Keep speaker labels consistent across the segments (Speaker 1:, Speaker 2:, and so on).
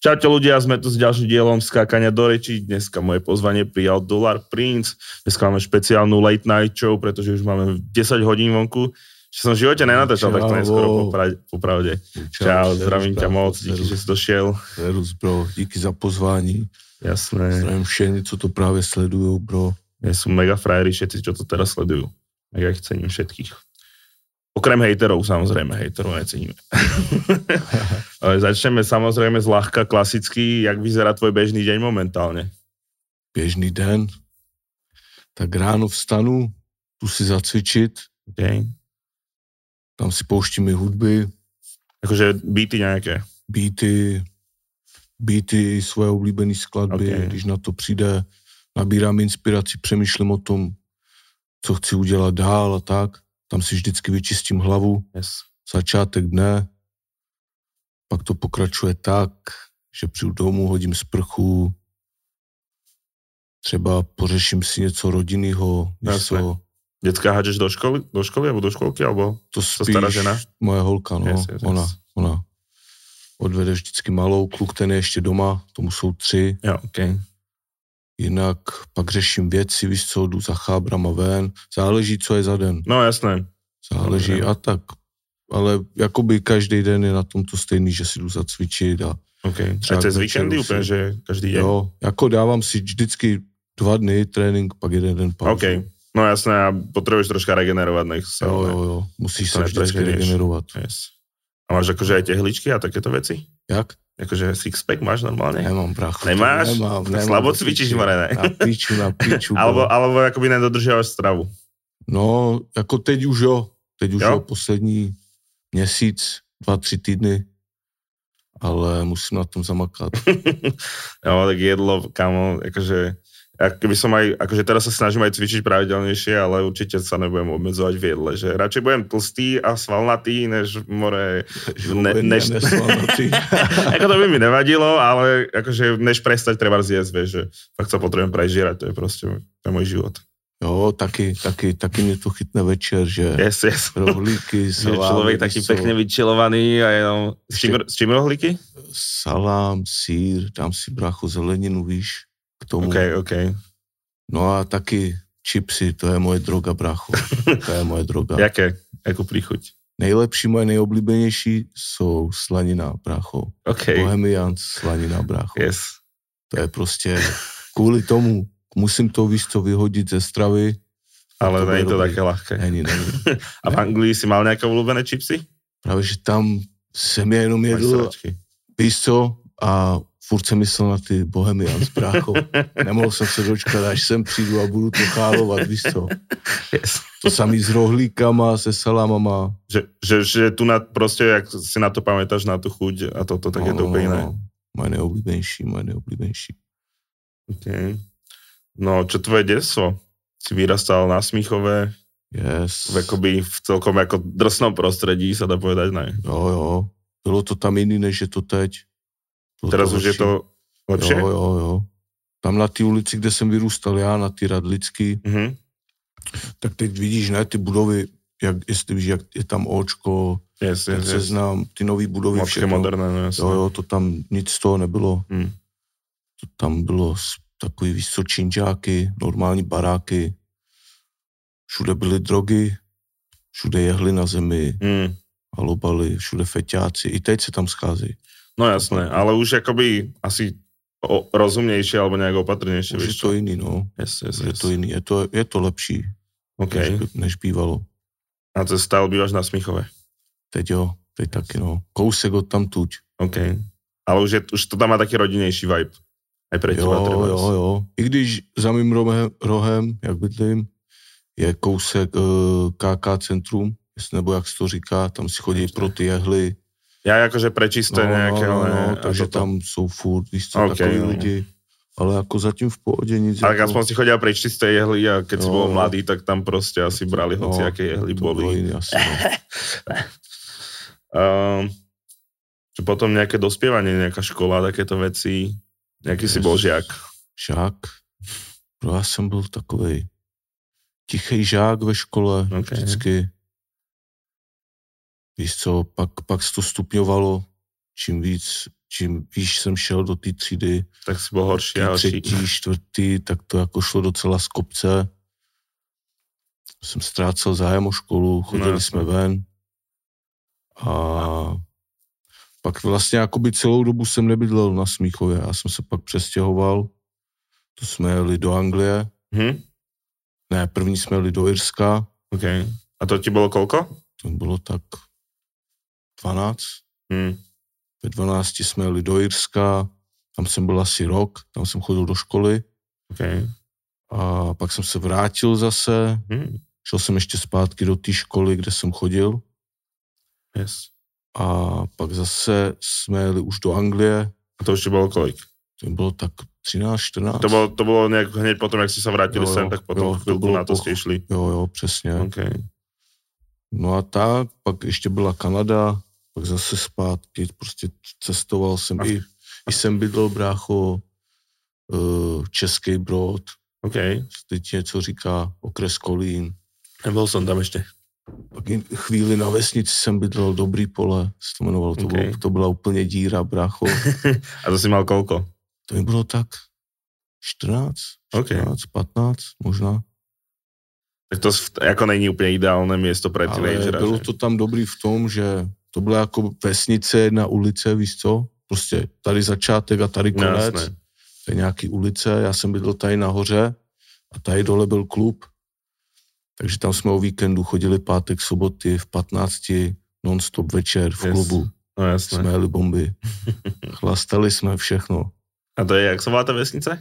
Speaker 1: Čaute ľudia, sme tu s ďalším dielom skákania do rečí. Dneska moje pozvanie prijal Dollar Prince. Dneska máme špeciálnu late night show, pretože už máme 10 hodín vonku. Čo som v živote nenatáčal, tak to neskoro popra- popravde. Čau, zdravím ťa moc, díky, že jsi došel.
Speaker 2: Verus, bro, díky za pozvání.
Speaker 1: Jasné,
Speaker 2: Zdravím všechny, co to právě sledují, bro.
Speaker 1: ja sú mega frajeri všetci, čo to teraz sledujú. A ja ich cením všetkých. Okrem hejterov, samozrejme, hejterov neceníme. Ale začneme samozrejme zľahka, klasicky, jak vyzerá tvoj bežný deň momentálne.
Speaker 2: Běžný den. Tak ráno vstanu, tu si zacvičit,
Speaker 1: Okay.
Speaker 2: tam si pouštím i hudby,
Speaker 1: Akože beaty nejaké.
Speaker 2: beaty, beaty, svoje oblíbené skladby,
Speaker 1: Ok.
Speaker 2: okay. když na to přijde, nabírám inspiraci, přemýšlím o tom, co chci udělat dál a tak. Tam si vždycky vyčistím hlavu,
Speaker 1: Yes.
Speaker 2: začátek dne, pak to pokračuje tak, že přijdu domů, hodím sprchu, třeba pořeším si něco rodinného,
Speaker 1: Jasné.
Speaker 2: něco,
Speaker 1: Dětská hádžeš do školy, do školy nebo do školky, alebo?
Speaker 2: to
Speaker 1: To
Speaker 2: spíš
Speaker 1: stará žena?
Speaker 2: moje holka, no,
Speaker 1: Yes, yes, yes.
Speaker 2: ona, ona odvede vždycky malou, kluk ten je ještě doma, tomu jsou tři,
Speaker 1: Jo, OK.
Speaker 2: jinak pak řeším věci, víš co, jdu za chábrama ven, záleží, co je za den,
Speaker 1: No jasné.
Speaker 2: záleží
Speaker 1: Dobře.
Speaker 2: a tak, ale jakoby každý den je na tom to stejný, že si jdu zacvičit a
Speaker 1: OK. A
Speaker 2: Třeba
Speaker 1: cez
Speaker 2: k
Speaker 1: víkendy
Speaker 2: večeru si-
Speaker 1: úplně, že každý den?
Speaker 2: Jo, jako dávám si vždycky dva dny trénink, pak jeden den pauzu.
Speaker 1: OK. No jasné, a potřebuješ troška regenerovat, nech se.
Speaker 2: Jo, jo, jo, musíš
Speaker 1: To
Speaker 2: se vždycky
Speaker 1: nepřeženeš.
Speaker 2: regenerovat.
Speaker 1: Yes. A máš jakože aj tehličky a takéto věci?
Speaker 2: Jak?
Speaker 1: Jakože sixpack máš normálně?
Speaker 2: Nemám prachu.
Speaker 1: Nemáš?
Speaker 2: Nemám, nemám
Speaker 1: slabo
Speaker 2: do
Speaker 1: cvičíš,
Speaker 2: piči.
Speaker 1: Morene.
Speaker 2: Na piču, na piču. bro.
Speaker 1: Alebo, alebo jakoby nedodržuješ stravu.
Speaker 2: No, jako teď už jo. Teď už
Speaker 1: Jo?
Speaker 2: jo, poslední měsíc, dva, tři týdny. Ale musím na tom zamakat.
Speaker 1: Jo, tak jedlo, kamo, jakože... Jak by som aj, akože teraz sa snažím aj cvičiť pravidelnejšie, ale určite sa nebudem obmedzovať v jedle, že radšej budem tlstý a svalnatý, než more, ne,
Speaker 2: Vůbec
Speaker 1: než,
Speaker 2: nenesla na ty.
Speaker 1: jako to by mi nevadilo, ale akože než prestať treba zjesť, vieš, že fakt sa potrebujem prežírať, to je prostě to je môj život.
Speaker 2: Jo, taky, taky, taky mě to chytne večer, že
Speaker 1: Yes, yes.
Speaker 2: rohlíky,
Speaker 1: Že
Speaker 2: salámy,
Speaker 1: člověk taky
Speaker 2: víš co.
Speaker 1: pekne vyčilovaný a no, jenom... S čím, s čím rohlíky?
Speaker 2: salám, sír, dám si brácho zeleninu, víš, k tomu.
Speaker 1: OK,
Speaker 2: Okay.
Speaker 1: OK.
Speaker 2: No a taky čipsy, to je moje droga, brácho. To je moje droga. Jak?
Speaker 1: Jaké? Jakou príchuť?
Speaker 2: Nejlepší, moje nejoblíbenější jsou slanina, brácho.
Speaker 1: OK,
Speaker 2: Hey. Bohemian slanina, brácho. Yes.
Speaker 1: yes.
Speaker 2: To je prostě kvůli tomu. Musím to, víš co, vyhodit ze stravy.
Speaker 1: Ale
Speaker 2: to bude
Speaker 1: není to
Speaker 2: dobrý.
Speaker 1: také ľahké.
Speaker 2: Není, není.
Speaker 1: A v Anglii si mal nějaké oblíbené čipsy?
Speaker 2: Právě, že tam jsem je jenom
Speaker 1: Máš
Speaker 2: jedl,
Speaker 1: sračky.
Speaker 2: víš co, a furt jsem myslel na ty Bohemians, brácho. Nemohl jsem se dočkat, až sem přijdu a budu to chálovat, víš co.
Speaker 1: Yes.
Speaker 2: To samý s rohlíkama, se salámama.
Speaker 1: Že, že, že tu na, prostě, jak si na to pamätáš, na tu chuť a toto, tak
Speaker 2: No.
Speaker 1: je to úplně jiné.
Speaker 2: Moje nejoblíbenější, moje nejoblíbenější.
Speaker 1: Okay. No, čo tvoje dětstvo? Si vyrastal na Smíchové,
Speaker 2: Yes.
Speaker 1: v, jakoby, v celkom jako drsnom prostředí, se dá povedať, ne?
Speaker 2: Jo, jo. Bylo to tam jiný, než je to teď. Bylo
Speaker 1: Teraz už je
Speaker 2: horší.
Speaker 1: to lepší?
Speaker 2: Jo, jo, jo. Tam na té ulici, kde jsem vyrůstal já, na té Radlický,
Speaker 1: Mhm.
Speaker 2: tak teď vidíš, ne, ty budovy, jak, jestli víš, jak je tam očko,
Speaker 1: Yes,
Speaker 2: ten
Speaker 1: yes, yes.
Speaker 2: seznam, ty nové budovy,
Speaker 1: Moc moderné, no jasné.
Speaker 2: Jo, jo, to tam nic z toho nebylo.
Speaker 1: Hmm.
Speaker 2: To tam bylo s- takový víš co, činžáky, normální baráky. Všude byly drogy, všude jehly na zemi,
Speaker 1: Mm.
Speaker 2: halobaly, všude feťáci. I teď se tam scházejí.
Speaker 1: No jasné, ale už jakoby asi o, rozumnější alebo nějak opatrnější.
Speaker 2: Už je
Speaker 1: víš
Speaker 2: to
Speaker 1: čo?
Speaker 2: jiný, no.
Speaker 1: Yes, yes,
Speaker 2: Už Je
Speaker 1: yes.
Speaker 2: to jiný, je to, je to lepší,
Speaker 1: Okay.
Speaker 2: než, než bývalo.
Speaker 1: A to stále býváš na Smíchové.
Speaker 2: Teď jo, teď taky, no. Kousek od tam tuď.
Speaker 1: OK. Ale už, je, už to tam má taky rodinnější vibe. Aj pre teba
Speaker 2: Jo,
Speaker 1: treba.
Speaker 2: jo, jo. I když za mým rohem, rohem jak bydlím, je kousek uh, KK centrum, jest- nebo jak se to říká, tam si chodí
Speaker 1: Jasně.
Speaker 2: pro ty jehly.
Speaker 1: Já jakože
Speaker 2: No,
Speaker 1: prečisté nějaké, ale... a
Speaker 2: takže
Speaker 1: toto.
Speaker 2: tam jsou furt, víš co,
Speaker 1: Ok,
Speaker 2: okay, takový
Speaker 1: no.
Speaker 2: no. lidi. Ale jako zatím v pohodě nic.
Speaker 1: Ale
Speaker 2: jako,
Speaker 1: aspoň si chodil preč čisté jehly a keď si
Speaker 2: Jo,
Speaker 1: bol
Speaker 2: jo.
Speaker 1: mladý, tak tam prostě asi brali
Speaker 2: No,
Speaker 1: hoci, jaké jehly
Speaker 2: to bylo
Speaker 1: boli.
Speaker 2: jiný asi, no.
Speaker 1: Um, čo potom nějaké dospěvání, nějaká škola, takéto věci. Nějaký si
Speaker 2: Ježiš.
Speaker 1: bol žiak.
Speaker 2: Žák, no já jsem byl takový tichý žák ve škole
Speaker 1: Ok.
Speaker 2: okay. vždycky. Víš co, pak, pak se to stupňovalo, čím víc, čím víš jsem šel do té třídy,
Speaker 1: Tak si bol horší
Speaker 2: ty
Speaker 1: a horší.
Speaker 2: třetí, čtvrtý, tak to jako šlo docela z kopce. Jsem ztrácel zájem o školu, chodili
Speaker 1: No,
Speaker 2: no,
Speaker 1: jasně.
Speaker 2: jsme ven. A pak vlastně jakoby celou dobu jsem nebydlel na Smíchově. Já jsem se pak přestěhoval. To jsme jeli do Anglie.
Speaker 1: Hm?
Speaker 2: Ne, první jsme jeli do Irska.
Speaker 1: OK. A to ti bolo koľko?
Speaker 2: To bylo tak 12.
Speaker 1: Hm.
Speaker 2: Ve 12 jsme jeli do Irska. Tam jsem byl asi rok. Tam jsem chodil do školy.
Speaker 1: OK.
Speaker 2: A pak jsem se vrátil zase.
Speaker 1: Hm.
Speaker 2: Šel jsem ještě zpátky do té školy, kde jsem chodil
Speaker 1: Yes.
Speaker 2: a pak zase jsme jeli už do Anglie,
Speaker 1: A to už ti bolo kolik?
Speaker 2: to bylo tak 13, 14.
Speaker 1: To bolo, to bolo nejak hneď potom, jak ste sa vrátili
Speaker 2: Jo, jo,
Speaker 1: sem, tak potom
Speaker 2: jo, to
Speaker 1: chvíľku
Speaker 2: bolo
Speaker 1: na to
Speaker 2: po-
Speaker 1: ste išli.
Speaker 2: Jo, jo, přesně.
Speaker 1: OK.
Speaker 2: No a tak, pak ještě byla Kanada, pak zase zpátky, prostě cestoval jsem
Speaker 1: A-
Speaker 2: i, i jsem bydlel, brácho, eh, Český Brod,
Speaker 1: OK.
Speaker 2: teď něco říká okres Kolín.
Speaker 1: Nebol som tam ešte.
Speaker 2: Pak i chvíli na vesnici jsem bydlel, Dobrý pole, se to jmenovalo, to,
Speaker 1: Okej.
Speaker 2: bylo, to byla úplně díra, brácho.
Speaker 1: A to si mal koľko?
Speaker 2: To mi bylo tak 14,
Speaker 1: OK.
Speaker 2: 14, 15 možná.
Speaker 1: Tak to s- ako není úplne ideálne miesto pre
Speaker 2: Ale
Speaker 1: teenagera.
Speaker 2: bylo
Speaker 1: že?
Speaker 2: to tam dobrý v tom, že to byla jako vesnice, jedna ulice, víš co? Prostě tady začátek a tady
Speaker 1: No,
Speaker 2: konec.
Speaker 1: jasné.
Speaker 2: to je nějaký ulice, já jsem bydlel tady nahoře a tady dole byl klub. Takže tam jsme o víkendu chodili pátek, soboty v 15 non-stop večer v
Speaker 1: Yes.
Speaker 2: yes. klubu.
Speaker 1: No jasné.
Speaker 2: Jsme jeli bomby. Chlastali jsme všechno.
Speaker 1: A to je, jak sa volá tá vesnica?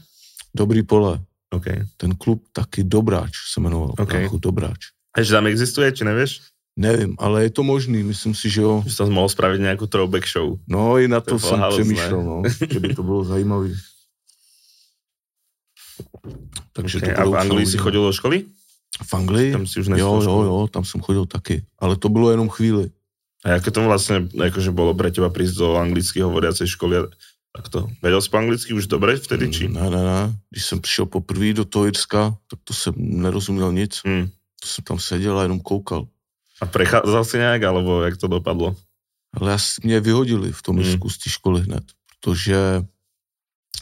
Speaker 2: Dobrý pole.
Speaker 1: OK.
Speaker 2: Ten klub taky Dobráč se jmenoval.
Speaker 1: Ok.
Speaker 2: Okay. Dobráč.
Speaker 1: Ešte tam existuje, či nevieš?
Speaker 2: Nevím, ale je to možný, myslím si, že jo.
Speaker 1: Že tam mohol spraviť nejakú throwback show.
Speaker 2: No i na
Speaker 1: To
Speaker 2: to,
Speaker 1: je
Speaker 2: jsem
Speaker 1: halus, ne?
Speaker 2: přemýšlel, no, že by to bylo zajímavé. Takže
Speaker 1: Okay.
Speaker 2: okay,
Speaker 1: A v Anglii si chodil do školy?
Speaker 2: V Anglii?
Speaker 1: Tam si už
Speaker 2: jo,
Speaker 1: nestal
Speaker 2: jo,
Speaker 1: školu.
Speaker 2: jo, tam jsem chodil taky. Ale to bylo jenom chvíli.
Speaker 1: A aké to vlastně, vlastne akože bolo pre teba prísť do anglicky hovoriacej školy? a Takto. Vedel si po anglicky už dobre vtedy, či?
Speaker 2: Mm, Ne, ne, ne. Když jsem přišel poprvé do toho Jirska, tak to jsem nerozuměl nic.
Speaker 1: Hmm.
Speaker 2: To jsem tam seděl a jenom koukal.
Speaker 1: A prechádzal si nejak, alebo jak to dopadlo?
Speaker 2: Ale asi mě vyhodili v tom
Speaker 1: Hmm.
Speaker 2: Jirsku z té školy hned, protože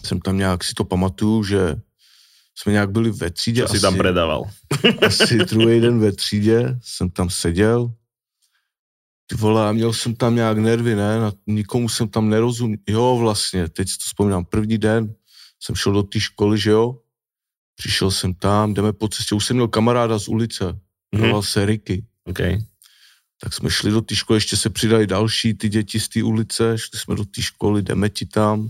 Speaker 2: jsem tam nějak, si to pamatuju, že jsme nějak byli ve třídě.
Speaker 1: Čo si tam predával?
Speaker 2: asi druhý den ve třídě jsem tam seděl. Ty vole, a měl jsem tam nějak nervy, ne? Na- Nikomu jsem tam nerozuměl. Jo, vlastně, teď si to vzpomínám. První den jsem šel do té školy, že jo? Přišel jsem tam, jdeme po cestě. Už jsem měl kamaráda z ulice, jmenoval
Speaker 1: Mhm.
Speaker 2: hmm. se Ricky.
Speaker 1: OK.
Speaker 2: Tak jsme šli do té školy, ještě se přidali další ty děti z té ulice, šli jsme do té školy, jdeme ti tam.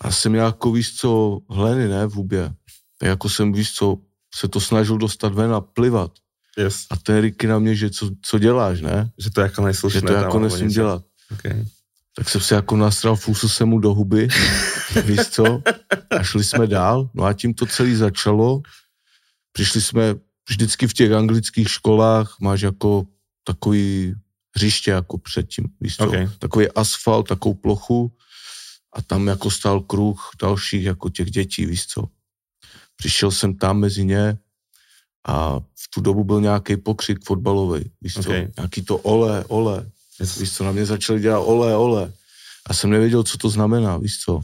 Speaker 2: A jsem jako, víš co, hleny, ne, v hubě. Tak jako jsem, víš co, se to snažil dostat ven a plivat.
Speaker 1: Yes.
Speaker 2: A ten Ricky na mě, že co, co děláš, ne?
Speaker 1: Že to je ako
Speaker 2: Že
Speaker 1: neslušné.
Speaker 2: to
Speaker 1: tam,
Speaker 2: jako
Speaker 1: alebo
Speaker 2: nesmím
Speaker 1: niečo.
Speaker 2: dělat.
Speaker 1: OK.
Speaker 2: Tak jsem se jako nasral, fusil jsem mu do huby, víš co? A šli jsme dál. No a tím to celé začalo. Přišli jsme vždycky v těch anglických školách, máš jako takový hřiště jako předtím, víš co?
Speaker 1: OK.
Speaker 2: Takový asfalt, takovou plochu a tam jako stál kruh dalších jako těch dětí, víš co? Přišel jsem tam mezi ně a v tu dobu byl nějaký pokřik fotbalový, víš co?
Speaker 1: OK.
Speaker 2: Nějaký to ole, ole.
Speaker 1: Yes.
Speaker 2: Víš co, na mě začali dělat ole, ole. A jsem nevěděl, co to znamená, víš co.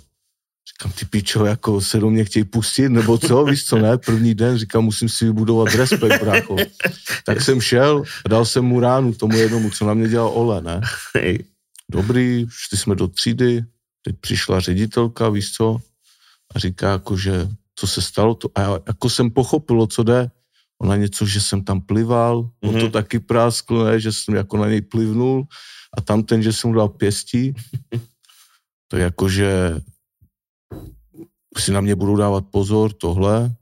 Speaker 2: Říkám, ty pičo, jako se do mě chtějí pustit, nebo co, víš co, ne, první den, říkám, musím si vybudovat respekt, brácho. Tak jsem šel a dal jsem mu ránu tomu jednomu, co na mě dělal ole, ne.
Speaker 1: Hej.
Speaker 2: Dobrý, šli jsme do třídy, teď přišla ředitelka, víš co, a říká jako, že co se stalo, to, a já jako jsem pochopil, o co jde, ona něco, že jsem tam plival, mm-hmm. on to
Speaker 1: Mhm.
Speaker 2: taky práskl, ne, že jsem jako na něj plivnul a tam ten, že jsem mu dal pěstí, to jakože si na mě budou dávat pozor, tohle.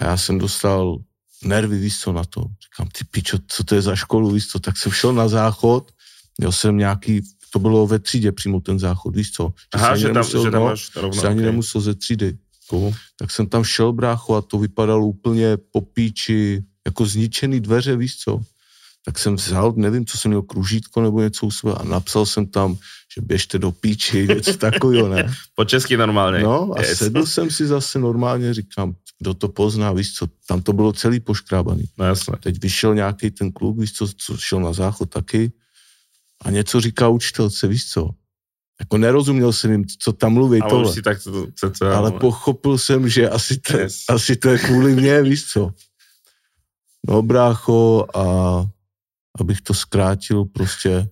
Speaker 2: A já jsem dostal nervy, víš co, na to. Říkám, ty pičo, co to je za školu, víš co, tak jsem šel na záchod, měl jsem nějaký, to bylo ve třídě přímo ten záchod, víš co.
Speaker 1: Aha,
Speaker 2: jsem
Speaker 1: že
Speaker 2: ani
Speaker 1: tam,
Speaker 2: nemusel,
Speaker 1: že tam
Speaker 2: no,
Speaker 1: máš rovno.
Speaker 2: se ani
Speaker 1: OK.
Speaker 2: nemusel ze třídy.
Speaker 1: Cool.
Speaker 2: Tak jsem tam šel, brácho, a to vypadalo úplně po píči, jako zničený dveře, víš co. Tak jsem vzal, nevím, co jsem měl, kružítko nebo něco u sebe a napsal jsem tam, že běžte do píči, něco takového, ne.
Speaker 1: Po česky normálne.
Speaker 2: No a
Speaker 1: Yes.
Speaker 2: yes. sedl jsem si zase normálně, říkám, kdo to pozná, víš co, tam to bylo celý poškrábaný.
Speaker 1: No jasné.
Speaker 2: Teď vyšel nějaký ten kluk, víš co, co šel na záchod taky a něco říká učitelce, víš co. Jako nerozuměl jsem jim, co tam mluví
Speaker 1: Ale
Speaker 2: tohle.
Speaker 1: už si tak to, to, to
Speaker 2: Ale pochopil jsem, že asi to,
Speaker 1: Yes.
Speaker 2: asi to je kvůli mně, víš co. No brácho a abych to zkrátil prostě,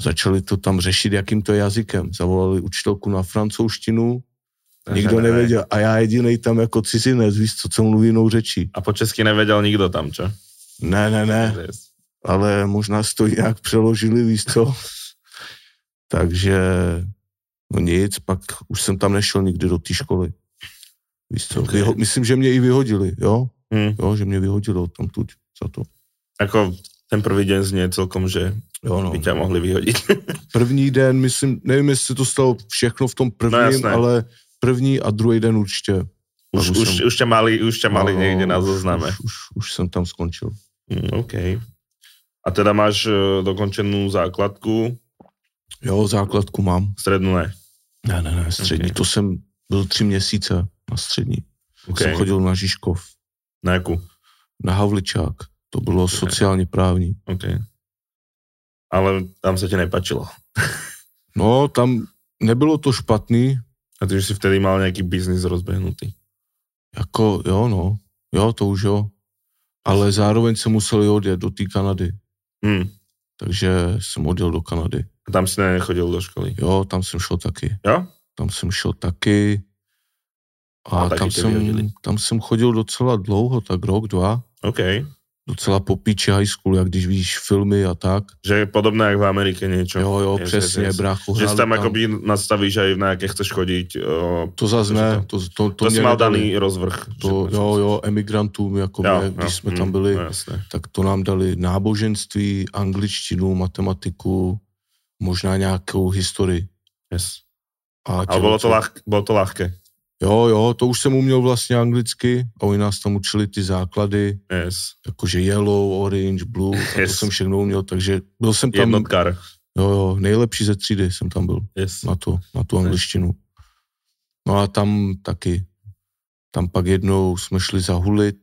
Speaker 2: začali to tam řešit, jakým to je jazykem. Zavolali učitelku na francouzštinu, nikdo nevěděl. A já jediný tam jako cizinec, víš co, co mluví jinou řečí.
Speaker 1: A po česky nevedel nikdo tam, čo?
Speaker 2: Ne, ne, ne,
Speaker 1: Yes.
Speaker 2: ale možná si to nějak přeložili, víš co. Takže no nic, pak už jsem tam nešel nikdy do té školy. Víš co,
Speaker 1: Ok.
Speaker 2: vyho- myslím, že mě i vyhodili, jo?
Speaker 1: Hm.
Speaker 2: Jo, že mě vyhodili od tam tuď za to.
Speaker 1: Ako Jako ten prvý deň znie celkom, že
Speaker 2: Jo, no.
Speaker 1: by ťa mohli vyhodiť.
Speaker 2: První den, myslím, nevím, jestli to stalo všechno v tom prvním,
Speaker 1: jasné.
Speaker 2: no, ale první a druhý den určitě.
Speaker 1: Už,
Speaker 2: Pak
Speaker 1: už,
Speaker 2: jsem-
Speaker 1: už ťa mali, už ťa mali
Speaker 2: No,
Speaker 1: niekde na
Speaker 2: už-
Speaker 1: zozname.
Speaker 2: Už, už, už jsem tam skončil.
Speaker 1: Mm, OK. A teda máš e, dokončenú základku,
Speaker 2: Jo, základku mám.
Speaker 1: strednú ne.
Speaker 2: Ne, ne, ne, střední.
Speaker 1: Ok.
Speaker 2: To jsem byl tři měsíce na střední.
Speaker 1: OK.
Speaker 2: Okay. Jsem chodil na Žižkov,
Speaker 1: Na jakú?
Speaker 2: na Havličák. To bylo okay. sociálně právní.
Speaker 1: OK. Ale tam sa ti nepačilo.
Speaker 2: No, tam nebylo to špatný,
Speaker 1: A ty už si vtedy mal nejaký biznis rozbehnutý.
Speaker 2: jako jo, no, jo, to už jo. Ale zároveň jsem musel i odjet do té Kanady,
Speaker 1: Hm.
Speaker 2: takže jsem odjel do Kanady.
Speaker 1: A tam si ne- nechodil do školy.
Speaker 2: Jo, tam jsem šel taky.
Speaker 1: Jo?
Speaker 2: Tam jsem šel taky. A,
Speaker 1: A
Speaker 2: a
Speaker 1: taky
Speaker 2: tam,
Speaker 1: tě
Speaker 2: jsem,
Speaker 1: vyhodili.
Speaker 2: tam jsem chodil docela dlouho, tak rok, dva.
Speaker 1: OK.
Speaker 2: Docela po píči high school, jak když vidíš filmy a tak.
Speaker 1: Že je podobné jak v Amerike niečo.
Speaker 2: Jo, jo,
Speaker 1: Yes, yes,
Speaker 2: přesně,
Speaker 1: yes.
Speaker 2: brácho.
Speaker 1: Že si
Speaker 2: hráli
Speaker 1: tam, akoby nastavíš aj na aké chceš chodiť. O,
Speaker 2: To zase ne, to, to, to,
Speaker 1: to, to si
Speaker 2: mě
Speaker 1: mal
Speaker 2: nedali.
Speaker 1: daný rozvrh.
Speaker 2: To,
Speaker 1: Že-
Speaker 2: jo, jo, emigrantům, jako jo, mě, když jsme
Speaker 1: hm,
Speaker 2: tam byli,
Speaker 1: No, jasné.
Speaker 2: tak to nám dali náboženství, angličtinu, matematiku, možná nějakou historii.
Speaker 1: Yes.
Speaker 2: A
Speaker 1: Ale bolo to,
Speaker 2: tělo-
Speaker 1: ľah, bolo to ľahké.
Speaker 2: Jo, jo, to už jsem uměl vlastně anglicky a oni nás tam učili ty základy,
Speaker 1: Yes.
Speaker 2: jakože yellow, orange, blue, a to
Speaker 1: Yes.
Speaker 2: jsem všechno uměl, takže byl jsem tam,
Speaker 1: Jednotkár.
Speaker 2: jo, jo, nejlepší ze třídy jsem tam byl
Speaker 1: Yes.
Speaker 2: na to, na tu angličtinu. No a tam taky, tam pak jednou jsme šli zahulit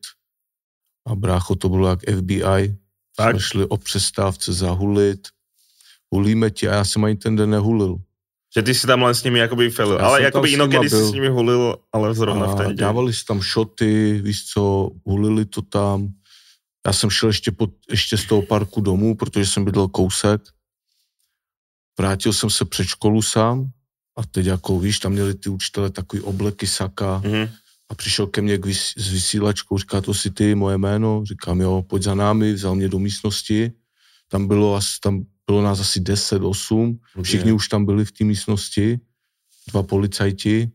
Speaker 2: a brácho to bylo jak FBI,
Speaker 1: Tak.
Speaker 2: jsme šli o přestávce zahulit, hulíme ti a já jsem ani ten den nehulil.
Speaker 1: Že ty si tam len s nimi akoby felil.
Speaker 2: Ja
Speaker 1: ale
Speaker 2: som tam
Speaker 1: akoby
Speaker 2: s
Speaker 1: inokedy si
Speaker 2: nima byl.
Speaker 1: s nimi hulil, ale zrovna v ten
Speaker 2: A
Speaker 1: deň.
Speaker 2: dávali si tam šoty, víš co, hulili to tam. Já jsem šel ještě, pod, ještě z toho parku domů, protože jsem bydlel kousek. Vrátil jsem se před školu sám a teď jako, víš, tam měli ty učitele takový obleky saka
Speaker 1: Mhm.
Speaker 2: a přišel ke mně k vys, s vysílačkou, říká to si ty, moje jméno, říkám jo, pojď za námi, vzal mě do místnosti, tam bylo, asi, tam bylo nás asi 10, 8, Všichni už tam byli v té místnosti, dva policajti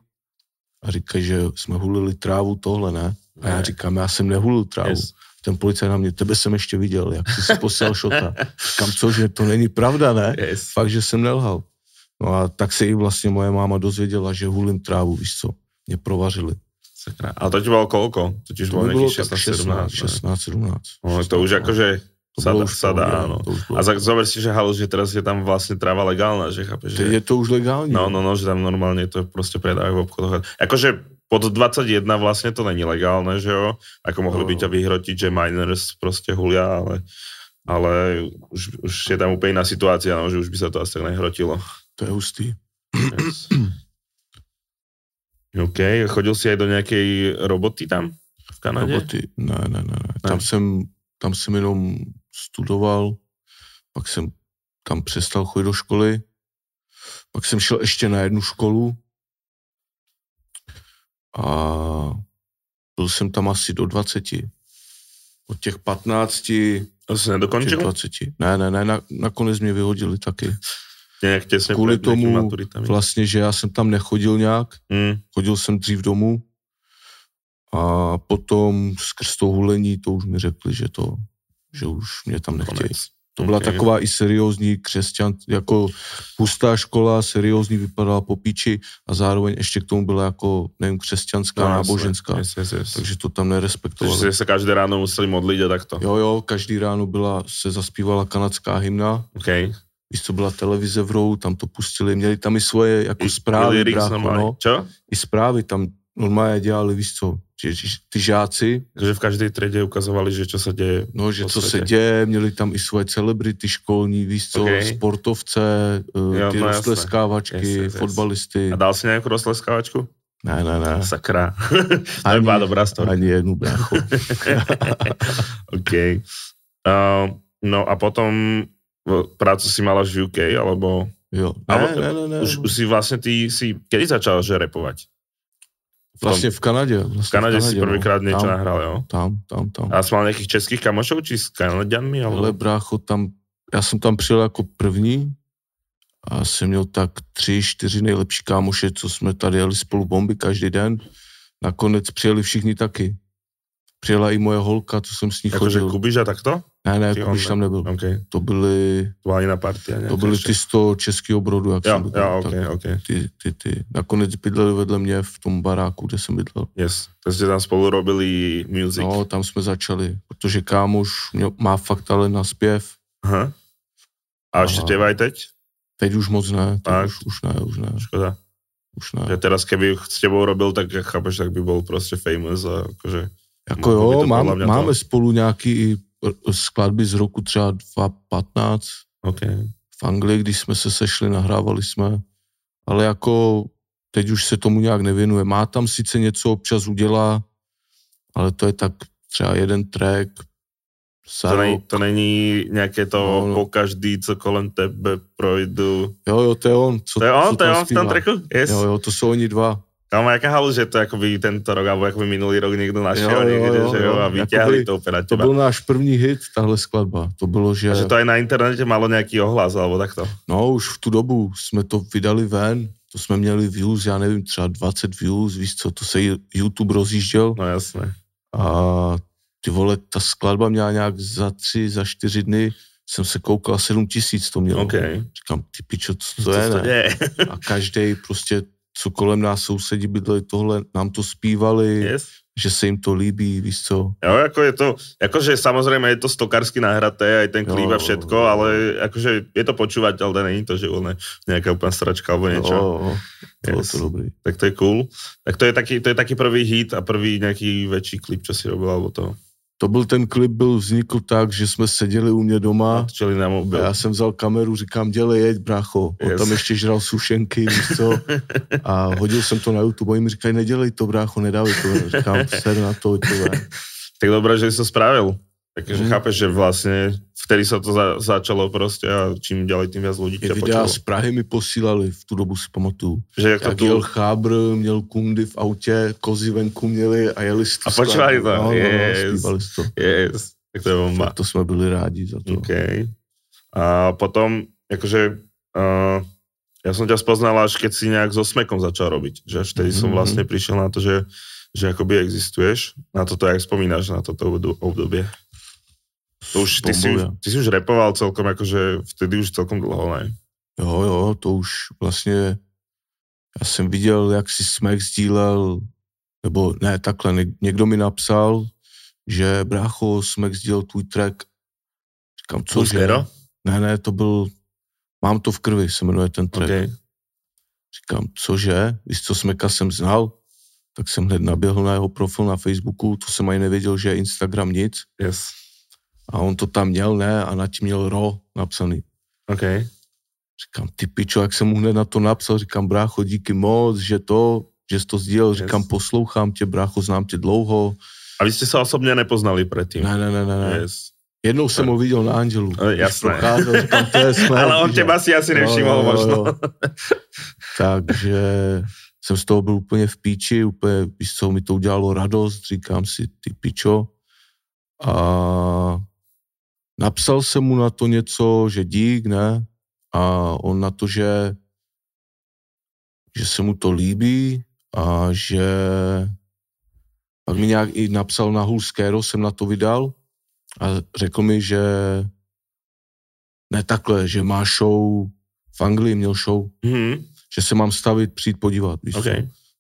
Speaker 2: a říkají, že jsme hulili trávu, tohle ne. A já
Speaker 1: Ne.
Speaker 2: říkám, já jsem nehulil trávu.
Speaker 1: Yes.
Speaker 2: Ten policajt na mě, tebe jsem ještě viděl, jak jsi si poslal šota. Říkám, cože, to není pravda, ne?
Speaker 1: Yes.
Speaker 2: Fakt, že jsem nelhal. No a tak se i vlastně moje máma dozvěděla, že hulím trávu, víš co, mě provařili.
Speaker 1: Sakra. A to ti bylo kolko? To ti už
Speaker 2: To
Speaker 1: bylo
Speaker 2: by bylo
Speaker 1: nějakých
Speaker 2: tak
Speaker 1: 16, 17. 16.
Speaker 2: 16, 16, 17.
Speaker 1: No, to už jakože
Speaker 2: To
Speaker 1: sa
Speaker 2: bylo
Speaker 1: dá,
Speaker 2: už
Speaker 1: sa dá,
Speaker 2: pohodě,
Speaker 1: áno.
Speaker 2: to už bylo.
Speaker 1: A za, zober si, že halu, že teraz je tam vlastně tráva legálna, že chápeš?
Speaker 2: Teď
Speaker 1: Že...
Speaker 2: je to už legální.
Speaker 1: No, no, no, že tam normálně to prostě predávajú v obchodoch. Jakože pod 21 vlastně to není legálne, že jo? Ako mohli
Speaker 2: No,
Speaker 1: by
Speaker 2: no.
Speaker 1: ťa vyhrotiť, že miners prostě hulia, ale, ale už, už je tam úplně jiná situácia, no, že už by se to asi tak nehrotilo.
Speaker 2: To je hustý.
Speaker 1: Yes. OK, chodil si aj do nějakej roboty tam v Kanadě?
Speaker 2: Roboty? Ne, ne, ne. ne. Tam, jsem, tam jsem jenom studoval, pak jsem tam přestal chodit do školy, pak jsem šel ještě na jednu školu a byl jsem tam asi do 20. Od těch 15
Speaker 1: To si
Speaker 2: těch
Speaker 1: nedokončil?
Speaker 2: 20. Ne, ne, ne, na, nakonec mě vyhodili taky.
Speaker 1: Nějak těsně
Speaker 2: Kvůli
Speaker 1: před nějakými
Speaker 2: tomu
Speaker 1: maturitami.
Speaker 2: Vlastně, že já jsem tam nechodil nějak,
Speaker 1: Mm,
Speaker 2: chodil jsem dřív domů a potom skrz to hulení to už mi řekli, že to, že už mě tam nechtějí.
Speaker 1: konec.
Speaker 2: To byla
Speaker 1: Ok.
Speaker 2: taková i seriózní křesťan, jako hustá škola, seriózní vypadala po píči a zároveň ještě k tomu byla jako, nevím, křesťanská,
Speaker 1: No, jasné.
Speaker 2: náboženská.
Speaker 1: Yes, yes, yes. Takže,
Speaker 2: Takže to tam
Speaker 1: Takže
Speaker 2: nerespektovali.
Speaker 1: jste se každé ráno museli modlit a takto. Jo.
Speaker 2: Jo, jo, každý ráno byla, se zaspívala kanadská hymna,
Speaker 1: OK.
Speaker 2: víš, co byla televize v rohu, tam to pustili, měli tam i svoje jako zprávy,
Speaker 1: Lyrics
Speaker 2: brácho,
Speaker 1: normálně.
Speaker 2: no,
Speaker 1: Čo?
Speaker 2: i zprávy tam normálně dělali, víš co, Že, že ty žáci,
Speaker 1: Že v každej triede ukazovali, že čo sa deje.
Speaker 2: no,
Speaker 1: V
Speaker 2: že co se
Speaker 1: podstatě.
Speaker 2: děje, měli tam i svoje celebrity školní, víš co,
Speaker 1: Ok.
Speaker 2: sportovce, jo,
Speaker 1: no
Speaker 2: ty no
Speaker 1: jasné.
Speaker 2: roztleskávačky,
Speaker 1: Yes, yes, yes.
Speaker 2: fotbalisty.
Speaker 1: A dal si nejakú rozleskávačku?
Speaker 2: Ne, ne, ne.
Speaker 1: Sakra. to je byla dobrá story.
Speaker 2: Ani jednu brácho.
Speaker 1: OK. Uh, no a potom v- prácu si mala v UK, alebo
Speaker 2: Jo.
Speaker 1: Ale-
Speaker 2: Ne, ne, ne, ne.
Speaker 1: už, už si vlastne ty si, kedy začal že repovať? V tom-
Speaker 2: Vlastně v Kanadě. Vlastně
Speaker 1: v Kanade si
Speaker 2: no.
Speaker 1: prvýkrát niečo
Speaker 2: tam,
Speaker 1: nahral, jo?
Speaker 2: tam, tam, tam.
Speaker 1: A si mal nejakých českých kamošov, či s Kanaďanmi?
Speaker 2: Ale
Speaker 1: Alebo...
Speaker 2: brácho, tam, já jsem tam přijel jako první a jsem měl tak tři, čtyři nejlepší kámoše, co jsme tady jeli spolu bomby každý den. Nakonec přijeli všichni taky. Přijela i moje holka, co jsem s ní
Speaker 1: Akože
Speaker 2: chodil.
Speaker 1: Kubiš a takto?
Speaker 2: Ne, ne,
Speaker 1: Ty
Speaker 2: když
Speaker 1: on- No.
Speaker 2: tam nebyl.
Speaker 1: OK.
Speaker 2: To byly,
Speaker 1: To bola iná partia.
Speaker 2: to
Speaker 1: nejaká
Speaker 2: byly
Speaker 1: ešte.
Speaker 2: ty z toho českého brodu, jak
Speaker 1: Jo,
Speaker 2: jsem
Speaker 1: jo,
Speaker 2: bydlel.
Speaker 1: OK,
Speaker 2: Tak
Speaker 1: OK.
Speaker 2: ty, ty, ty. Nakonec bydleli vedle mě v tom baráku, kde jsem bydlel.
Speaker 1: Yes. To ste tam spolu robili music.
Speaker 2: No, tam jsme začali, protože kámoš měl, má fakt talent na zpěv.
Speaker 1: Aha. A ešte
Speaker 2: A-
Speaker 1: teba aj teď?
Speaker 2: Teď už moc ne, teď
Speaker 1: Tak.
Speaker 2: už, už ne, už ne,
Speaker 1: Škoda.
Speaker 2: už ne.
Speaker 1: Že teraz keby s tebou robil, tak jak chápeš, tak by bol proste famous a akože...
Speaker 2: Jako
Speaker 1: Mohlo by
Speaker 2: jo,
Speaker 1: to podle
Speaker 2: mám,
Speaker 1: mě
Speaker 2: máme
Speaker 1: to-
Speaker 2: spolu nějaký i r- skladby z roku třeba 2015
Speaker 1: OK.
Speaker 2: v Anglii, když jsme se sešli, nahrávali jsme, ale jako teď už se tomu nějak nevěnuje. Má tam sice něco občas udělá, ale to je tak třeba jeden track, za
Speaker 1: To, není,
Speaker 2: rok.
Speaker 1: to není nějaké to
Speaker 2: No,
Speaker 1: no,
Speaker 2: no.
Speaker 1: po každý, co kolem tebe projdu.
Speaker 2: Jo, jo, to je on. Co,
Speaker 1: To je on,
Speaker 2: co
Speaker 1: to je
Speaker 2: tam
Speaker 1: on v tom
Speaker 2: zpívá.
Speaker 1: tracku? Yes.
Speaker 2: Jo,
Speaker 1: Jo, jo.
Speaker 2: jo, to jsou oni dva.
Speaker 1: Tam má jaká halu, že to jakoby tento rok, alebo jakoby minulý rok někdo našel
Speaker 2: Jo, jo,
Speaker 1: někde,
Speaker 2: jo,
Speaker 1: že jo,
Speaker 2: jo.
Speaker 1: a
Speaker 2: Jakoby
Speaker 1: vyťahli to úplně na
Speaker 2: To
Speaker 1: teba.
Speaker 2: byl náš první hit, tahle skladba. To bylo, že...
Speaker 1: A že to aj na internete malo nějaký ohlas, alebo takto.
Speaker 2: No, už v tu dobu jsme to vydali ven, to jsme měli views, já nevím, třeba 20 views, víš co, to se YouTube rozjížděl
Speaker 1: No jasné.
Speaker 2: a ty vole, ta skladba měla nějak za tři, za čtyři dny, jsem se koukal, 7 tisíc to mělo.
Speaker 1: OK.
Speaker 2: Říkám, ty pičo, co
Speaker 1: Co
Speaker 2: to je,
Speaker 1: se to
Speaker 2: ne?
Speaker 1: děje?
Speaker 2: A každý prostě, co kolem nás sousedí bydleli tohle, nám to zpívali,
Speaker 1: Yes.
Speaker 2: že se jim to líbí, víš co.
Speaker 1: Jo, jako je to, jakože samozřejmě je to stokarsky nahraté, aj ten
Speaker 2: Jo.
Speaker 1: klíp a všetko, ale jakože je to počúvať, ale není to, že on nějaká úplně stračka alebo něco.
Speaker 2: Jo, jo, to bylo
Speaker 1: Yes.
Speaker 2: to dobrý.
Speaker 1: Tak to je cool. Tak to je taky, to je taky prvý hit a prvý nějaký větší klip, co si robil, alebo to.
Speaker 2: To byl ten klip, byl vznikl tak, že jsme seděli u mě doma.
Speaker 1: Odčeli na mobil.
Speaker 2: A já jsem vzal kameru, říkám, dělej, jeď, brácho. On
Speaker 1: Yes.
Speaker 2: yes. tam ještě žral sušenky, víš co. A hodil jsem to na YouTube. Oni mi říkají, nedělej to, brácho, nedávej to. ven. Říkám, ser na to, hoď to ven.
Speaker 1: Tak dobré, že jsi to spravil. Takže
Speaker 2: Mhm.
Speaker 1: mm. chápeš, že vlastně vtedy se to za, začalo prostě a čím dělej, tím víc lidí
Speaker 2: I
Speaker 1: tě
Speaker 2: videa
Speaker 1: počulo.
Speaker 2: z Prahy mi posílali, v tu dobu si pamatuju.
Speaker 1: Že jak to
Speaker 2: Jak jel
Speaker 1: tu...
Speaker 2: chábr, měl kundy v autě, kozy venku měli a jeli s
Speaker 1: A počívali to,
Speaker 2: No, no, no,
Speaker 1: yes.
Speaker 2: zpívali si to.
Speaker 1: Yes, tak to je bomba.
Speaker 2: Tak to jsme byli rádi za to.
Speaker 1: OK. A potom, jakože, uh, já jsem tě spoznal až keď si nějak so Smekom začal robiť, že až vtedy mm -hmm. som
Speaker 2: Mhm.
Speaker 1: vlastně přišel na to, že, že jakoby existuješ, na toto, jak vzpomínáš na toto obdo- obdobie. To už, ty, si,
Speaker 2: Bombovi.
Speaker 1: ty si už repoval celkom, jakože vtedy už celkom dlouho, ne?
Speaker 2: Jo, jo, to už vlastně, já jsem viděl, jak si Smek sdílel, nebo ne, takhle, něk- někdo mi napsal, že brácho, Smek sdílel tvůj track. Říkám, cože?
Speaker 1: Zero?
Speaker 2: Ne, ne, to byl, mám to v krvi, se jmenuje ten track. Okay.
Speaker 1: OK.
Speaker 2: Říkám, cože? Víš, co Smeka jsem znal? Tak jsem hned naběhl na jeho profil na Facebooku, to jsem ani nevěděl, že je Instagram nic.
Speaker 1: Yes.
Speaker 2: A on to tam měl, ne, a na tím měl ro napsaný.
Speaker 1: OK.
Speaker 2: Říkám, ty pičo, jak jsem mu hned na to napsal, říkám, brácho, díky moc, že to, že jsi to sdílel, říkám,
Speaker 1: Yes.
Speaker 2: poslouchám tě, brácho, znám tě dlouho.
Speaker 1: A vy jste se osobně nepoznali předtím.
Speaker 2: Ne, ne, ne, ne, ne.
Speaker 1: Yes.
Speaker 2: Jednou jsem ho viděl na Andělu.
Speaker 1: Eh,
Speaker 2: Když
Speaker 1: jasné.
Speaker 2: procházel, říkám, to je snad,
Speaker 1: Ale on
Speaker 2: že-
Speaker 1: těba si asi
Speaker 2: Jo,
Speaker 1: nevšiml,
Speaker 2: No, jo, jo,
Speaker 1: možno.
Speaker 2: jo. Takže jsem z toho byl úplně v píči, úplně, víš co, mi to udělalo radost, říkám si, ty pičo. A napsal jsem mu na to něco, že dík, ne? A on na to, že, že se mu to líbí a že pak mi nějak i napsal na Hulskero, jsem na to vydal a řekl mi, že ne takhle, že má show v Anglii měl show,
Speaker 1: Mhm.
Speaker 2: že se mám stavit, přijít podívat. Víš
Speaker 1: OK.
Speaker 2: co?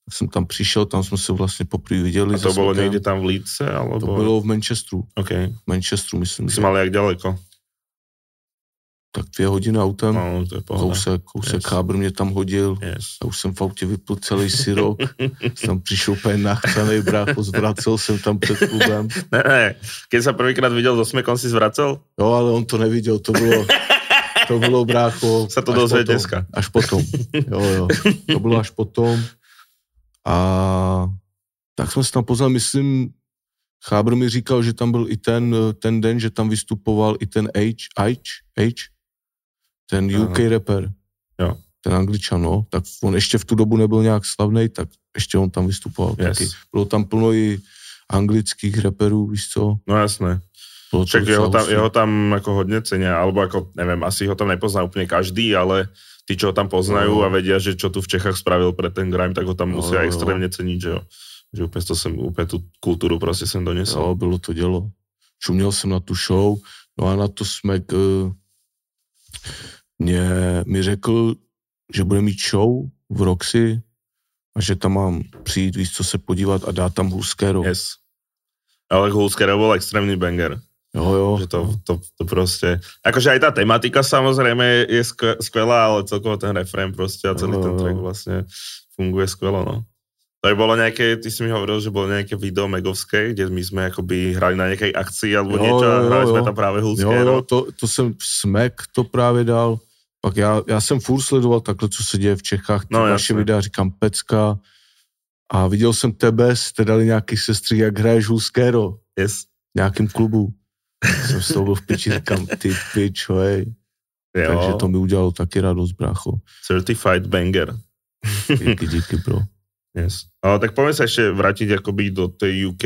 Speaker 2: tak jsem tam přišel, tam jsme se vlastně poprvé viděli.
Speaker 1: A
Speaker 2: se
Speaker 1: to bylo
Speaker 2: Smokem.
Speaker 1: někde tam v Lídce? Alebo...
Speaker 2: To bylo v Manchesteru.
Speaker 1: OK.
Speaker 2: V Manchesteru, myslím.
Speaker 1: Jsi
Speaker 2: Že.
Speaker 1: mal jak daleko?
Speaker 2: tak dvě hodiny autem.
Speaker 1: No, to je pohoda.
Speaker 2: Kousek, kousek
Speaker 1: Yes.
Speaker 2: yes. Hábr mě tam hodil.
Speaker 1: Yes.
Speaker 2: Já už jsem v autě vypil celý sirok. tam přišel úplně nachcenej brácho, zvracel jsem tam před klubem.
Speaker 1: Ne, ne, keď sa prvýkrát videl so smekom, si zvracel?
Speaker 2: Jo, ale on to neviděl, to bylo, to bylo brácho.
Speaker 1: Se to
Speaker 2: až
Speaker 1: dozvě
Speaker 2: potom,
Speaker 1: dneska.
Speaker 2: Až potom, jo, jo. To bylo až potom. A tak jsme se tam poznali, myslím, Chábr mi říkal, že tam byl i ten, eh, ten den, že tam vystupoval i ten H, H, H, ten
Speaker 1: Ano.
Speaker 2: UK rapper.
Speaker 1: Jo.
Speaker 2: Ten angličan, no. Tak on ještě v tu dobu nebyl nějak slavný, tak ještě on tam vystupoval yes.
Speaker 1: Yes.
Speaker 2: taky. Bylo tam plno i anglických reperů, víš co?
Speaker 1: No jasné.
Speaker 2: Bylo to
Speaker 1: Však
Speaker 2: docela
Speaker 1: jeho tam,
Speaker 2: hustý.
Speaker 1: jeho tam ako hodne cenia, alebo ako, neviem, asi ho tam nepozná úplne každý, ale tí, čo ho tam poznajú
Speaker 2: No.
Speaker 1: a vedia, že čo tu v Čechách spravil pre ten grime, tak ho tam
Speaker 2: No,
Speaker 1: musia
Speaker 2: jo, jo.
Speaker 1: extrémne ceniť, že jo. Že úplne, to sem, úplne tú kultúru proste prostě sem donesol.
Speaker 2: Jo, bylo to dělo. Čuměl jsem na tu show, no a na to Smek uh, mě, mi řekl, že bude mít show v Roxy a že tam mám přijít, víc co se podívat a dát tam huskero. Yes.
Speaker 1: Yes. Ale Hulskera bol extrémny banger.
Speaker 2: Jo, jo.
Speaker 1: Že to, to, to proste... Akože aj tá tematika samozrejme je skve- skvelá, ale celkovo ten refrén proste a celý
Speaker 2: Jo,
Speaker 1: ten
Speaker 2: jo.
Speaker 1: track vlastne funguje skvelo, no. To by bolo nejaké, ty si mi hovoril, že bolo nejaké video Megovské, kde my sme akoby hrali na nejakej akcii alebo jo,
Speaker 2: Jo,
Speaker 1: niečo a
Speaker 2: jo, jo,
Speaker 1: hrali sme
Speaker 2: jo.
Speaker 1: tam práve no.
Speaker 2: Jo,
Speaker 1: Hulského.
Speaker 2: jo, to, to jsem Smek to právě dal. Pak já, já jsem furt sledoval takhle, co se děje v Čechách, ty
Speaker 1: No,
Speaker 2: no, vaše
Speaker 1: jasně.
Speaker 2: videa, říkám pecka. A viděl jsem tebe, jste dali nějaký sestry, jak hraješ huskero.
Speaker 1: Yes.
Speaker 2: v nějakém klubu. Jsem s tou v piči, říkám, ty pičo, hej.
Speaker 1: Jo.
Speaker 2: Takže to mi udělalo taky radost, brácho.
Speaker 1: Certified banger.
Speaker 2: Díky, díky, bro.
Speaker 1: Yes. A, tak poďme sa ešte vrátiť akoby do tej UK,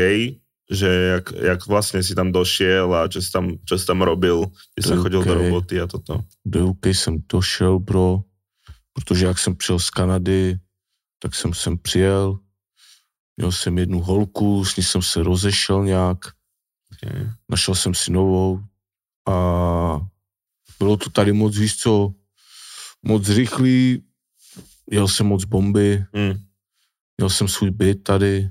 Speaker 1: že jak, jak vlastne si tam došiel a čo si tam, čo si tam robil, kde si
Speaker 2: Do
Speaker 1: chodil do
Speaker 2: UK.
Speaker 1: roboty a toto.
Speaker 2: Do UK jsem došel, bro, protože jak jsem přijel z Kanady, tak jsem sem přijel, měl jsem jednu holku, s ní jsem se rozešel nějak,
Speaker 1: Okay.
Speaker 2: našel jsem si novou a bylo to tady moc, víš co, moc rychlý, jel jsem moc bomby,
Speaker 1: Mm.
Speaker 2: Měl jsem svůj byt tady,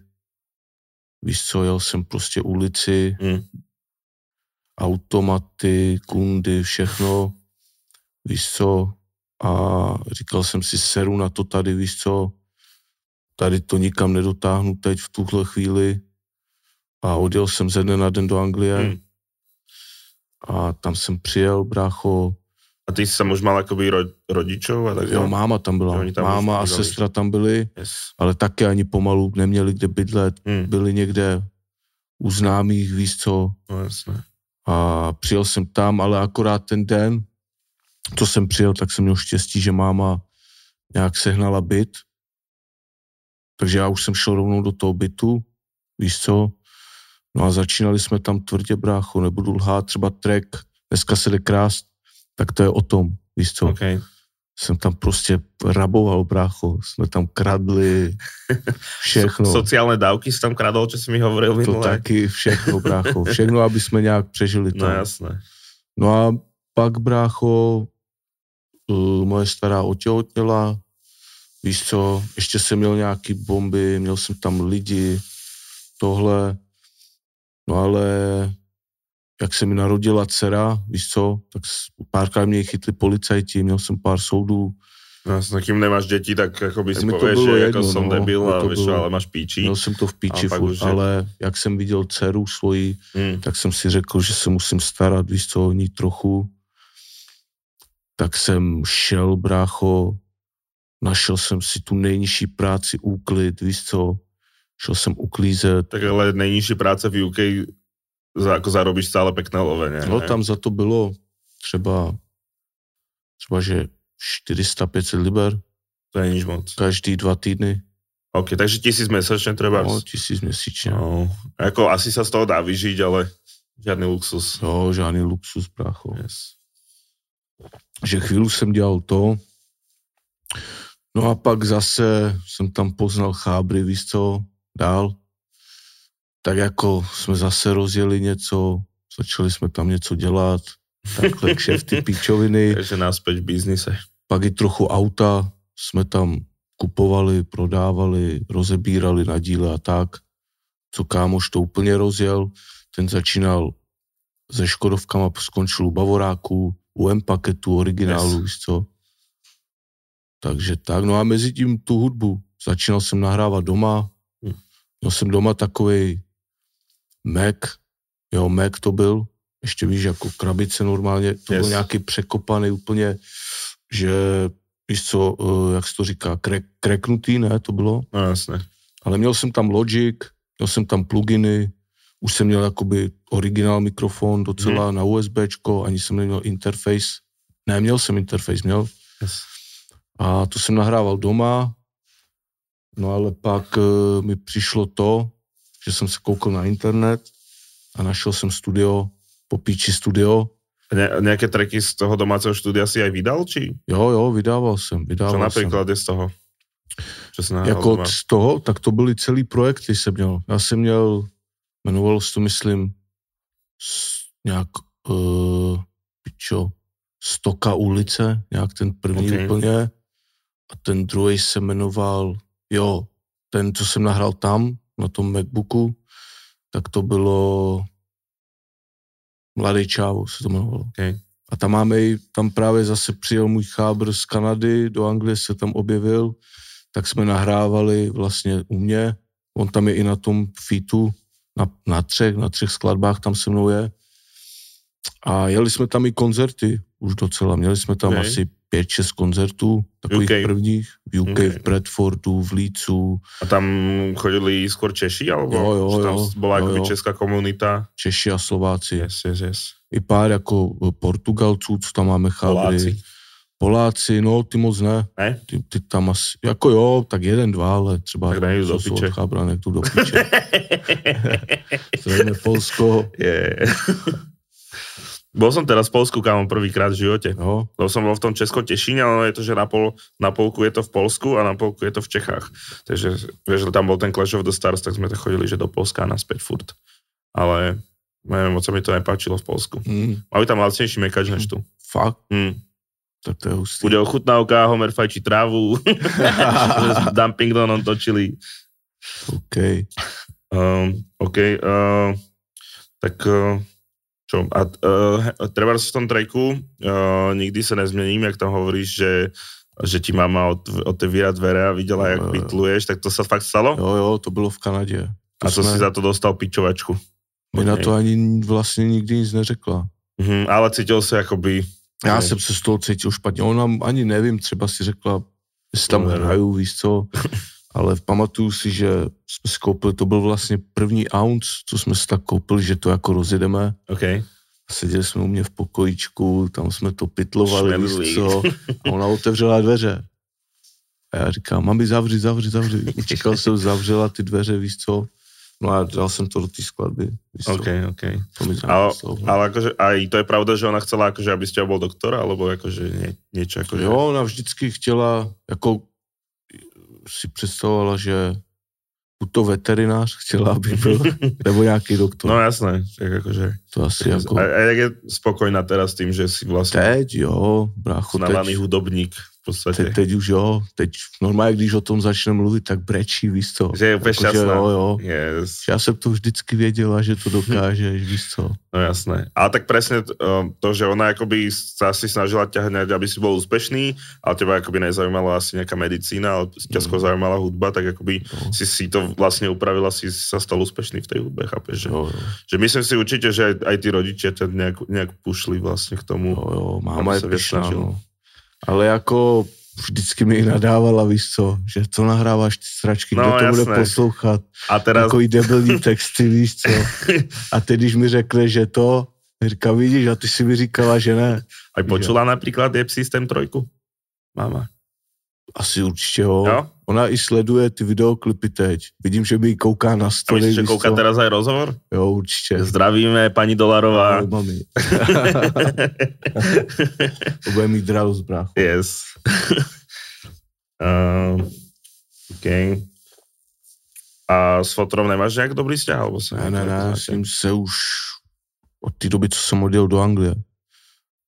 Speaker 2: víš co, jel jsem prostě ulici,
Speaker 1: Mm.
Speaker 2: automaty, kundy, všechno, víš co, a říkal jsem si, seru na to tady, víš co, tady to nikam nedotáhnu teď v tuhle chvíli a odjel jsem ze dne na den do Anglie
Speaker 1: Mm.
Speaker 2: a tam jsem přijel, brácho,
Speaker 1: A ty si tam už mal akoby ro, rodičov a tak
Speaker 2: jo, máma tam
Speaker 1: Jo,
Speaker 2: byla,
Speaker 1: oni tam už
Speaker 2: máma a
Speaker 1: bydleli.
Speaker 2: sestra tam byly,
Speaker 1: Yes.
Speaker 2: ale taky ani pomalu neměli kde bydlet,
Speaker 1: Mm,
Speaker 2: byli někde u známých, víš co,
Speaker 1: no jasné.
Speaker 2: a přijel jsem tam, ale akorát ten den, co jsem přijel, tak jsem měl štěstí, že máma nějak sehnala byt, takže já už jsem šel rovnou do toho bytu, víš co, no a začínali jsme tam tvrdě, brácho, nebudu lhát, třeba track, dneska se jde krást, tak to je o tom, víš co
Speaker 1: OK.
Speaker 2: jsem tam prostě raboval, brácho. Jsme tam kradli všechno.
Speaker 1: So, sociálne dávky si tam kradol, čo si mi hovoril
Speaker 2: to
Speaker 1: minule.
Speaker 2: taky všechno, brácho. Všechno, aby jsme nějak přežili to.
Speaker 1: No jasné.
Speaker 2: no a pak, brácho, eh, moje stará otěhotněla. Víš co, ještě jsem měl nějaký bomby, měl jsem tam lidi, tohle. No ale jak se mi narodila dcera, víš co, tak s- párkrát mě chytli policajti, měl jsem pár soudů,
Speaker 1: No jasné, kým nemáš deti, tak akoby si
Speaker 2: mi to
Speaker 1: povieš,
Speaker 2: bylo
Speaker 1: že ako
Speaker 2: jedno,
Speaker 1: som
Speaker 2: no,
Speaker 1: debil
Speaker 2: mi
Speaker 1: a
Speaker 2: to
Speaker 1: vieš, čo,
Speaker 2: bylo- No.
Speaker 1: ale máš píči.
Speaker 2: Měl jsem to v píči
Speaker 1: A pak
Speaker 2: furt,
Speaker 1: už je-
Speaker 2: ale jak jsem viděl dceru svoji,
Speaker 1: Mm,
Speaker 2: tak jsem si řekl, že se musím starat, víš co, o ní trochu. Tak jsem šel, brácho, našel jsem si tu nejnižší práci, úklid, víš co, šel jsem uklízet.
Speaker 1: tak ale nejnižší práce v UK, za, ako zarobíš stále pekné lovenie.
Speaker 2: No
Speaker 1: ne?
Speaker 2: tam za to bylo třeba, třeba že 400-500 liber,
Speaker 1: To je nič moc.
Speaker 2: každý dva týdny,
Speaker 1: OK, takže tisíc mesačne treba.
Speaker 2: no, tisíc měsíčně.
Speaker 1: no, ako asi sa z toho dá vyžiť, ale žiadny luxus.
Speaker 2: Jo, No, žádný luxus, brácho.
Speaker 1: Yes.
Speaker 2: že chvíli jsem dělal to, no a pak zase jsem tam poznal chábry, víš co, dál. Tak jako jsme zase rozjeli něco, začali jsme tam něco dělat, takhle kšefty pičoviny,
Speaker 1: Takže náspäť v biznise.
Speaker 2: pak i trochu auta jsme tam kupovali, prodávali, rozebírali na díle a tak. Co kámoš to úplně rozjel, ten začínal se Škodovkama, skončil u Bavoráku, UM paketu originálu, yes. víš co. Takže tak, no a mezi tím tu hudbu. Začínal jsem nahrávat doma, hmm. měl jsem doma takový Mac, jo, Mac to byl, ještě víš, jako krabice normálně, to yes. byl nějaký překopaný úplně, že víš co, eh, jak se to říká, krek, kreknutý, ne, to bylo?
Speaker 1: No jasně.
Speaker 2: Ale měl jsem tam Logic, měl jsem tam pluginy, už jsem měl jakoby originál mikrofon docela hmm. na USBčko, ani jsem neměl interface. Ne, měl jsem interface, měl. Yes. A to jsem nahrával doma, no ale pak e, mi přišlo to, že jsem se koukal na internet a našel jsem studio, popíči studio,
Speaker 1: Ne, nejaké tracky z toho domáceho štúdia si aj vydal, či?
Speaker 2: Jo, jo, vydával jsem,
Speaker 1: Čo
Speaker 2: vydával jsem.
Speaker 1: napríklad je z toho? Čo si nahral
Speaker 2: Jako
Speaker 1: doma?
Speaker 2: z toho, tak to byly celý projekty jsem měl. Já jsem měl, jmenovalo se to myslím, s- nějak, uh, čo, Stoka ulice, nějak ten první
Speaker 1: Ok.
Speaker 2: okay. úplně. A ten druhý se jmenoval, jo, ten, co jsem nahrál tam, na tom Macbooku, tak to bylo Mladý Čávo se to jmenovalo.
Speaker 1: Ok.
Speaker 2: A tam máme, i- tam právě zase přijel můj chábr z Kanady, do Anglie se tam objevil, tak jsme nahrávali vlastně u mě. On tam je i na tom fitu, na, na třech, na třech skladbách tam se mnou je. A jeli jsme tam i koncerty, už docela. Měli jsme tam
Speaker 1: Ok.
Speaker 2: okay. asi pět, šest koncertů, takových
Speaker 1: UK.
Speaker 2: UK. prvních, v UK,
Speaker 1: Ok.
Speaker 2: okay. v Bradfordu, v Lícu,
Speaker 1: A tam chodili skôr Češi, alebo
Speaker 2: Jo, jo,
Speaker 1: že tam
Speaker 2: jo,
Speaker 1: bola
Speaker 2: jo,
Speaker 1: akoby
Speaker 2: jo.
Speaker 1: česká komunita?
Speaker 2: Češi a Slováci.
Speaker 1: Yes, yes, yes.
Speaker 2: I pár jako Portugalců, co tam máme chábry.
Speaker 1: Poláci.
Speaker 2: Poláci, no ty moc ne.
Speaker 1: Ne?
Speaker 2: Ty, ty tam asi, jako jo, tak jeden, dva, ale třeba...
Speaker 1: Tak nejdu
Speaker 2: co
Speaker 1: do
Speaker 2: jsou
Speaker 1: piče.
Speaker 2: od Chábranek tu do piče. Zřejmě Polsko,
Speaker 1: Yeah. bol som teraz v Polsku, kámo, prvýkrát v živote.
Speaker 2: jo.
Speaker 1: Lebo som bol v tom Česko-Těšíně, ale je to, že na, pol, na polku je to v Polsku a na polku je to v Čechách. Takže, vieš, že tam bol ten Clash of the Stars, tak sme to chodili, že do Polska a naspäť furt. Ale neviem, moc sa mi to nepáčilo v Polsku.
Speaker 2: Mm,
Speaker 1: Majú tam lacnejší mekač než tu.
Speaker 2: fakt,
Speaker 1: Hmm.
Speaker 2: tak to je hustý.
Speaker 1: Bude ochutnávka, Homer fajčí trávu. S Dumping Donom točili.
Speaker 2: OK.
Speaker 1: Um, OK. Uh, tak uh, čo? A uh, treba v tom tracku uh, nikdy se nezměním, jak tam hovoríš, že že ti mama od, otevírá dvere a viděla, jak
Speaker 2: Jo, jo.
Speaker 1: pitluješ, tak to se fakt stalo?
Speaker 2: No. Jo, jo, to bylo v Kanadě.
Speaker 1: a co si za to dostal pičovačku?
Speaker 2: mi na
Speaker 1: Ok.
Speaker 2: to ani vlastně nikdy nic neřekla.
Speaker 1: Mhm, ale cítil se jakoby...
Speaker 2: Já
Speaker 1: Ok.
Speaker 2: jsem se z toho cítil špatně. Ona ani nevím, třeba si řekla, jestli tam
Speaker 1: No, ne, ne.
Speaker 2: hraju, víš co, ale pamatuju si, že jsme si koupili, to byl vlastně první ounce, co jsme si tak koupili, že to jako rozjedeme.
Speaker 1: OK.
Speaker 2: Seděli jsme u mě v pokojíčku, tam jsme to pytlovali,
Speaker 1: Šmedli.
Speaker 2: víš co, a ona otevřela dveře. A já říkám, mami, zavři, zavři, zavři. Čekal jsem, zavřela ty dveře, víš co. No a dal jsem to do té skladby, víš
Speaker 1: OK,
Speaker 2: co.
Speaker 1: OK.
Speaker 2: To mi
Speaker 1: Ale,
Speaker 2: závislo.
Speaker 1: ale akože, aj to je pravda, že ona chcela, akože, aby ste bol doktor, alebo akože nie, niečo akože...
Speaker 2: Jo, ona vždycky chtěla, jako si představovala, že buď to veterinář chtěla, aby byl, nebo nějaký doktor.
Speaker 1: No
Speaker 2: No,
Speaker 1: jasné, tak akože...
Speaker 2: to asi jako...
Speaker 1: A, a jak je spokojná teraz tým, že si vlastně- vlastne
Speaker 2: Teď, jo, brácho,
Speaker 1: uznávaný
Speaker 2: teď,
Speaker 1: hudobník v podstate.
Speaker 2: teď, teď už jo, teď normálně, když o tom začne mluvit, tak brečí, víš co.
Speaker 1: Že je úplně
Speaker 2: Jakože
Speaker 1: šťastná.
Speaker 2: Jo, jo.
Speaker 1: Yes,
Speaker 2: Já jsem to vždycky věděla, že to dokážeš, víš co.
Speaker 1: no jasné. A tak presne t- um, to, že ona akoby sa asi snažila ťa hneď, aby si bol úspešný, ale teba akoby nezajímala asi nejaká medicína, ale ťa
Speaker 2: Mm.
Speaker 1: skôr zaujímala hudba, tak akoby
Speaker 2: Jo,
Speaker 1: si, si to vlastne upravila, si sa stal úspešný v tej hudbe, chápeš? Že,
Speaker 2: jo, jo,
Speaker 1: že myslím si určite, že aj, aj tí rodičia ťa nejak, nejak pušli vlastne k tomu.
Speaker 2: jo, jo máma je
Speaker 1: se věc
Speaker 2: pyšná,
Speaker 1: snažil.
Speaker 2: no. Ale jako vždycky mi nadávala, víš co, že to nahráváš ty sračky,
Speaker 1: No,
Speaker 2: kdo to
Speaker 1: jasné.
Speaker 2: bude poslouchat.
Speaker 1: A teraz...
Speaker 2: Takový debilní texty, víš co. A ty, když mi řekne, že to, říká, vidíš, a ty si mi říkala, že ne.
Speaker 1: Aj počula napríklad Deep System 3? Mama.
Speaker 2: Asi určitě jo.
Speaker 1: Jo?
Speaker 2: Ona i sleduje ty videoklipy teď. Vidím, že mi ji kouká na
Speaker 1: A
Speaker 2: story.
Speaker 1: myslíš, že
Speaker 2: víš
Speaker 1: kouká
Speaker 2: co.
Speaker 1: teraz aj rozhovor?
Speaker 2: Jo, určitě.
Speaker 1: Zdravíme, pani Dolarová.
Speaker 2: Ahoj, mami. To bude mít dralu z bráchu.
Speaker 1: yes. uh, okay. A s fotrom nemáš nějak dobrý vzťah? Alebo se
Speaker 2: Ne, ne, ne,
Speaker 1: nějak
Speaker 2: s ním se už od té doby, co jsem odjel do Anglie,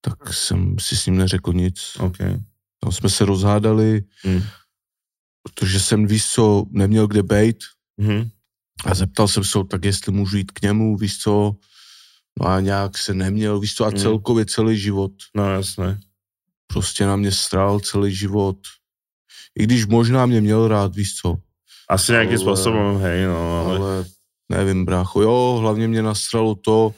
Speaker 2: tak jsem si s ním neřekl nic.
Speaker 1: OK.
Speaker 2: Tam jsme se rozhádali,
Speaker 1: Mm.
Speaker 2: protože jsem, víš co, neměl kde bejt
Speaker 1: Mhm.
Speaker 2: a zeptal jsem se ho, tak jestli můžu jít k němu, víš co, No a nějak se neměl, víš co, a
Speaker 1: Mm.
Speaker 2: celkově celý život.
Speaker 1: No jasné.
Speaker 2: Prostě na mě strál celý život. I když možná mě měl rád, víš co,
Speaker 1: Asi nějakým
Speaker 2: Ale-
Speaker 1: způsobem, hej, no, ale...
Speaker 2: ale nevím, brácho. Jo, hlavně mě nasralo to,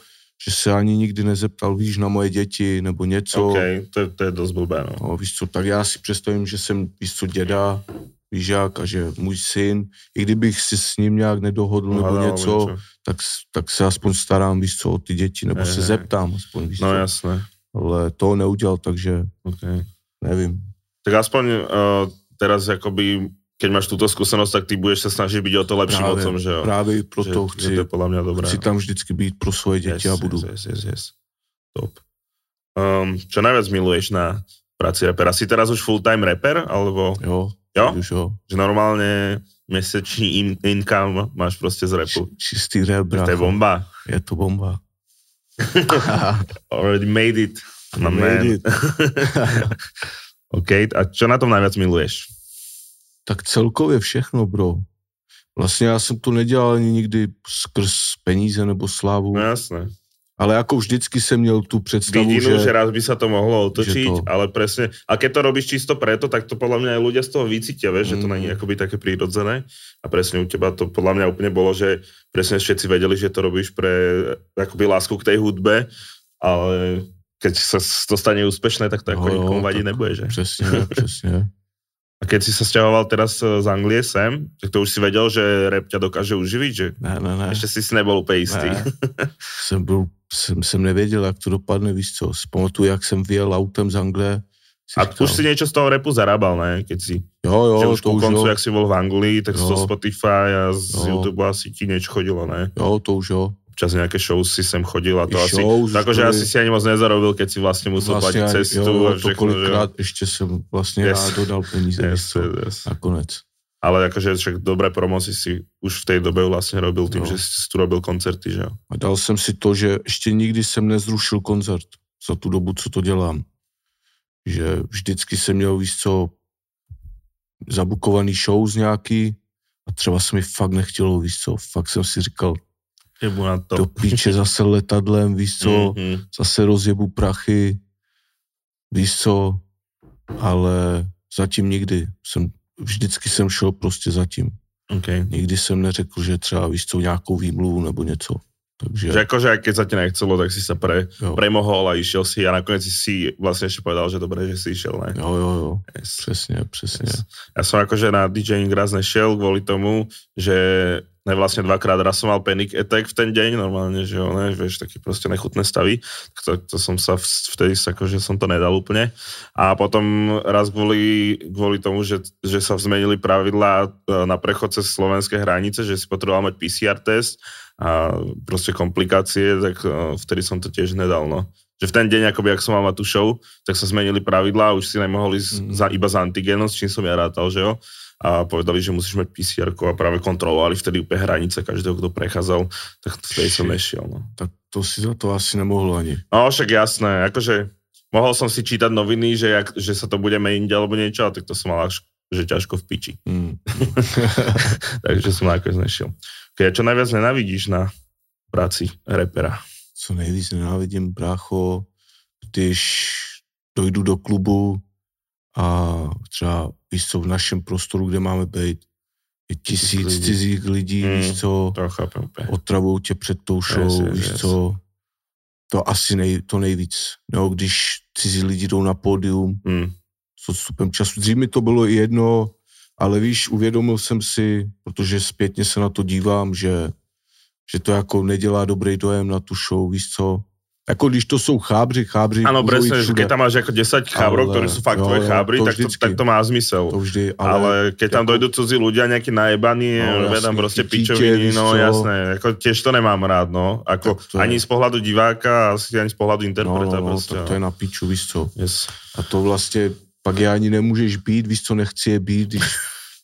Speaker 2: že se ani nikdy nezeptal, víš, na moje děti nebo něco.
Speaker 1: OK, to, je- to je dost blbé, no.
Speaker 2: No, víš co, tak já si představím, že jsem, víš co, děda, víš jak, a že můj syn, i kdybych si s ním nějak nedohodl nebo
Speaker 1: Ale- ale
Speaker 2: něco, tak, s- tak se aspoň starám, víš co, o ty děti, nebo
Speaker 1: Ne,
Speaker 2: se
Speaker 1: ne.
Speaker 2: zeptám aspoň, víš
Speaker 1: No
Speaker 2: co.
Speaker 1: jasné,
Speaker 2: Ale to neudělal, takže
Speaker 1: OK.
Speaker 2: nevím.
Speaker 1: Tak aspoň uh, teraz jakoby, keď máš tuto zkušenost, tak ty budeš se snažit být o to lepším
Speaker 2: Právě,
Speaker 1: otcem, že jo?
Speaker 2: Právě i
Speaker 1: že,
Speaker 2: proto
Speaker 1: Že
Speaker 2: chci,
Speaker 1: to je podle mě dobré.
Speaker 2: chci tam vždycky být pro svoje děti a budu.
Speaker 1: Yes, yes, yes, yes. Top. Um, čo najviac miluješ na práci repera? Si teraz už full-time rapper, alebo
Speaker 2: Jo,
Speaker 1: Jo?
Speaker 2: teď Už jo.
Speaker 1: že normálně měsíční in- income máš prostě z rapu?
Speaker 2: Či- Čistý rap,
Speaker 1: To je
Speaker 2: brácho.
Speaker 1: bomba.
Speaker 2: Je to bomba.
Speaker 1: Already made it. My No, man.
Speaker 2: Made it.
Speaker 1: OK, a čo na tom najviac miluješ?
Speaker 2: tak celkově všechno, bro. Vlastně já jsem to nedělal ani nikdy skrz peníze nebo slávu,
Speaker 1: No
Speaker 2: ne.
Speaker 1: jasné.
Speaker 2: ale jako vždycky jsem měl tu představu,
Speaker 1: vidinu, že,
Speaker 2: že...
Speaker 1: že raz by sa to mohlo otočiť,
Speaker 2: že
Speaker 1: to...
Speaker 2: to-
Speaker 1: ale presne, a keď to robíš čisto preto, tak to podľa mňa aj ľudia z toho vycítia, vieš, mm. že to
Speaker 2: Mm.
Speaker 1: není akoby také prírodzené a presne u teba to podľa mňa úplne bolo, že presne všetci vedeli, že to robíš pre akoby lásku k tej hudbe, ale keď sa s- to stane úspešné, tak to ako
Speaker 2: Jo, jo,
Speaker 1: nikomu vadí
Speaker 2: No, tak-
Speaker 1: nebude, že?
Speaker 2: Přesně, přesně.
Speaker 1: A keď si sa sťahoval teraz eh, z Anglie sem, tak to už si vedel, že rap ťa dokáže uživiť, že?
Speaker 2: Ne, ne, ne.
Speaker 1: Ešte si si nebol úplne istý.
Speaker 2: ne. jsem, byl, jsem, jsem nevěděl, jak to dopadne, víš co. Si pamatuju, jak jsem vyjel autem z Anglie.
Speaker 1: A už si niečo z toho repu zarábal, ne? Keď si
Speaker 2: jo, jo,
Speaker 1: že už
Speaker 2: to
Speaker 1: po
Speaker 2: už
Speaker 1: koncu,
Speaker 2: jo.
Speaker 1: jak si byl v Anglii, tak
Speaker 2: Jo.
Speaker 1: zo Spotify a z
Speaker 2: Jo.
Speaker 1: YouTube asi ti něco chodilo, ne?
Speaker 2: Jo, to už jo.
Speaker 1: Občas nějaké show si sem chodil a No to
Speaker 2: I
Speaker 1: asi...
Speaker 2: shows už
Speaker 1: Takže
Speaker 2: byly.
Speaker 1: asi si ani moc nezarobil, keď si vlastně musel vlastně platit
Speaker 2: ani-
Speaker 1: cestu
Speaker 2: jo,
Speaker 1: a
Speaker 2: jo, to
Speaker 1: všechno, že jo?
Speaker 2: kolikrát ještě jsem vlastně
Speaker 1: Yes.
Speaker 2: yes. dodal peníze,
Speaker 1: Yes,
Speaker 2: yes, co,
Speaker 1: yes.
Speaker 2: nakonec.
Speaker 1: Ale jakože však dobré promo si si už v té době vlastně robil tím,
Speaker 2: Jo.
Speaker 1: že si tu robil koncerty, že jo?
Speaker 2: A dal jsem si to, že ještě nikdy jsem nezrušil koncert za tu dobu, co to dělám. Že vždycky jsem měl, víš co, zabukovaný show z nějaký a třeba se mi fakt nechtělo, víš co, fakt jsem si říkal,
Speaker 1: Jebu na to.
Speaker 2: do píče zase letadlem, víš co,
Speaker 1: Mhm.
Speaker 2: zase rozjebu prachy, víš co, ale zatím nikdy jsem, vždycky jsem šel prostě zatím.
Speaker 1: Okay.
Speaker 2: Nikdy jsem neřekl, že třeba, víš co, nějakou výmluvu nebo něco. Takže,
Speaker 1: Že jakože, aj keď sa ti nechcelo, tak si sa pre,
Speaker 2: jo,
Speaker 1: premohol a išiel si a nakonec si si vlastne ešte povedal, že dobré, že si išiel, ne?
Speaker 2: jo, jo, jo.
Speaker 1: Yes.
Speaker 2: Přesně, přesně.
Speaker 1: Yes. Ja som akože na DJing raz nešiel kvôli tomu, že ne vlastne dvakrát raz som mal panic attack v ten deň, normálne, že jo, ne, vieš, také proste nechutné stavy, tak to, to som sa v, vtedy sa akože som to nedal úplne. A potom raz kvôli, kvôli tomu, že, že sa zmenili pravidlá e, na prechod cez slovenské hranice, že si potreboval mať PCR test a proste komplikácie, tak e, vtedy som to tiež nedal, no. Že v ten deň, akoby, ak som mal mať tú show, tak sa zmenili pravidlá, už si nemohol ísť
Speaker 2: Mhm.
Speaker 1: za, iba za antigénom, s čím som ja rátal, že jo. A povedali, že musíš mať pcr a právě kontrolovali vtedy úplně hranice každého, kdo precházel, tak vtedy som
Speaker 2: Shit.
Speaker 1: nešiel. No.
Speaker 2: Tak to si za to asi nemohl ani.
Speaker 1: no však jasné, akože mohol som si čítať noviny, že, jak, že sa to bude meniť alebo niečo, ale tak to som mal až že ťažko v piči.
Speaker 2: Hmm.
Speaker 1: Takže som nakoniec nešiel. Okay, a čo najviac nenavidíš na práci repera?
Speaker 2: Co nejvíc nenávidím, brácho, když dojdu do klubu a třeba, víš co, v našem prostoru, kde máme být, je tisíc
Speaker 1: lidí.
Speaker 2: lidí. cizích lidí,
Speaker 1: Hmm.
Speaker 2: hmm. víš co,
Speaker 1: To chápem úplně.
Speaker 2: otravou tě před tou show,
Speaker 1: yes,
Speaker 2: víš
Speaker 1: yes.
Speaker 2: co, to asi nej, to nejvíc. No, když cizí lidi jdou na pódium,
Speaker 1: Mm,
Speaker 2: s odstupem času. Dřív mi to bylo i jedno, ale víš, uvědomil jsem si, protože zpětně se na to dívám, že, že to jako nedělá dobrý dojem na tu show, víš co. Jako když to jsou chábři, chábři.
Speaker 1: Ano,
Speaker 2: můžou jít
Speaker 1: presne, že
Speaker 2: všude.
Speaker 1: keď tam máš jako 10 chábrov,
Speaker 2: Ale-
Speaker 1: ktorí sú fakt
Speaker 2: jo,
Speaker 1: tvoje
Speaker 2: jo,
Speaker 1: chábry,
Speaker 2: to
Speaker 1: tak to,
Speaker 2: vždycky.
Speaker 1: tak to má zmysel.
Speaker 2: To vždy, ale, ale
Speaker 1: Ale keď tam
Speaker 2: jako-
Speaker 1: dojdú cudzí ľudia, nejakí najebani,
Speaker 2: No,
Speaker 1: no, robia
Speaker 2: jasně,
Speaker 1: tam proste
Speaker 2: chytí tě,
Speaker 1: pičoviny,
Speaker 2: víš
Speaker 1: no
Speaker 2: co.
Speaker 1: jasné, jako tiež to nemám rád, no. Ako,
Speaker 2: Tak to je-
Speaker 1: ani z pohľadu diváka, asi ani z pohľadu
Speaker 2: no,
Speaker 1: interpreta
Speaker 2: no, no,
Speaker 1: prostě.
Speaker 2: tak to je na piču, víš co.
Speaker 1: yes.
Speaker 2: A to vlastně pak je ani nemůžeš být, víš co, nechci je být, když,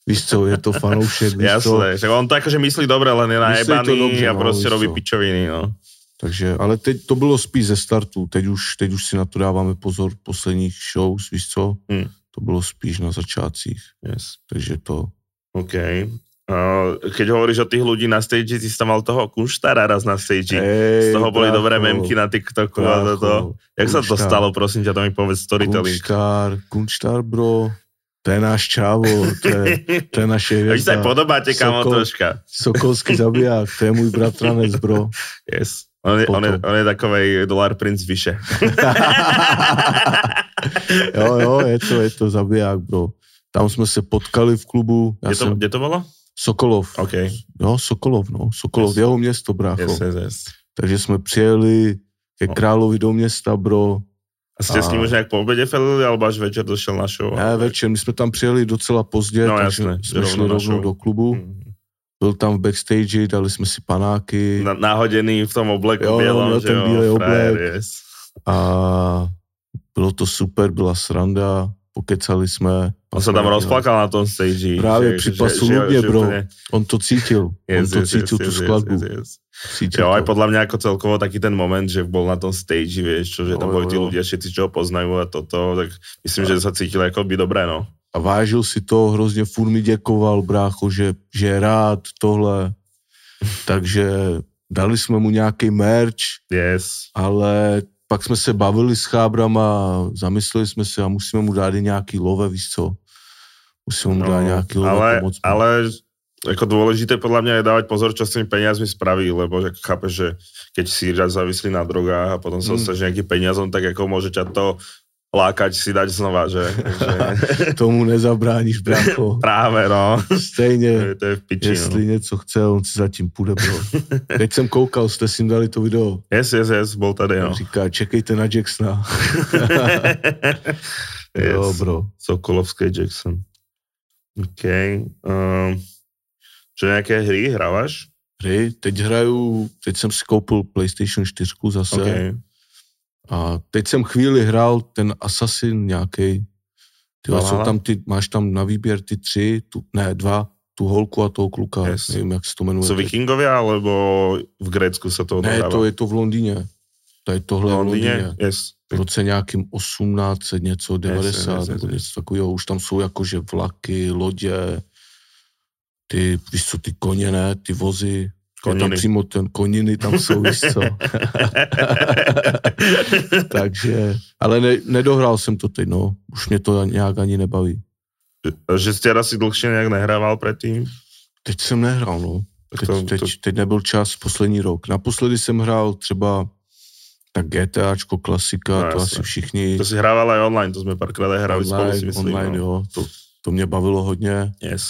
Speaker 2: víš co, je to fanoušek, víš co.
Speaker 1: Jasné, že on to akože myslí dobre, len je
Speaker 2: Myslí to
Speaker 1: najebaný
Speaker 2: dobře,
Speaker 1: a
Speaker 2: no,
Speaker 1: prostě
Speaker 2: víš
Speaker 1: robí
Speaker 2: co.
Speaker 1: pičoviny, no.
Speaker 2: Takže, ale teď to bylo spíš ze startu, teď už, teď už si na to dáváme pozor posledních shows, víš co?
Speaker 1: Hmm.
Speaker 2: To bylo spíš na začátcích,
Speaker 1: Yes.
Speaker 2: takže to,
Speaker 1: OK. Uh, keď hovoríš o tých ľudí na stage, ty si tam mal toho Kunštára raz na stage. Z toho boli dobré memky na TikToku a toto. Jak sa to
Speaker 2: Kunštár.
Speaker 1: stalo, prosím ťa, to mi povedz storytelling.
Speaker 2: Kunštár, Kunštár, bro. To je náš čávo, to je, to je naše
Speaker 1: A vy sa aj
Speaker 2: hvězda.
Speaker 1: podobáte, kamo,
Speaker 2: Sokol.
Speaker 1: troška.
Speaker 2: Sokolský zabiják, to je můj bratranec, bro.
Speaker 1: Yes. On je, on je,
Speaker 2: Potom.
Speaker 1: on je takovej dolar princ vyše.
Speaker 2: jo, jo, je to, je to zabiják, bro. Tam jsme se potkali v klubu, já
Speaker 1: Kde to,
Speaker 2: jsem
Speaker 1: kde to bolo?
Speaker 2: Sokolov,
Speaker 1: OK.
Speaker 2: jo, Sokolov, no, Sokolov,
Speaker 1: Yes.
Speaker 2: jeho město, brácho.
Speaker 1: Yes, yes, yes.
Speaker 2: Takže jsme přijeli
Speaker 1: No.
Speaker 2: ke Královi do města, bro.
Speaker 1: A ste s ním
Speaker 2: A-
Speaker 1: už nejak po obede felili, alebo až večer došiel na show?
Speaker 2: Ne, večer, my jsme tam přijeli docela pozdě,
Speaker 1: No,
Speaker 2: takže
Speaker 1: jasné,
Speaker 2: jsme
Speaker 1: rovnou
Speaker 2: šli
Speaker 1: na
Speaker 2: rovnou
Speaker 1: show.
Speaker 2: do klubu.
Speaker 1: Mhm.
Speaker 2: Byl tam v backstage, dali jsme si panáky
Speaker 1: Na, nahodený v tom obleku
Speaker 2: Jo,
Speaker 1: bielom,
Speaker 2: měl
Speaker 1: že
Speaker 2: ten
Speaker 1: jo,
Speaker 2: bílej
Speaker 1: frajer,
Speaker 2: oblek.
Speaker 1: Yes.
Speaker 2: a bylo to super, byla sranda, pokecali jsme.
Speaker 1: On sa tam rozplakal na tom stage.
Speaker 2: no. Právě při pasu Lubě, bro. On to cítil,
Speaker 1: Yes,
Speaker 2: on to
Speaker 1: yes, yes,
Speaker 2: cítil, tu
Speaker 1: yes, yes,
Speaker 2: skladbu.
Speaker 1: yes, yes.
Speaker 2: Cítil
Speaker 1: Jo,
Speaker 2: to.
Speaker 1: aj podľa mňa ako jako celkovo taký ten moment, že bol na tom stage, vieš, čo, že tam
Speaker 2: Jo,
Speaker 1: boli tí
Speaker 2: jo, jo.
Speaker 1: ľudia, všetci, čo ho poznajú a toto, tak myslím, že sa cítil ako by dobré, no.
Speaker 2: A vážil si to, hrozně furt mi děkoval, brácho, že, že je rád tohle. Takže dali jsme mu nějaký merch,
Speaker 1: Yes.
Speaker 2: ale pak jsme se bavili s chábrama, zamysleli jsme se a musíme mu dát i nějaký love, víš co? Musíme mu dát nějaký no. love,
Speaker 1: No, ale,
Speaker 2: pomoct mu.
Speaker 1: ale jako ako dôležité podľa mňa je dávať pozor, čo s tými peniazmi spraví, lebo že chápeš, že keď si raz závislý na drogách a potom sa
Speaker 2: Mm.
Speaker 1: dostaneš nejakým peniazom, tak ako môže ťa to lákať si dať znova, že? Takže,
Speaker 2: Tomu nezabráníš, brácho.
Speaker 1: práve, no. To
Speaker 2: Stejně,
Speaker 1: je- to je v piči, no.
Speaker 2: jestli něco chce, on si zatím půjde, bro. Teď jsem koukal, jste si jim dali to video.
Speaker 1: Yes, yes, yes, bol tady, no.
Speaker 2: Říká, čekejte na Jacksona. Jo,
Speaker 1: yes.
Speaker 2: bro.
Speaker 1: Sokolovské Jackson. OK. Um, čo nejaké hry hrávaš?
Speaker 2: hry. Teď hraju, teď jsem si koupil PlayStation 4 zase okay.
Speaker 1: OK.
Speaker 2: a teď jsem chvíli hrál ten Assassin nějaký. Ty jo, jsou
Speaker 1: Valhalla?
Speaker 2: tam ty, máš tam na výběr ty tři, tu, ne dva, tu holku a toho kluka,
Speaker 1: Yes.
Speaker 2: yes. nevím, jak se to jmenuje.
Speaker 1: Sú vikingovia, alebo v Grécku sa to
Speaker 2: ne,
Speaker 1: odohráva?
Speaker 2: to je to v Londýně. Tady tohle je v Londýně.
Speaker 1: Yes.
Speaker 2: V roce nějakým 18, něco, 90,
Speaker 1: yes,
Speaker 2: nebo
Speaker 1: yes.
Speaker 2: něco takového. Už tam jsou jakože vlaky, lodě, ty, víš co, ty koně, ne, ty vozy. Koniny. Je tam
Speaker 1: Koniny.
Speaker 2: přímo ten, koniny tam jsou, víš co. Takže, ale ne, nedohrál jsem to teď, no. Už mě to nějak ani nebaví.
Speaker 1: že ste raz si dlhšie nejak nehrával predtým?
Speaker 2: Teď jsem nehrál, no.
Speaker 1: Tak
Speaker 2: Teď,
Speaker 1: to,
Speaker 2: teď,
Speaker 1: to,
Speaker 2: teď nebyl čas, poslední rok. Naposledy jsem hrál třeba tak GTAčko, klasika,
Speaker 1: No,
Speaker 2: no, to
Speaker 1: jasně.
Speaker 2: asi všichni.
Speaker 1: to si hrával aj online, to sme párkrát aj hrali spolu, si
Speaker 2: online,
Speaker 1: myslím.
Speaker 2: online
Speaker 1: no.
Speaker 2: jo, to, to mě bavilo hodně.
Speaker 1: Yes.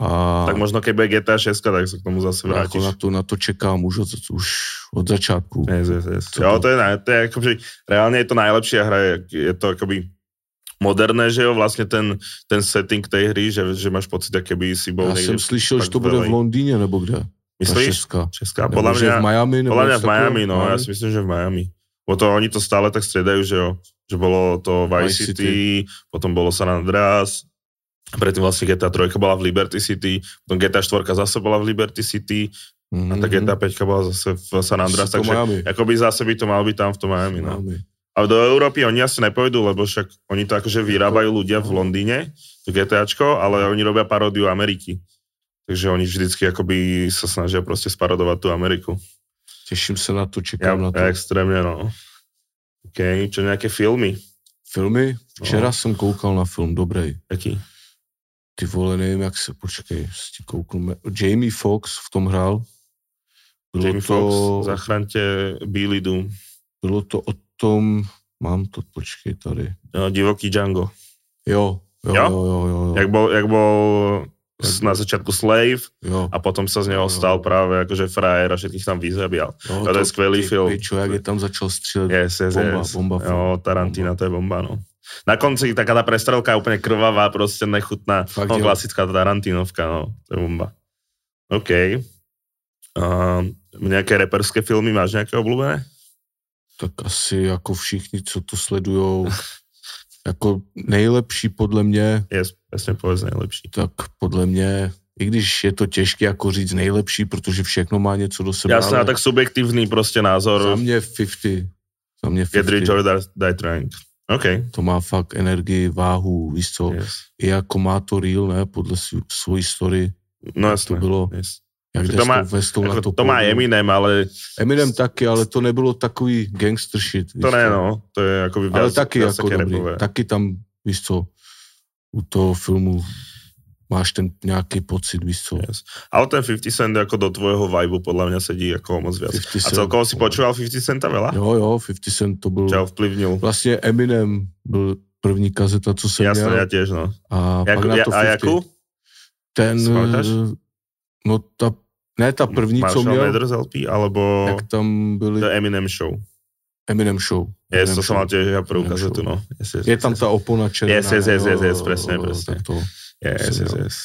Speaker 2: A
Speaker 1: Tak možno keď bude GTA 6, tak sa k tomu zase
Speaker 2: jako na
Speaker 1: vrátiš.
Speaker 2: to, na to čekám už od, už od začátku.
Speaker 1: Yes, yes, yes.
Speaker 2: Co
Speaker 1: Jo,
Speaker 2: to?
Speaker 1: to je, na- to je akoby, reálne je to najlepšia hra, je- je to akoby moderné, že jo, vlastne ten, ten setting tej hry, že, že máš pocit, ako keby si bol
Speaker 2: Já jsem slyšel, že
Speaker 1: tak
Speaker 2: to bude
Speaker 1: velej.
Speaker 2: v Londýně nebo kde? Ta
Speaker 1: Myslíš?
Speaker 2: šestka.
Speaker 1: Česká,
Speaker 2: Nebo
Speaker 1: podľa
Speaker 2: že
Speaker 1: mňa,
Speaker 2: v Miami? Nebo
Speaker 1: podľa mňa v
Speaker 2: něco
Speaker 1: Miami, no,
Speaker 2: takového?
Speaker 1: ja si myslím, že v Miami. Bo to oni to stále tak striedajú, že jo, že bolo to Vice
Speaker 2: Vice
Speaker 1: City, potom bolo San Andreas, vlastně predtým vlastne GTA 3 bola v Liberty City, potom GTA 4 zase bola v Liberty City, a
Speaker 2: Mhm.
Speaker 1: tak GTA 5 bola zase v San Andreas,
Speaker 2: Asi to Mhm.
Speaker 1: takže
Speaker 2: Miami.
Speaker 1: akoby zase by to malo byť tam v tom Miami, no.
Speaker 2: Miami.
Speaker 1: Ale do Európy oni asi nepôjdu, lebo však oni to akože vyrábajú ľudia v Londýne, to GTAčko, ale oni robia paródiu Ameriky. Takže oni vždycky akoby sa snažia proste sparodovať tú Ameriku.
Speaker 2: Těším se na to, čekám
Speaker 1: Ja,
Speaker 2: na to.
Speaker 1: ja extrémne, no. OK, čo nejaké filmy?
Speaker 2: Filmy? Včera
Speaker 1: No.
Speaker 2: jsem koukal na film, dobrý.
Speaker 1: Jaký?
Speaker 2: Ty vole, nevím, jak se, počkej, si koukneme. Jamie Fox v tom hrál. Bylo
Speaker 1: Jamie
Speaker 2: to,
Speaker 1: Fox, Zachraňte Bílý dům,
Speaker 2: bylo to o tom, mám to, počkej tady.
Speaker 1: no, Divoký Django.
Speaker 2: Jo, jo,
Speaker 1: Jo?
Speaker 2: jo, jo, jo, jo,
Speaker 1: Jak bol, jak bol s- na začiatku slave
Speaker 2: jo.
Speaker 1: a potom sa z neho
Speaker 2: Jo, jo.
Speaker 1: stal práve akože frajer a všetkých tam vyzabial.
Speaker 2: jo
Speaker 1: to je skvělý
Speaker 2: ty
Speaker 1: film.
Speaker 2: Pičo, jak je tam začal střílet.
Speaker 1: Yes, yes,
Speaker 2: Bomba,
Speaker 1: yes.
Speaker 2: bomba,
Speaker 1: Jo, Tarantina, to je bomba, no. Na konci taká tá prestrelka je úplne krvavá, proste nechutná.
Speaker 2: Fakt,
Speaker 1: no,
Speaker 2: jo.
Speaker 1: klasická Tarantinovka, no. To je bomba. OK. Um, nejaké reperské filmy máš nejaké obľúbené?
Speaker 2: Tak asi jako všichni, co to sledujou, jako nejlepší podle mě,
Speaker 1: Yes, presne povedz najlepší.
Speaker 2: tak podle mě, i když je to těžké jako říct nejlepší, protože všechno má něco do sebe.
Speaker 1: Jasné, a
Speaker 2: ale
Speaker 1: tak subjektívny proste
Speaker 2: Za
Speaker 1: názor.
Speaker 2: mě 50. Za mě
Speaker 1: Get rich
Speaker 2: 50.
Speaker 1: or die die trying. OK.
Speaker 2: To má fakt energii, váhu, víš co.
Speaker 1: Yes.
Speaker 2: I jako má to real, ne, podle svý, svojí story.
Speaker 1: No jasné.
Speaker 2: To bylo,
Speaker 1: Yes.
Speaker 2: jak
Speaker 1: To
Speaker 2: jde to
Speaker 1: má-
Speaker 2: má, s tou,
Speaker 1: Jako,
Speaker 2: jako
Speaker 1: to má Eminem, ale
Speaker 2: Eminem taky, ale to nebylo takový gangster shit. víš
Speaker 1: to
Speaker 2: co.
Speaker 1: ne, no. To je jako
Speaker 2: Ale taky jako dobrý.
Speaker 1: repové.
Speaker 2: Taky tam, víš co, u toho filmu máš ten nějaký pocit, víš co.
Speaker 1: Yes. Ale ten 50 Cent jako do tvojho vibu podle mě sedí jako moc viac.
Speaker 2: 50
Speaker 1: A
Speaker 2: Cent.
Speaker 1: celkovo si počúval 50 Centa veľa?
Speaker 2: Jo, jo, 50 Cent to byl,
Speaker 1: Ťa ovplyvnil.
Speaker 2: vlastně Eminem byl první kazeta, co jsem
Speaker 1: Jasné,
Speaker 2: měl.
Speaker 1: ja tiež, no.
Speaker 2: A
Speaker 1: Jak,
Speaker 2: pak na
Speaker 1: ja,
Speaker 2: to 50.
Speaker 1: a jakú?
Speaker 2: Ten,
Speaker 1: Si pamatáš?
Speaker 2: eh, no ta, ne ta první, co
Speaker 1: Marshall no.
Speaker 2: měl,
Speaker 1: Mathers LP, alebo
Speaker 2: jak tam byly
Speaker 1: The Eminem Show.
Speaker 2: Eminem Show.
Speaker 1: Yes,
Speaker 2: Eminem
Speaker 1: to som
Speaker 2: Show.
Speaker 1: mal tiež ja prvú
Speaker 2: Eminem
Speaker 1: kazetu,
Speaker 2: Show.
Speaker 1: no. Yes, yes,
Speaker 2: Je tam
Speaker 1: yes,
Speaker 2: ta opona červená.
Speaker 1: Yes, yes, yes,
Speaker 2: jo,
Speaker 1: yes, yes,
Speaker 2: jo,
Speaker 1: presne,
Speaker 2: jo,
Speaker 1: presne.
Speaker 2: tak To,
Speaker 1: Yes, yes, yes.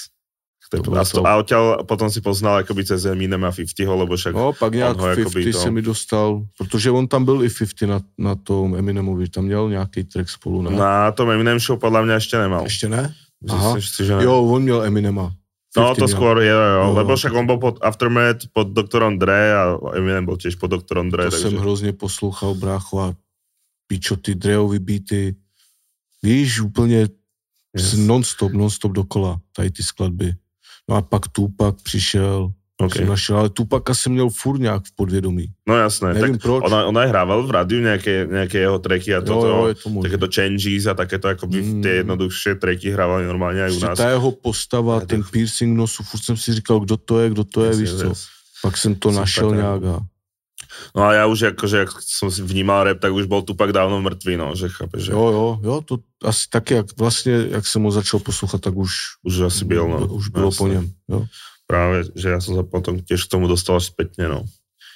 Speaker 1: To je
Speaker 2: To
Speaker 1: pravda.
Speaker 2: bolo
Speaker 1: A to-
Speaker 2: to.
Speaker 1: A odtiaľ potom si poznal akoby cez Eminem a 50 lebo však
Speaker 2: no, pak nějak
Speaker 1: on ho jakoby
Speaker 2: 50
Speaker 1: to-
Speaker 2: se mi dostal, protože on tam byl i 50 na, na tom Eminemovi, tam měl nějaký track spolu, ne?
Speaker 1: na tom Eminem Show podľa mňa ešte nemal.
Speaker 2: Ještě ne? Aha.
Speaker 1: Myslím si, že ne.
Speaker 2: Jo, on měl Eminema.
Speaker 1: No
Speaker 2: 50
Speaker 1: to
Speaker 2: měl.
Speaker 1: skôr, jo, jo,
Speaker 2: No,
Speaker 1: lebo
Speaker 2: no.
Speaker 1: však on bol pod Aftermath, pod doktorom Dre a Eminem bol tiež pod doktorom Dre,
Speaker 2: To
Speaker 1: takže...
Speaker 2: jsem hrozně poslouchal, brácho, a pičo, ty Dreovy beaty. Víš, úplně
Speaker 1: Yes.
Speaker 2: yes. non-stop, non-stop dokola, tady ty skladby. No a pak Tupak přišel,
Speaker 1: Okay.
Speaker 2: okay. našel, ale Tupaka jsem měl furt nějak v podvědomí.
Speaker 1: No jasné, tak
Speaker 2: Nevím proč.
Speaker 1: on, on aj hrával v rádiu nejaké, nejaké jeho tracky a
Speaker 2: jo,
Speaker 1: toto,
Speaker 2: jo, je to možné.
Speaker 1: takéto changes a takéto akoby mm.
Speaker 2: Mm.
Speaker 1: tie jednoduchšie tracky hrávali normálne aj u
Speaker 2: Prostě
Speaker 1: nás.
Speaker 2: ta jeho postava,
Speaker 1: Tady.
Speaker 2: ten piercing nosu, furt jsem si říkal, kdo to je, kdo to je,
Speaker 1: Yes,
Speaker 2: víš
Speaker 1: yes,
Speaker 2: co.
Speaker 1: yes.
Speaker 2: Pak jsem to
Speaker 1: Jsem
Speaker 2: našel
Speaker 1: tak,
Speaker 2: nějak a
Speaker 1: No a ja už akože, ak som si vnímal rap, tak už bol Tupak dávno mŕtvý, no, že chápeš, že
Speaker 2: jo, jo, jo, to asi taky, jak vlastně, jak jsem ho začal poslouchat, tak už,
Speaker 1: už asi byl, no.
Speaker 2: už bylo
Speaker 1: Jasné.
Speaker 2: po něm, jo.
Speaker 1: Práve, že ja som sa potom tiež k tomu dostal až spätne, no.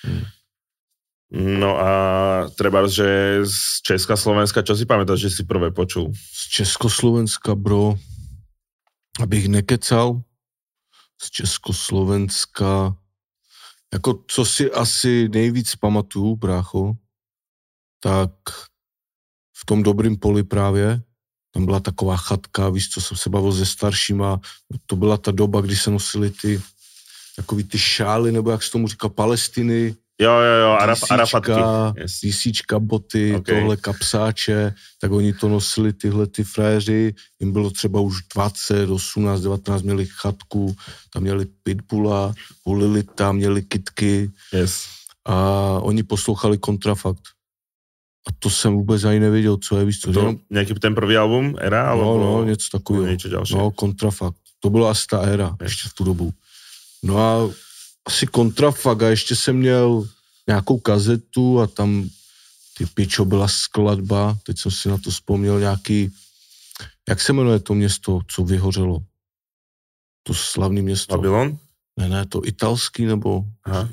Speaker 2: Mm.
Speaker 1: No a treba, že z Česka, Slovenska, čo si pamätáš, že si prvé počul?
Speaker 2: Z Československa, bro, abych nekecal, z Československa, jako co si asi nejvíc pamatuju, brácho, tak v tom dobrým poli právě, tam byla taková chatka, víš, co jsem se bavil se staršíma, to byla ta doba, kdy se nosili ty takový ty šály, nebo jak se tomu říká, Palestiny,
Speaker 1: Jo, jo, jo, Araf,
Speaker 2: Tisíčka.
Speaker 1: Arafatky. Yes.
Speaker 2: tisíčka boty,
Speaker 1: Ok.
Speaker 2: okay. tohle kapsáče, tak oni to nosili tyhle ty fréři, jim bylo třeba už 20, 18, 19, měli chatku, tam měli pitbula, hulili tam, měli kitky
Speaker 1: Yes.
Speaker 2: a oni poslouchali kontrafakt. A to jsem vůbec ani nevěděl, co je, víš co,
Speaker 1: To,
Speaker 2: jenom,
Speaker 1: nejaký ten prvý album, Era, alebo
Speaker 2: no, no, něco takového.
Speaker 1: niečo ďalšie.
Speaker 2: No, kontrafakt. To byla asi ta éra, ještě v tu dobu. No a asi kontrafakt a ještě jsem měl nějakou kazetu a tam ty pičo byla skladba, teď jsem si na to vzpomněl nějaký, jak se jmenuje to město, co vyhořelo? To slavné město.
Speaker 1: Babylon?
Speaker 2: Ne, ne, to italský nebo
Speaker 1: Aha,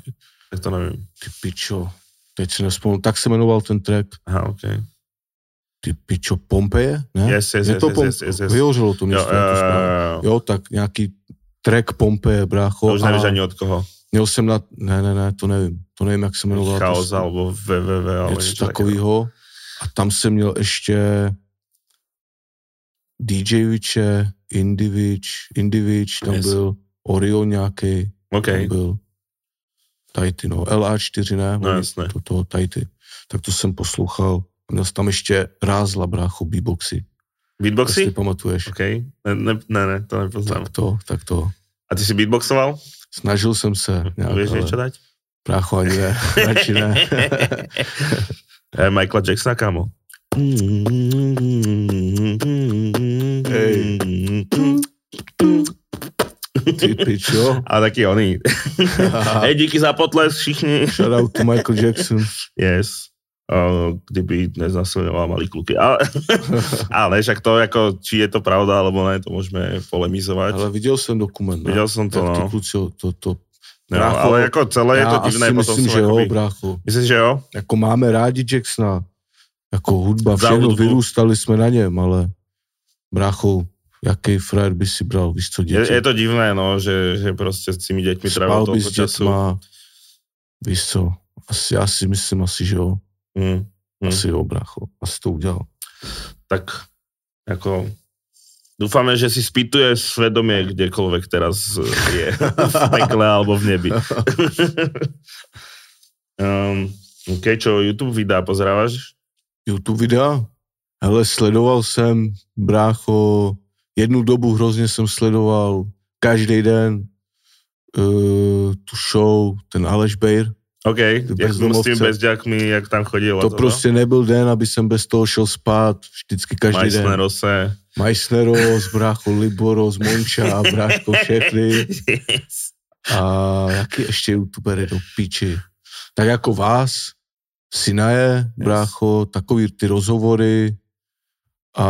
Speaker 1: tak to neviem.
Speaker 2: ty pičo, teď si nespomínám, tak se jmenoval ten track,
Speaker 1: Aha, OK.
Speaker 2: ty pičo Pompeje, ne?
Speaker 1: Yes, yes,
Speaker 2: Je
Speaker 1: yes,
Speaker 2: to
Speaker 1: yes, yes, yes, yes.
Speaker 2: Vyhořelo to
Speaker 1: Jo, eh,
Speaker 2: město,
Speaker 1: jo,
Speaker 2: jak to správně.
Speaker 1: jo, jo.
Speaker 2: No. Jo, tak nějaký track Pompeje, brácho.
Speaker 1: To už nevieš
Speaker 2: a
Speaker 1: ani od koho.
Speaker 2: Měl jsem na... Ne, ne, ne, to nevím. To nevím, jak se jmenoval.
Speaker 1: Chaos
Speaker 2: to jsem-
Speaker 1: alebo VVV. alebo niečo
Speaker 2: něco takového. A tam jsem měl ještě DJ Viče, Indivič, Indivič, tam
Speaker 1: Yes.
Speaker 2: yes. byl Orion nějaký,
Speaker 1: Okay.
Speaker 2: tam byl tady ty, no, LA4, ne?
Speaker 1: No
Speaker 2: Oni-
Speaker 1: jasné.
Speaker 2: To, to, tady ty. Tak to jsem poslouchal. A Měl jsem tam ještě rázla, brácho, beatboxy. To si
Speaker 1: Beatboxy?
Speaker 2: pamatuješ.
Speaker 1: OK. Ne, ne, ne, ne, to nepoznám.
Speaker 2: prostě- Tak to, tak to.
Speaker 1: A ty si beatboxoval?
Speaker 2: Snažil jsem se nějak,
Speaker 1: Vieš
Speaker 2: ale...
Speaker 1: niečo dať?
Speaker 2: Prácho, ani ne, radši ne.
Speaker 1: Eh, Michaela Jacksona, kámo.
Speaker 2: Hej. Ty pičo.
Speaker 1: A taky oni. Hej, díky za potles všichni.
Speaker 2: Shout out to Michael Jackson.
Speaker 1: Yes. Uh, kdyby neznasilňoval malý kluky. Ale, ale však to, jako, či je to pravda, alebo ne, to můžeme polemizovat.
Speaker 2: Ale viděl jsem dokument. ne?
Speaker 1: Viděl jsem to,
Speaker 2: Tak ty
Speaker 1: no.
Speaker 2: kluci, to, to,
Speaker 1: no
Speaker 2: brácho,
Speaker 1: ale jako celé je to divné.
Speaker 2: asi
Speaker 1: potom
Speaker 2: myslím,
Speaker 1: jsou
Speaker 2: že jo,
Speaker 1: jakoby-
Speaker 2: brácho.
Speaker 1: Myslíš, že jo?
Speaker 2: Jako máme rádi Jacksona, jako
Speaker 1: Za
Speaker 2: hudba, všechno,
Speaker 1: hudbu.
Speaker 2: vyrůstali jsme na něm, ale brácho, jaký frajer by si bral, víš co, děti?
Speaker 1: Je, je to divné, no, že, že prostě s těmi dětmi trávil
Speaker 2: Spal by
Speaker 1: tolik
Speaker 2: s
Speaker 1: času.
Speaker 2: dětma, víš co, asi, já si myslím asi, že jo,
Speaker 1: Hmm. Hmm.
Speaker 2: asi jo, brácho, asi to udělal.
Speaker 1: Tak jako doufáme, že si spýtuje svedomie kdekoľvek teraz eh, je v pekle alebo v nebi. um, OK, čo YouTube vydá, pozrávaš?
Speaker 2: YouTube videa? Hele, sledoval jsem, brácho, jednu dobu hrozně jsem sledoval každý den uh, tu show, ten Aleš Bejr,
Speaker 1: OK, jak jsem s
Speaker 2: bezdomovce.
Speaker 1: tím bezďakmi, jak tam chodil. a
Speaker 2: to
Speaker 1: no?
Speaker 2: prostě nebyl den, aby jsem bez toho šel spát, vždycky každý den.
Speaker 1: Meissner, Rose.
Speaker 2: Majsnero, z brácho Liboro, z Monča, bráško všechny
Speaker 1: Yes.
Speaker 2: a jaký ještě youtubery do piči. Tak jako vás, Sinaje, brácho, takový ty rozhovory a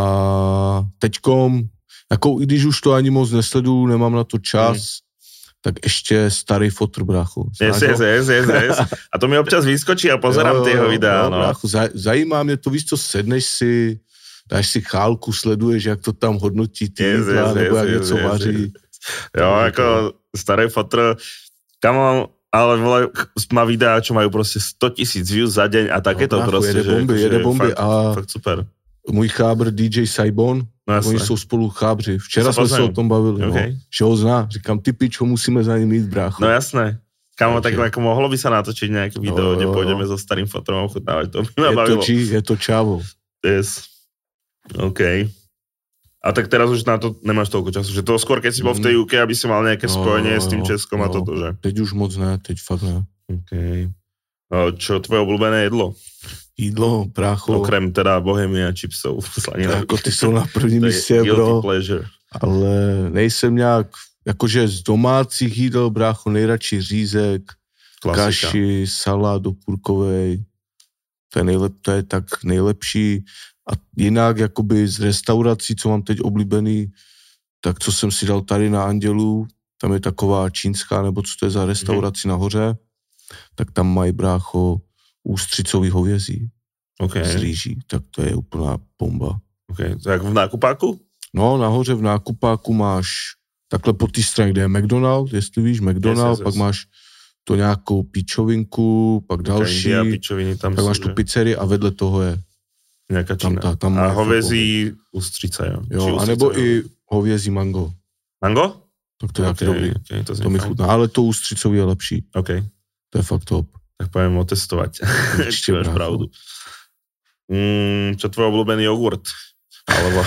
Speaker 2: teďkom, jako i když už to ani moc nesleduju, nemám na to čas,
Speaker 1: Hmm.
Speaker 2: tak ještě starý fotr, brácho.
Speaker 1: Yes,
Speaker 2: Znáš ho?
Speaker 1: yes, yes, yes, yes. A to mi občas vyskočí a pozerám ty jeho videa, no.
Speaker 2: Brácho, zaj- zajímá mě to, víš co, sedneš si, dáš si chálku, sleduješ, jak to tam hodnotí ty
Speaker 1: Yes,
Speaker 2: yes, jídla,
Speaker 1: yes,
Speaker 2: yes, nebo
Speaker 1: yes,
Speaker 2: jak
Speaker 1: yes,
Speaker 2: yes, něco
Speaker 1: yes,
Speaker 2: yes, vaří.
Speaker 1: yes. Jo, ako starý fotr, kamo, ale vole, ch- má videa, čo majú proste 100 prostě tisíc views za deň a takéto no,
Speaker 2: brácho,
Speaker 1: proste.
Speaker 2: jede
Speaker 1: že-
Speaker 2: bomby,
Speaker 1: že
Speaker 2: jede bomby
Speaker 1: Fakt,
Speaker 2: a-
Speaker 1: fakt super.
Speaker 2: Můj chábr DJ Saibon,
Speaker 1: No jasné.
Speaker 2: oni jsou spolu chábři. Včera
Speaker 1: Se
Speaker 2: jsme se
Speaker 1: poznají.
Speaker 2: o tom bavili,
Speaker 1: Okay.
Speaker 2: no. že ho zná. Říkám, ty pičo, musíme za ním jít, brácho.
Speaker 1: No jasné. Kamo, tak
Speaker 2: Takže-
Speaker 1: ako mohlo by sa natočiť nejaké video,
Speaker 2: Jo,
Speaker 1: kde
Speaker 2: jo,
Speaker 1: pôjdeme
Speaker 2: jo.
Speaker 1: so starým fotrom ochutnávať. To by ma
Speaker 2: je
Speaker 1: bavilo.
Speaker 2: to, či, je to čávo.
Speaker 1: Yes. OK. A tak teraz už na to nemáš toľko času, že to skôr, keď si bol v tej UK, aby si mal nejaké
Speaker 2: No,
Speaker 1: spojenie
Speaker 2: Mm. jo,
Speaker 1: s tým
Speaker 2: jo,
Speaker 1: Českom a
Speaker 2: jo.
Speaker 1: toto, že?
Speaker 2: Teď už moc ne, teď fakt ne.
Speaker 1: OK. A čo tvoje obľúbené jedlo?
Speaker 2: Jídlo, brácho,
Speaker 1: Okrem teda bohemie a čipsov.
Speaker 2: to
Speaker 1: Slanina.
Speaker 2: jako ty jsou na prvním
Speaker 1: To je
Speaker 2: místě,
Speaker 1: guilty
Speaker 2: bro.
Speaker 1: pleasure.
Speaker 2: Ale nejsem nějak, jakože z domácích jídel, brácho, nejradši řízek,
Speaker 1: Klasika.
Speaker 2: kaši, salát do kurkovej. To je, nejlep, to je tak nejlepší. A jinak jakoby z restaurací, co mám teď oblíbený, tak co jsem si dal tady na Andělu, tam je taková čínská, nebo co to je za restauraci mm-hmm. nahoře, tak tam mají brácho ústřicový hovězí
Speaker 1: Okay.
Speaker 2: z rýží, tak to je úplná bomba.
Speaker 1: Okay. Tak v nákupáku?
Speaker 2: No, nahoře v nákupáku máš takhle po té straně, kde je McDonald, jestli víš, McDonald,
Speaker 1: yes,
Speaker 2: pak
Speaker 1: yes.
Speaker 2: máš to nějakou píčovinku, pak další,
Speaker 1: India, pičoviny tam
Speaker 2: pak
Speaker 1: sú,
Speaker 2: máš tu
Speaker 1: že?
Speaker 2: pizzerii a vedle toho je
Speaker 1: Nejaká
Speaker 2: tam
Speaker 1: čina.
Speaker 2: ta, tam
Speaker 1: A
Speaker 2: je fakt
Speaker 1: hovězí ústřice, jo.
Speaker 2: hovězí.
Speaker 1: Či
Speaker 2: Jo,
Speaker 1: ústřice, no.
Speaker 2: anebo
Speaker 1: jo.
Speaker 2: i hovězí mango.
Speaker 1: Mango?
Speaker 2: Tak to je taky dobrý.
Speaker 1: okay, to,
Speaker 2: To mi chutná, ale to ústřicový je lepší.
Speaker 1: Okay.
Speaker 2: To je fakt top.
Speaker 1: Tak poviem otestovať. Určite
Speaker 2: Určite,
Speaker 1: máš
Speaker 2: brácho.
Speaker 1: pravdu. Mm, čo tvoj obľúbený jogurt? Alebo,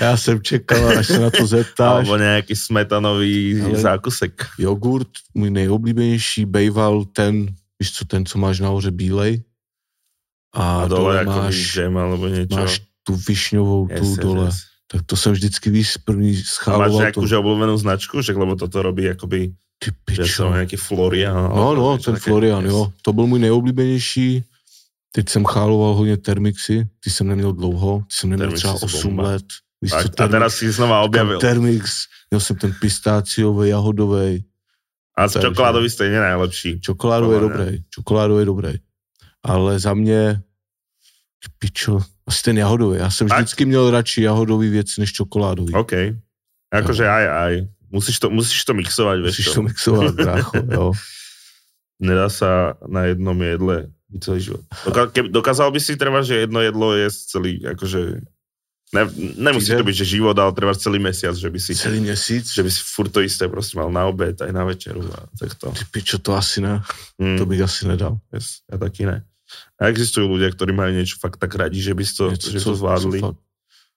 Speaker 2: Já jsem čekal, až se na to zeptáš.
Speaker 1: alebo nejaký smetanový
Speaker 2: Ale-
Speaker 1: zákusek.
Speaker 2: Jogurt, můj nejoblíbenější, bejval ten, víš co, ten, co máš nahoře bílej. A,
Speaker 1: A
Speaker 2: dole,
Speaker 1: dole jako ako
Speaker 2: máš,
Speaker 1: žem alebo niečo.
Speaker 2: máš tu višňovou, tu dole. Tak to jsem vždycky, víš, první
Speaker 1: A máš
Speaker 2: scháloval
Speaker 1: nejakú
Speaker 2: to.
Speaker 1: že obľúbenú značku? Že, lebo toto robí akoby,
Speaker 2: Ty
Speaker 1: že
Speaker 2: pičo.
Speaker 1: som nejaký Florian.
Speaker 2: No,
Speaker 1: alebo
Speaker 2: no,
Speaker 1: niečo
Speaker 2: ten
Speaker 1: také.
Speaker 2: Florian,
Speaker 1: Yes.
Speaker 2: jo. To byl můj nejoblíbenější. Teď jsem cháloval hodně Termixy, ty jsem neměl dlouho, ty jsem neměl
Speaker 1: Termixy
Speaker 2: Termixy třeba
Speaker 1: jsou
Speaker 2: 8
Speaker 1: bomba.
Speaker 2: let. Víš,
Speaker 1: Tak,
Speaker 2: co,
Speaker 1: a teraz si znova objavil.
Speaker 2: Termix, měl jsem ten pistáciový, jahodový,
Speaker 1: A z
Speaker 2: Takže-
Speaker 1: čokoládový stejně nejlepší.
Speaker 2: čokoládový je
Speaker 1: Podle mě.
Speaker 2: dobrý, čokoládový je dobrý. Ale za mě, ty pičo, asi ten jahodový. Já jsem
Speaker 1: Tak.
Speaker 2: vždycky měl radši jahodový věci než čokoládový.
Speaker 1: OK. Akože aj, aj. Musíš to, musíš to mixovať, vieš
Speaker 2: No. Musíš
Speaker 1: čo.
Speaker 2: to mixovat, brácho, jo.
Speaker 1: Nedá sa na jednom jedle byť celý život. Doka- keby, dokázal by si treba, že jedno jedlo je celý, akože... Ne, nemusí
Speaker 2: Týden?
Speaker 1: to byť, že život, ale treba celý mesiac, že by si,
Speaker 2: Celý měsíc,
Speaker 1: že by si furt to isté proste mal na obed, aj na večeru a takto.
Speaker 2: ty pičo, to asi ne,
Speaker 1: Mm,
Speaker 2: to bych asi nedal.
Speaker 1: yes, ja taký ne. A existujú ľudia, ktorí majú niečo fakt tak radi, že by si to,
Speaker 2: Něco,
Speaker 1: že to zvládli.
Speaker 2: fakt-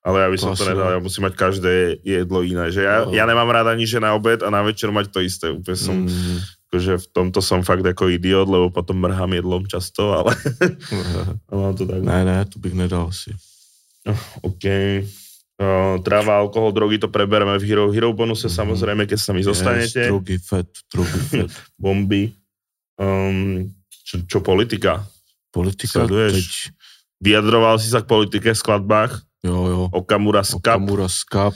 Speaker 1: Ale ja by
Speaker 2: To
Speaker 1: som to
Speaker 2: asi
Speaker 1: nedal,
Speaker 2: ne.
Speaker 1: ja musím mať každé jedlo iné. Že ja,
Speaker 2: No.
Speaker 1: ja nemám rád ani, že na obed a na večer mať to isté. Úplne som, mm.
Speaker 2: Mm.
Speaker 1: akože v tomto som fakt ako idiot, lebo potom mrhám jedlom často, ale ale mám to tak.
Speaker 2: Ne, ne, to bych nedal asi.
Speaker 1: OK. Uh, tráva, alkohol, drogy, to prebereme v Hero Hero bonuse,
Speaker 2: Mhm.
Speaker 1: samozrejme, keď s nami
Speaker 2: Yes,
Speaker 1: zostanete.
Speaker 2: drogy, fet, drogy, fet.
Speaker 1: Bomby. Um, čo, čo politika?
Speaker 2: Politika
Speaker 1: Sleduješ?
Speaker 2: teď.
Speaker 1: Vyjadroval si sa k politike v skladbách?
Speaker 2: Jo, jo.
Speaker 1: Okamura Skap.
Speaker 2: Okamura, skap.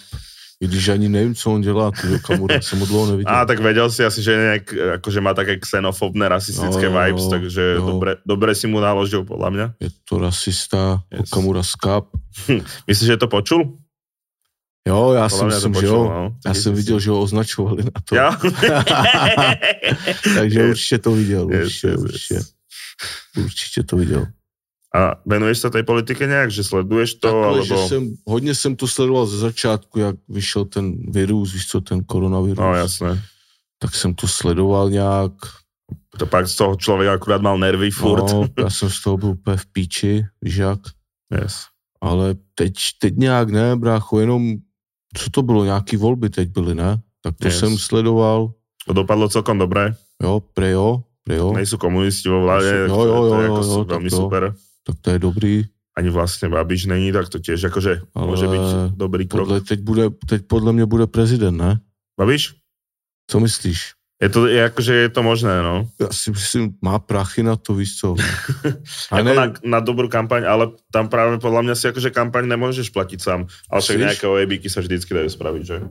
Speaker 2: I když ani nevím, co on dělá, ty Okamura, jsem ho dlouho neviděl.
Speaker 1: A tak vedel si asi, že, nejak, akože má také xenofobné, rasistické
Speaker 2: Jo,
Speaker 1: no,
Speaker 2: jo,
Speaker 1: vibes, takže
Speaker 2: jo.
Speaker 1: dobre, dobre si mu naložil, podľa mňa.
Speaker 2: Je to rasista,
Speaker 1: Yes.
Speaker 2: yes. Okamura, skap.
Speaker 1: Myslíš, že to počul?
Speaker 2: Jo, já
Speaker 1: Podľa mňa
Speaker 2: si
Speaker 1: to
Speaker 2: myslím, že
Speaker 1: počul,
Speaker 2: jo.
Speaker 1: no.
Speaker 2: Já
Speaker 1: Tak
Speaker 2: jsem
Speaker 1: jestli-
Speaker 2: viděl, že ho označovali na to.
Speaker 1: Ja?
Speaker 2: Takže
Speaker 1: Yes.
Speaker 2: určitě to viděl,
Speaker 1: Yes,
Speaker 2: určitě,
Speaker 1: yes, yes.
Speaker 2: určitě. Určitě to viděl.
Speaker 1: A venuješ sa tej politike nejak, že sleduješ to,
Speaker 2: Takhle,
Speaker 1: alebo...
Speaker 2: že jsem, hodně jsem to sledoval ze začátku, jak vyšel ten virus, víš co, ten koronavirus.
Speaker 1: No jasné.
Speaker 2: tak jsem to sledoval nějak.
Speaker 1: To pak z toho človeka akurát mal nervy furt. No.
Speaker 2: No, já jsem z toho byl úplně v píči, víš jak.
Speaker 1: Yes.
Speaker 2: Ale teď, teď nějak ne, brácho, jenom co to bylo, nějaký volby teď byly, ne? Tak to
Speaker 1: Yes.
Speaker 2: yes. jsem sledoval.
Speaker 1: To dopadlo celkom dobre.
Speaker 2: Jo, pre jo, pre jo.
Speaker 1: Nejsou komunisti vo vládě,
Speaker 2: No.
Speaker 1: to
Speaker 2: Jo,
Speaker 1: je-
Speaker 2: jo,
Speaker 1: to
Speaker 2: jo,
Speaker 1: je jako
Speaker 2: jo,
Speaker 1: su-
Speaker 2: jo,
Speaker 1: velmi
Speaker 2: tak jo.
Speaker 1: super.
Speaker 2: Tak to je dobrý.
Speaker 1: Ani vlastně Babiš není, tak to těž jakože
Speaker 2: Ale
Speaker 1: může být dobrý krok.
Speaker 2: Podle, teď, bude, teď podle mě bude prezident, ne?
Speaker 1: Babiš?
Speaker 2: Co myslíš?
Speaker 1: Je to, je jakože je to možné, no.
Speaker 2: Já si myslím, má prachy na to, víš co. A
Speaker 1: Jako
Speaker 2: ne,
Speaker 1: na, na dobrou kampaň, ale tam právě podle mě si jakože kampaň nemůžeš platit sám. Ale však
Speaker 2: Myslíš?
Speaker 1: nějaké ojebíky se vždycky dají spravit, že?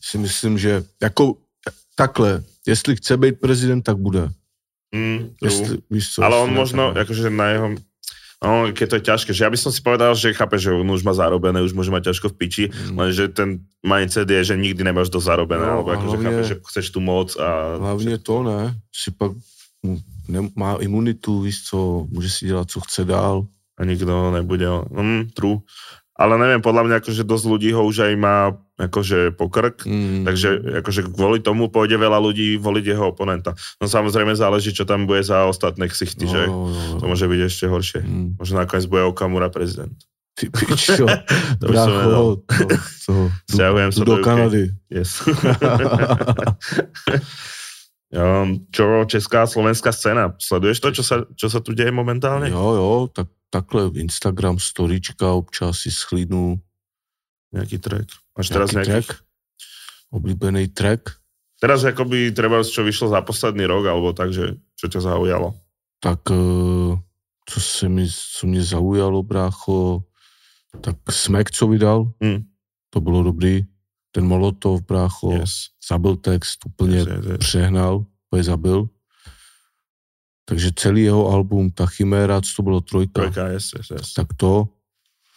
Speaker 2: si myslím, že jako takhle, jestli chce být prezident, tak bude.
Speaker 1: Mm, true.
Speaker 2: Jestli, víš co,
Speaker 1: ale
Speaker 2: jestli
Speaker 1: on
Speaker 2: ne,
Speaker 1: možno,
Speaker 2: tak ne.
Speaker 1: jakože na jeho... No, keď to je ťažké, že ja by som si povedal, že chápe, že on už má zarobené, už môže mať ťažko v piči,
Speaker 2: Mm.
Speaker 1: lenže ten mindset je, že nikdy nemáš to zarobené,
Speaker 2: No,
Speaker 1: no, alebo
Speaker 2: a
Speaker 1: akože
Speaker 2: hlavně-
Speaker 1: chápe, že chceš tu moc a...
Speaker 2: Hlavně to ne, si pak mu- ne, má imunitu, víš co, může si dělat, co chce dál.
Speaker 1: a nikto nebude. Mm, true. Ale neviem, podľa mňa akože dosť ľudí ho už aj má akože pokrk,
Speaker 2: Mm.
Speaker 1: Hmm. takže akože kvôli tomu pôjde veľa ľudí voliť jeho oponenta. No samozrejme záleží, čo tam bude za ostatné ksichty, no. že
Speaker 2: jo, jo.
Speaker 1: to môže byť ešte horšie.
Speaker 2: Mm.
Speaker 1: Možno nakoniec bude Okamura prezident.
Speaker 2: Ty pičo,
Speaker 1: To by som vedel.
Speaker 2: brácho, to, to,
Speaker 1: Sťahujem
Speaker 2: jdu
Speaker 1: sa
Speaker 2: do
Speaker 1: UK.
Speaker 2: Kanady.
Speaker 1: Yes. Um, čo česká a slovenská scéna? Sleduješ to, čo sa, čo sa tu deje momentálne?
Speaker 2: jo, jo, tak takhle Instagram storička občas si schlídnu
Speaker 1: Nejaký track. Máš teraz
Speaker 2: nějaký
Speaker 1: nejaký...
Speaker 2: track, oblíbený track,
Speaker 1: Teraz akoby treba, čo vyšlo za posledný rok, alebo tak, že čo ťa zaujalo?
Speaker 2: tak eh, co se mi, co mě zaujalo, brácho, tak Smek, co vydal,
Speaker 1: Hmm.
Speaker 2: to bylo dobrý, ten Molotov, brácho,
Speaker 1: Yes.
Speaker 2: zabil text, úplně
Speaker 1: Yes, yes, yes.
Speaker 2: přehnal, to je zabil. Takže celý jeho album, ta Chiméra, co to bylo, trojka, trojka.
Speaker 1: Trojka, yes, yes, yes.
Speaker 2: tak to,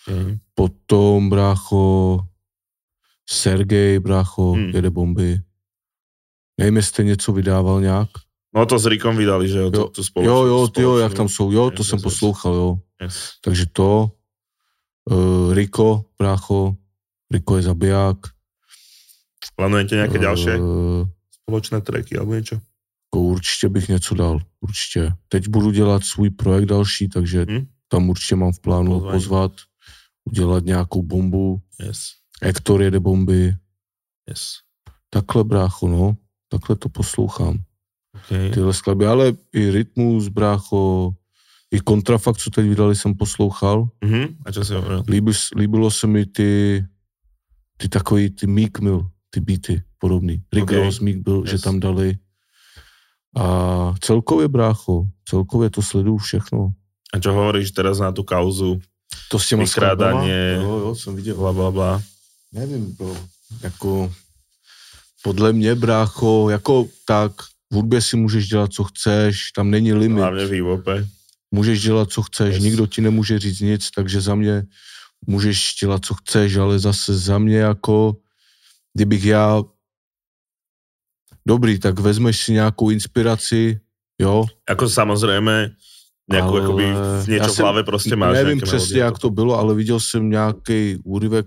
Speaker 1: Mhm.
Speaker 2: Potom, brácho, Sergej, brácho,
Speaker 1: Hmm.
Speaker 2: hmm. jede bomby. Nevím, jestli něco vydával nějak.
Speaker 1: No to s Rikom vydali, že jo,
Speaker 2: Jo,
Speaker 1: to, to spolu.
Speaker 2: Jo, jo, ty jo,
Speaker 1: spoločnú-
Speaker 2: jak tam jsou, jo,
Speaker 1: Yes,
Speaker 2: to jsem
Speaker 1: yes, yes.
Speaker 2: poslouchal, jo.
Speaker 1: Yes.
Speaker 2: Takže to, uh, Riko, brácho, Riko je zabiják.
Speaker 1: Plánujete nějaké
Speaker 2: Eh,
Speaker 1: další společné tracky alebo něco?
Speaker 2: jako určitě bych něco dal, určitě. Teď budu dělat svůj projekt další, takže
Speaker 1: Hmm.
Speaker 2: hmm? tam určitě mám v plánu
Speaker 1: Pozvání.
Speaker 2: Pozvání. pozvat, udělat nějakou bombu.
Speaker 1: Yes,
Speaker 2: Hector jede bomby,
Speaker 1: yes.
Speaker 2: takhle brácho, no, takhle to poslouchám.
Speaker 1: Okay.
Speaker 2: tyhle skladby, ale i Rytmus, brácho, i Kontrafakt, co teď vydali, jsem poslouchal.
Speaker 1: Mhm. A čo si hovoril?
Speaker 2: Líbil, líbilo se mi ty, ty takový, ty Meek Mill, ty beaty podobný. Rick
Speaker 1: Okay.
Speaker 2: okay. Ross, Meek Mill, yes. že
Speaker 1: Yes.
Speaker 2: tam dali. A celkově, brácho, celkově to sleduju všechno.
Speaker 1: A čo hovoríš teraz na tú kauzu?
Speaker 2: To s těma skladbama?
Speaker 1: Vykrádanie.
Speaker 2: Jo, jo, jsem viděl.
Speaker 1: Bla, bla, bla.
Speaker 2: Nevím, bro. Jako, podle mě, brácho, jako tak, v hudbě si můžeš dělat, co chceš, tam není limit.
Speaker 1: Hlavne v hip-hope.
Speaker 2: můžeš dělat, co chceš,
Speaker 1: Yes.
Speaker 2: yes. nikdo ti nemůže říct nic, takže za mě můžeš dělat, co chceš, ale zase za mě jako, kdybych já, dobrý, tak vezmeš si nějakou inspiraci, jo,
Speaker 1: Ako samozrejme, nejakú, ale...
Speaker 2: Ale
Speaker 1: akoby niečo
Speaker 2: ja
Speaker 1: v
Speaker 2: jsem-
Speaker 1: hlave proste Prostě máš.
Speaker 2: nevím
Speaker 1: nejaké
Speaker 2: přesně,
Speaker 1: melodie.
Speaker 2: jak to bylo, ale viděl jsem nějaký úryvek,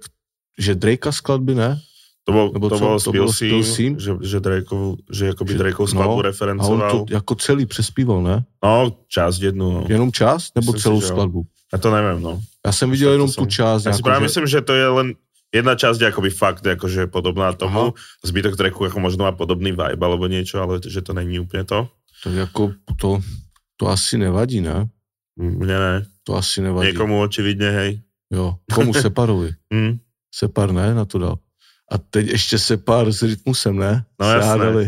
Speaker 2: že Drakea skladby, ne?
Speaker 1: To bol,
Speaker 2: nebo
Speaker 1: to
Speaker 2: co?
Speaker 1: bolo
Speaker 2: To
Speaker 1: s
Speaker 2: bolo s
Speaker 1: Pilsím,
Speaker 2: Bill Seam?
Speaker 1: že, že Drakeov, že akoby
Speaker 2: Že-
Speaker 1: Drakeov skladbu
Speaker 2: no, A on
Speaker 1: referencoval.
Speaker 2: to jako celý přespíval, ne?
Speaker 1: No, časť jednu, no.
Speaker 2: Jenom část, nebo
Speaker 1: Myslím si,
Speaker 2: celou
Speaker 1: že jo.
Speaker 2: skladbu?
Speaker 1: Ja to neviem, no.
Speaker 2: Já jsem viděl
Speaker 1: Tak to
Speaker 2: jenom
Speaker 1: jsem-
Speaker 2: tu část.
Speaker 1: Já si
Speaker 2: jako,
Speaker 1: právě
Speaker 2: že-
Speaker 1: myslím, že to je len jedna časť je akoby fakt jakože podobná tomu,
Speaker 2: Aha.
Speaker 1: zbytok tracku jako možno má podobný vibe alebo niečo, ale že to není úplně to.
Speaker 2: To jako, to, to asi nevadí, ne?
Speaker 1: Mne ne.
Speaker 2: To asi nevadí.
Speaker 1: Někomu očividně, hej.
Speaker 2: Jo, komu Separovi?
Speaker 1: Hm.
Speaker 2: Separ ne, na to dal. A teď ještě Separ s Rytmusem, ne?
Speaker 1: No jasné.
Speaker 2: Zádali.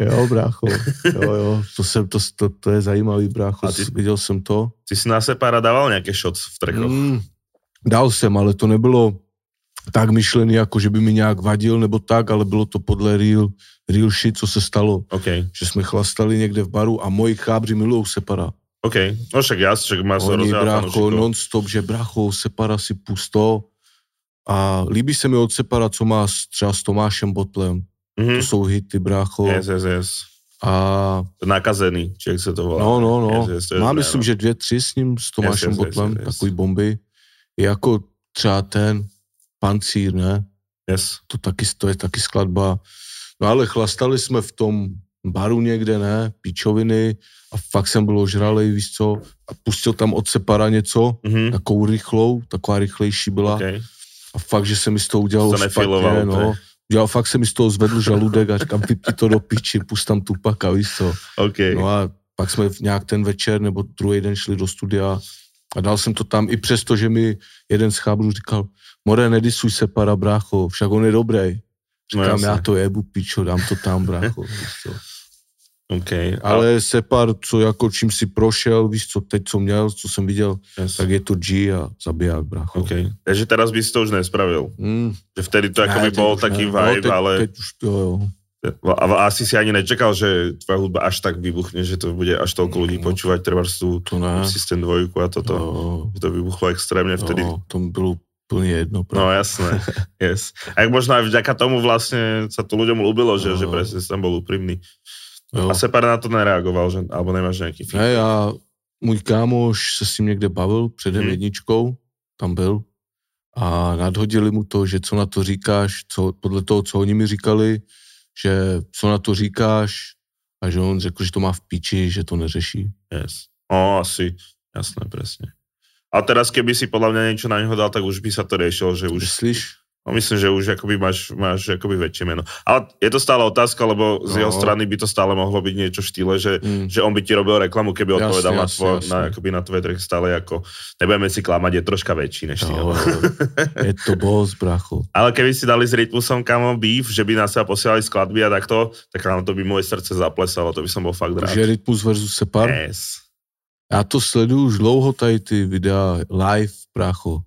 Speaker 2: jo, brácho. Jo, jo, to, jsem, to, to, to je zajímavý, brácho.
Speaker 1: A ty-
Speaker 2: Viděl jsem to.
Speaker 1: Ty si na Separa dával nějaké shots v trackoch. Mm.
Speaker 2: Mm, dal jsem, ale to nebylo tak myšlený, jako že by mi nějak vadil nebo tak, ale bylo to podle real, real shit, co se stalo.
Speaker 1: OK,
Speaker 2: Že jsme chlastali někde v baru a moji chábři milujou Separa.
Speaker 1: OK. No však já, však máš
Speaker 2: Oni,
Speaker 1: rozhľad
Speaker 2: brácho, no,
Speaker 1: fanúšikov.
Speaker 2: non-stop, že brácho, separa si pusto. A líbí se mi od separa, co má s- třeba s Tomášem Botlem.
Speaker 1: Mhm.
Speaker 2: To jsou hity, brácho.
Speaker 1: Yes, yes, yes.
Speaker 2: A
Speaker 1: Nakazený, či jak se to volá.
Speaker 2: no, no, no.
Speaker 1: Yes, yes, to je
Speaker 2: Má
Speaker 1: dobré,
Speaker 2: myslím,
Speaker 1: no.
Speaker 2: že dvě, tři s ním, s Tomášem
Speaker 1: yes, yes,
Speaker 2: Botlem,
Speaker 1: yes.
Speaker 2: takový bomby. I jako třeba ten pancír, ne?
Speaker 1: Yes.
Speaker 2: To, taky, to je taky skladba. No ale chlastali jsme v tom baru někde, ne? Píčoviny. A fakt jsem byl ožralej, víš co? A pustil tam od separa něco.
Speaker 1: Mhm.
Speaker 2: takovou rychlou, taková rychlejší byla.
Speaker 1: OK.
Speaker 2: A fakt, že se mi z toho udělalo
Speaker 1: To nefiloval,
Speaker 2: špatně,
Speaker 1: to je.
Speaker 2: no. dělal, fakt se mi z toho zvedl žaludek a říkám, vypni to do piči, pust tam tupaka, víš co.
Speaker 1: OK.
Speaker 2: No a pak jsme v- nějak ten večer nebo druhý den šli do studia a dal jsem to tam i přesto, že mi jeden z chábrů říkal, More, nedisuj se, para, brácho, však on je dobrý.
Speaker 1: no,
Speaker 2: Říkám,
Speaker 1: jasne.
Speaker 2: já to jebu, pičo, dám to tam, brácho. víš co.
Speaker 1: OK. Ale...
Speaker 2: Ale Separ, co jako čím si prošel, víš co, teď co měl, co jsem viděl, tak je to G a zabiják, brácho.
Speaker 1: OK. Takže teraz by si to už nespravil.
Speaker 2: Hmm.
Speaker 1: Že vtedy to ako by
Speaker 2: teď
Speaker 1: bol
Speaker 2: už
Speaker 1: taký
Speaker 2: ne. No,
Speaker 1: vibe,
Speaker 2: teď,
Speaker 1: ale...
Speaker 2: Teď už, jo, jo.
Speaker 1: No, A, a asi si ani nečakal, že tvoja hudba až tak vybuchne, že to bude až toľko ľudí
Speaker 2: No,
Speaker 1: počúvať, treba tú
Speaker 2: To ne.
Speaker 1: systém dvojku a
Speaker 2: To,
Speaker 1: toto.
Speaker 2: jo,
Speaker 1: Že to vybuchlo extrémne vtedy.
Speaker 2: jo, to bylo úplně jedno.
Speaker 1: No jasné, yes. A jak možno aj vďaka tomu vlastne sa to ľuďom ľúbilo, že,
Speaker 2: No.
Speaker 1: že presne si tam bol úprimný.
Speaker 2: jo.
Speaker 1: A Separ na to nereagoval, že, alebo nemáš nejaký feedback.
Speaker 2: Ne, já, můj kámoš se s ním někde bavil, předem
Speaker 1: Hmm.
Speaker 2: hmm. jedničkou, tam byl, a nadhodili mu to, že co na to říkáš, co, podle toho, co oni mi říkali, že co na to říkáš, a že on řekl, že to má v píči, že to neřeší.
Speaker 1: Yes. No, asi, jasné, presne. A teraz, keby si podľa mňa niečo na neho dal, tak už by sa to riešilo, že už...
Speaker 2: Myslíš?
Speaker 1: No, myslím, že už akoby máš, máš akoby väčšie meno. Ale je to stále otázka, lebo z
Speaker 2: No.
Speaker 1: jeho strany by to stále mohlo byť niečo v štýle, že
Speaker 2: Hmm.
Speaker 1: že on by ti robil reklamu, keby
Speaker 2: Jasne,
Speaker 1: odpovedal na,
Speaker 2: jasne,
Speaker 1: tvo,
Speaker 2: jasne.
Speaker 1: na, akoby na tvoje track stále ako, nebudeme si klamať, je troška väčší než ty.
Speaker 2: Jo,
Speaker 1: No.
Speaker 2: jo. je to boss, bracho.
Speaker 1: Ale keby si dali s rytmusom kamo beef, že by nás sa posielali skladby a takto, tak nám to by moje srdce zaplesalo, to by som bol fakt rád.
Speaker 2: Takže Rytmus versus Separ.
Speaker 1: Yes.
Speaker 2: Já to sleduju už dlouho tady ty videa live, prácho.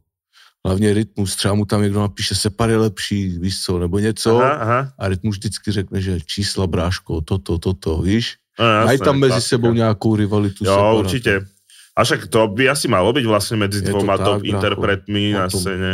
Speaker 2: Hlavně rytmus, třeba mu tam někdo napíše Separ je lepší, víš co, nebo něco.
Speaker 1: Aha, aha.
Speaker 2: A rytmus vždycky řekne, že čísla, bráško, toto, toto, víš.
Speaker 1: No,
Speaker 2: Mají tam mezi
Speaker 1: klasika.
Speaker 2: sebou nějakou rivalitu.
Speaker 1: Jo,
Speaker 2: Separa.
Speaker 1: určite. A však to by asi malo byť vlastne medzi
Speaker 2: Je to
Speaker 1: dvoma
Speaker 2: tak,
Speaker 1: top
Speaker 2: brácho.
Speaker 1: interpretmi
Speaker 2: O
Speaker 1: na
Speaker 2: tom.
Speaker 1: scéne.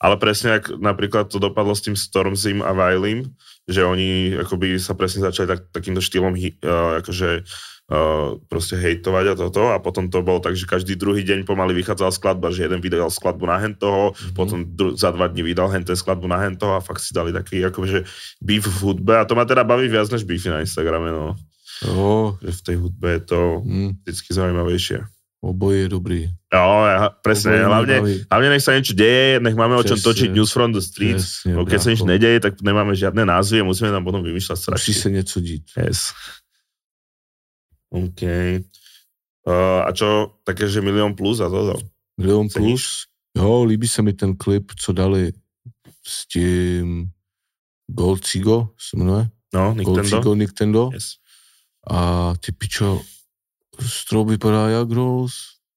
Speaker 1: Ale presne, ak napríklad to dopadlo s tým Stormzym a Vailim, že oni akoby sa presne začali tak, takýmto štýlom hi- uh, akože uh, proste hejtovať a toto a potom to bolo tak, že každý druhý deň pomaly vychádzala skladba, že jeden vydal skladbu na hen toho,
Speaker 2: Mhm.
Speaker 1: mm-hmm. potom dru- za dva dní vydal hen ten skladbu na hen toho a fakt si dali taký akože beef v hudbe a to ma teda baví viac než beefy na Instagrame, no.
Speaker 2: Jo,
Speaker 1: Že v tej hudbe je to
Speaker 2: hm,
Speaker 1: vždycky zaujímavejšie.
Speaker 2: oboje je dobrý.
Speaker 1: Jo, ja, presne,
Speaker 2: Oboje mě
Speaker 1: hlavne,
Speaker 2: baví.
Speaker 1: hlavne nech sa niečo deje, nech máme o čom
Speaker 2: Přesne.
Speaker 1: točiť News from the Street. Yes.
Speaker 2: Přesně,
Speaker 1: Keď sa nič
Speaker 2: brácho.
Speaker 1: nedeje, tak nemáme žiadne názvy a musíme tam potom vymýšľať
Speaker 2: Musí
Speaker 1: strašky.
Speaker 2: se něco dít.
Speaker 1: Yes. OK. Uh, a čo, také, že milión plus a toto?
Speaker 2: Milion
Speaker 1: Ceníš?
Speaker 2: plus. Jo, líbí se mi ten klip, co dali s tím Golcigo, se jmenuje?
Speaker 1: No, Nintendo?
Speaker 2: Golcigo Nintendo.
Speaker 1: Yes.
Speaker 2: A ty pičo, strop vypadá jak Rolls.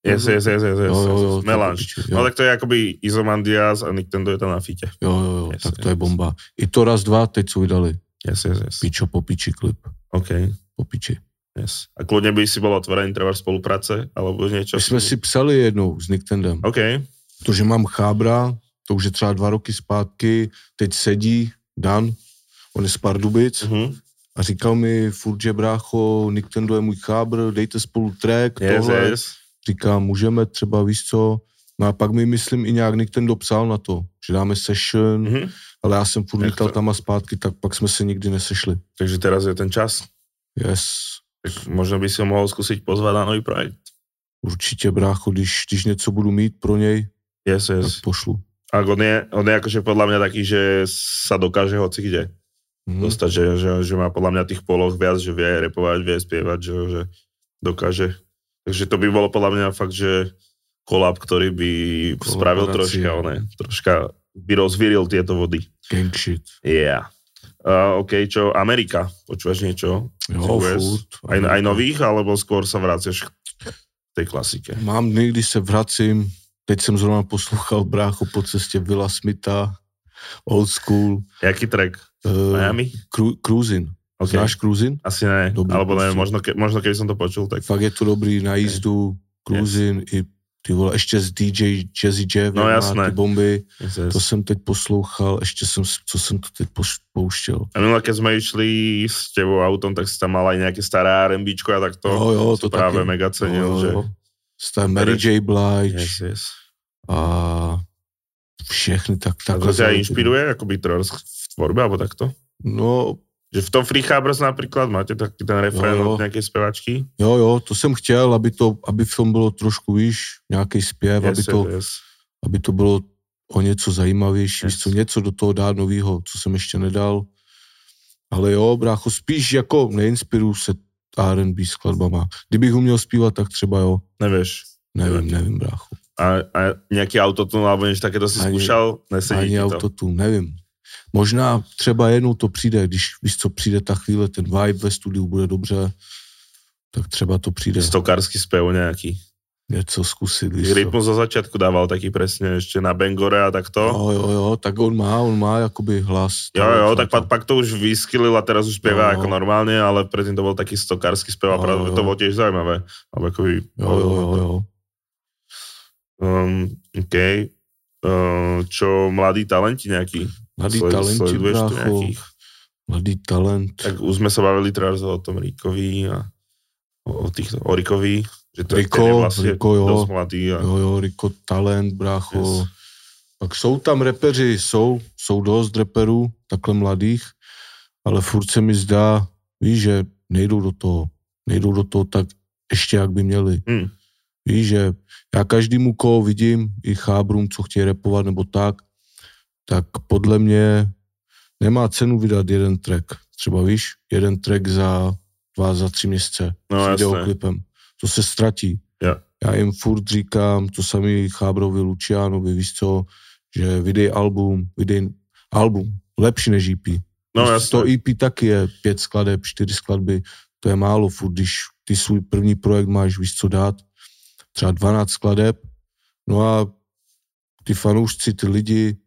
Speaker 1: Yes, yes, yes, yes, yes.
Speaker 2: Mhm. Jo, jo, jo.
Speaker 1: Melange.
Speaker 2: to pičo,
Speaker 1: No
Speaker 2: Jo,
Speaker 1: tak to je akoby Izomandias a Nintendo je tam na fite.
Speaker 2: jo, jo, jo
Speaker 1: Yes,
Speaker 2: tak to
Speaker 1: yes.
Speaker 2: je bomba. I to raz, dva, teď co vydali.
Speaker 1: Yes, yes, yes.
Speaker 2: Pičo, po piči klip.
Speaker 1: OK,
Speaker 2: Po piči.
Speaker 1: yes. A kľudne by si bol otvorený treba spolupráce alebo niečo?
Speaker 2: My jsme si psali jednou s Nicktendem.
Speaker 1: OK,
Speaker 2: To, že mám chábra, to už je třeba dva roky zpátky, teď sedí Dan, on je z Pardubic
Speaker 1: mhm.
Speaker 2: a říkal mi furt, že brácho, Nintendo je můj chábr, dejte spolu track,
Speaker 1: Yes,
Speaker 2: tohle.
Speaker 1: yes.
Speaker 2: říká, můžeme třeba, víš co, no a pak mi myslím i nějak někdo dopsal na to, že dáme session, mm-hmm.
Speaker 1: Mhm.
Speaker 2: ale já jsem furt
Speaker 1: Jak
Speaker 2: lítal
Speaker 1: to?
Speaker 2: tam a zpátky, tak pak jsme se nikdy nesešli.
Speaker 1: Takže teraz je ten čas.
Speaker 2: Yes,
Speaker 1: Tak možno by si ho mohol skúsiť pozvať na nový projekt.
Speaker 2: určitě brácho, když, když něco budu mít pro něj,
Speaker 1: Yes,
Speaker 2: tak
Speaker 1: yes.
Speaker 2: pošlu.
Speaker 1: A on je, on je akože podľa mňa taký, že sa dokáže hoci kde
Speaker 2: Mhm.
Speaker 1: dostať, že, že, že má podľa mňa tých poloh viac, že vie repovať, vie spievať, že, že dokáže. Takže to by bolo podľa mňa fakt, že kolab, ktorý by spravil
Speaker 2: Kolaborácia.
Speaker 1: troška, one, troška by rozvíril tieto vody.
Speaker 2: Gang shit.
Speaker 1: Yeah. Uh, OK, čo Amerika? Počúvaš niečo?
Speaker 2: Jo,
Speaker 1: US.
Speaker 2: furt.
Speaker 1: Aj, aj nových, alebo skôr sa vraciaš k tej klasike?
Speaker 2: Mám dny, když se vracím, teď jsem zrovna poslouchal brácho po cestě Villa Smitha, old school,
Speaker 1: Jaký track?
Speaker 2: uh,
Speaker 1: Miami?
Speaker 2: Cru- Cruisin.
Speaker 1: Okay.
Speaker 2: Znáš Cruisin?
Speaker 1: Asi ne,
Speaker 2: Dobrý
Speaker 1: alebo neviem,
Speaker 2: pocit.
Speaker 1: možno, ke, možno keby som to počul, tak...
Speaker 2: Fakt je to dobrý na jízdu, Cruisin i ty vole, ještě z DJ Jazzy Jeff,
Speaker 1: No
Speaker 2: jak má
Speaker 1: jasné.
Speaker 2: ty bomby,
Speaker 1: Yes,
Speaker 2: to
Speaker 1: yes.
Speaker 2: jsem teď poslouchal, ještě jsem, s- co jsem to teď poš- pouštěl.
Speaker 1: A minule, keď sme išli s tebou autom, tak si tam mal aj nejaké staré R&Bčko a tak to,
Speaker 2: jo, jo,
Speaker 1: si
Speaker 2: to
Speaker 1: práve
Speaker 2: taky.
Speaker 1: mega cenil,
Speaker 2: Jo, jo,
Speaker 1: že...
Speaker 2: No, jo. Stan- Mary J. Blige
Speaker 1: Yes, yes.
Speaker 2: a všechny tak,
Speaker 1: A
Speaker 2: tak.
Speaker 1: to ťa inšpiruje, akoby teraz v tvorbe, alebo takto?
Speaker 2: No,
Speaker 1: Že v tom Free Chabros napríklad máte taký ten refrén
Speaker 2: Jo, jo.
Speaker 1: od nejakej spevačky?
Speaker 2: jo, jo, to jsem chtěl, aby, to, aby v tom bylo trošku, víš, nějaký zpěv, yes, aby, to,
Speaker 1: yes.
Speaker 2: aby to bylo o něco zajímavější,
Speaker 1: Yes.
Speaker 2: yes. co něco do toho dát novýho, co jsem ještě nedal. Ale jo, brácho, spíš jako neinspiruju se R&B skladbama. Kdybych uměl zpívat, tak třeba jo.
Speaker 1: Nevieš.
Speaker 2: Nevím, nevím, brácho.
Speaker 1: A, a nejaký autotune alebo niečo takéto si
Speaker 2: Ani-
Speaker 1: skúšal? Nesedí
Speaker 2: Ani
Speaker 1: ti to.
Speaker 2: auto tu, nevím. Možná třeba jednou to přijde, když víš co, přijde ta chvíle, ten vibe ve studiu bude dobře, tak třeba to přijde.
Speaker 1: Stokársky spev nejaký.
Speaker 2: Něco zkusit, víš co.
Speaker 1: Rytmus zo začiatku dával taký presne ešte na Bengore a takto.
Speaker 2: Jo, jo, jo, tak on má, on má jakoby hlas.
Speaker 1: no. Jo, jo, tak pak, pak to už vyskylil a teraz už spieva
Speaker 2: No.
Speaker 1: ako normálne, ale predtým to bol taký stokársky spev a
Speaker 2: No,
Speaker 1: práve
Speaker 2: jo.
Speaker 1: to bolo tiež zaujímavé. Alebo akoby,
Speaker 2: Jo, jo, jo, jo.
Speaker 1: Um, OK. Uh, čo mladí talenti nejakí?
Speaker 2: Mladý
Speaker 1: Sled-
Speaker 2: talent,
Speaker 1: sleduješ tu
Speaker 2: brácho.
Speaker 1: nejakých?
Speaker 2: Mladý talent.
Speaker 1: Tak už sme sa bavili teraz o tom Rikovi a o, o, tých, o Rikovi, že to
Speaker 2: Riko,
Speaker 1: ten je vlastne
Speaker 2: Riko, jo.
Speaker 1: dosť mladý. A,
Speaker 2: Jo, jo, Riko Talent, brácho.
Speaker 1: Yes.
Speaker 2: Yes. Tak jsou tam repeři, jsou, jsou dost reperů, takhle mladých, ale furt se mi zdá, víš, že nejdou do toho, nejdou do toho tak ještě, jak by měli.
Speaker 1: Hmm.
Speaker 2: Víš, že já každému, koho vidím, i chábrům, co chtějí repovat nebo tak, tak podle mě nemá cenu vydat jeden track. Třeba víš, jeden track za dva, za tři měsíce
Speaker 1: No,
Speaker 2: s
Speaker 1: jasné.
Speaker 2: videoklipem. To se ztratí.
Speaker 1: Jo.
Speaker 2: Já jim furt říkám, to sami Chábrovi, Lucianovi, víš co, že vydej album, vydej album, lepší než EP.
Speaker 1: no
Speaker 2: Prostě
Speaker 1: jasné.
Speaker 2: To EP taky je pět skladeb, čtyři skladby, to je málo furt, když ty svůj první projekt máš, víš co dát, třeba 12 skladeb, no a ty fanoušci, ty lidi,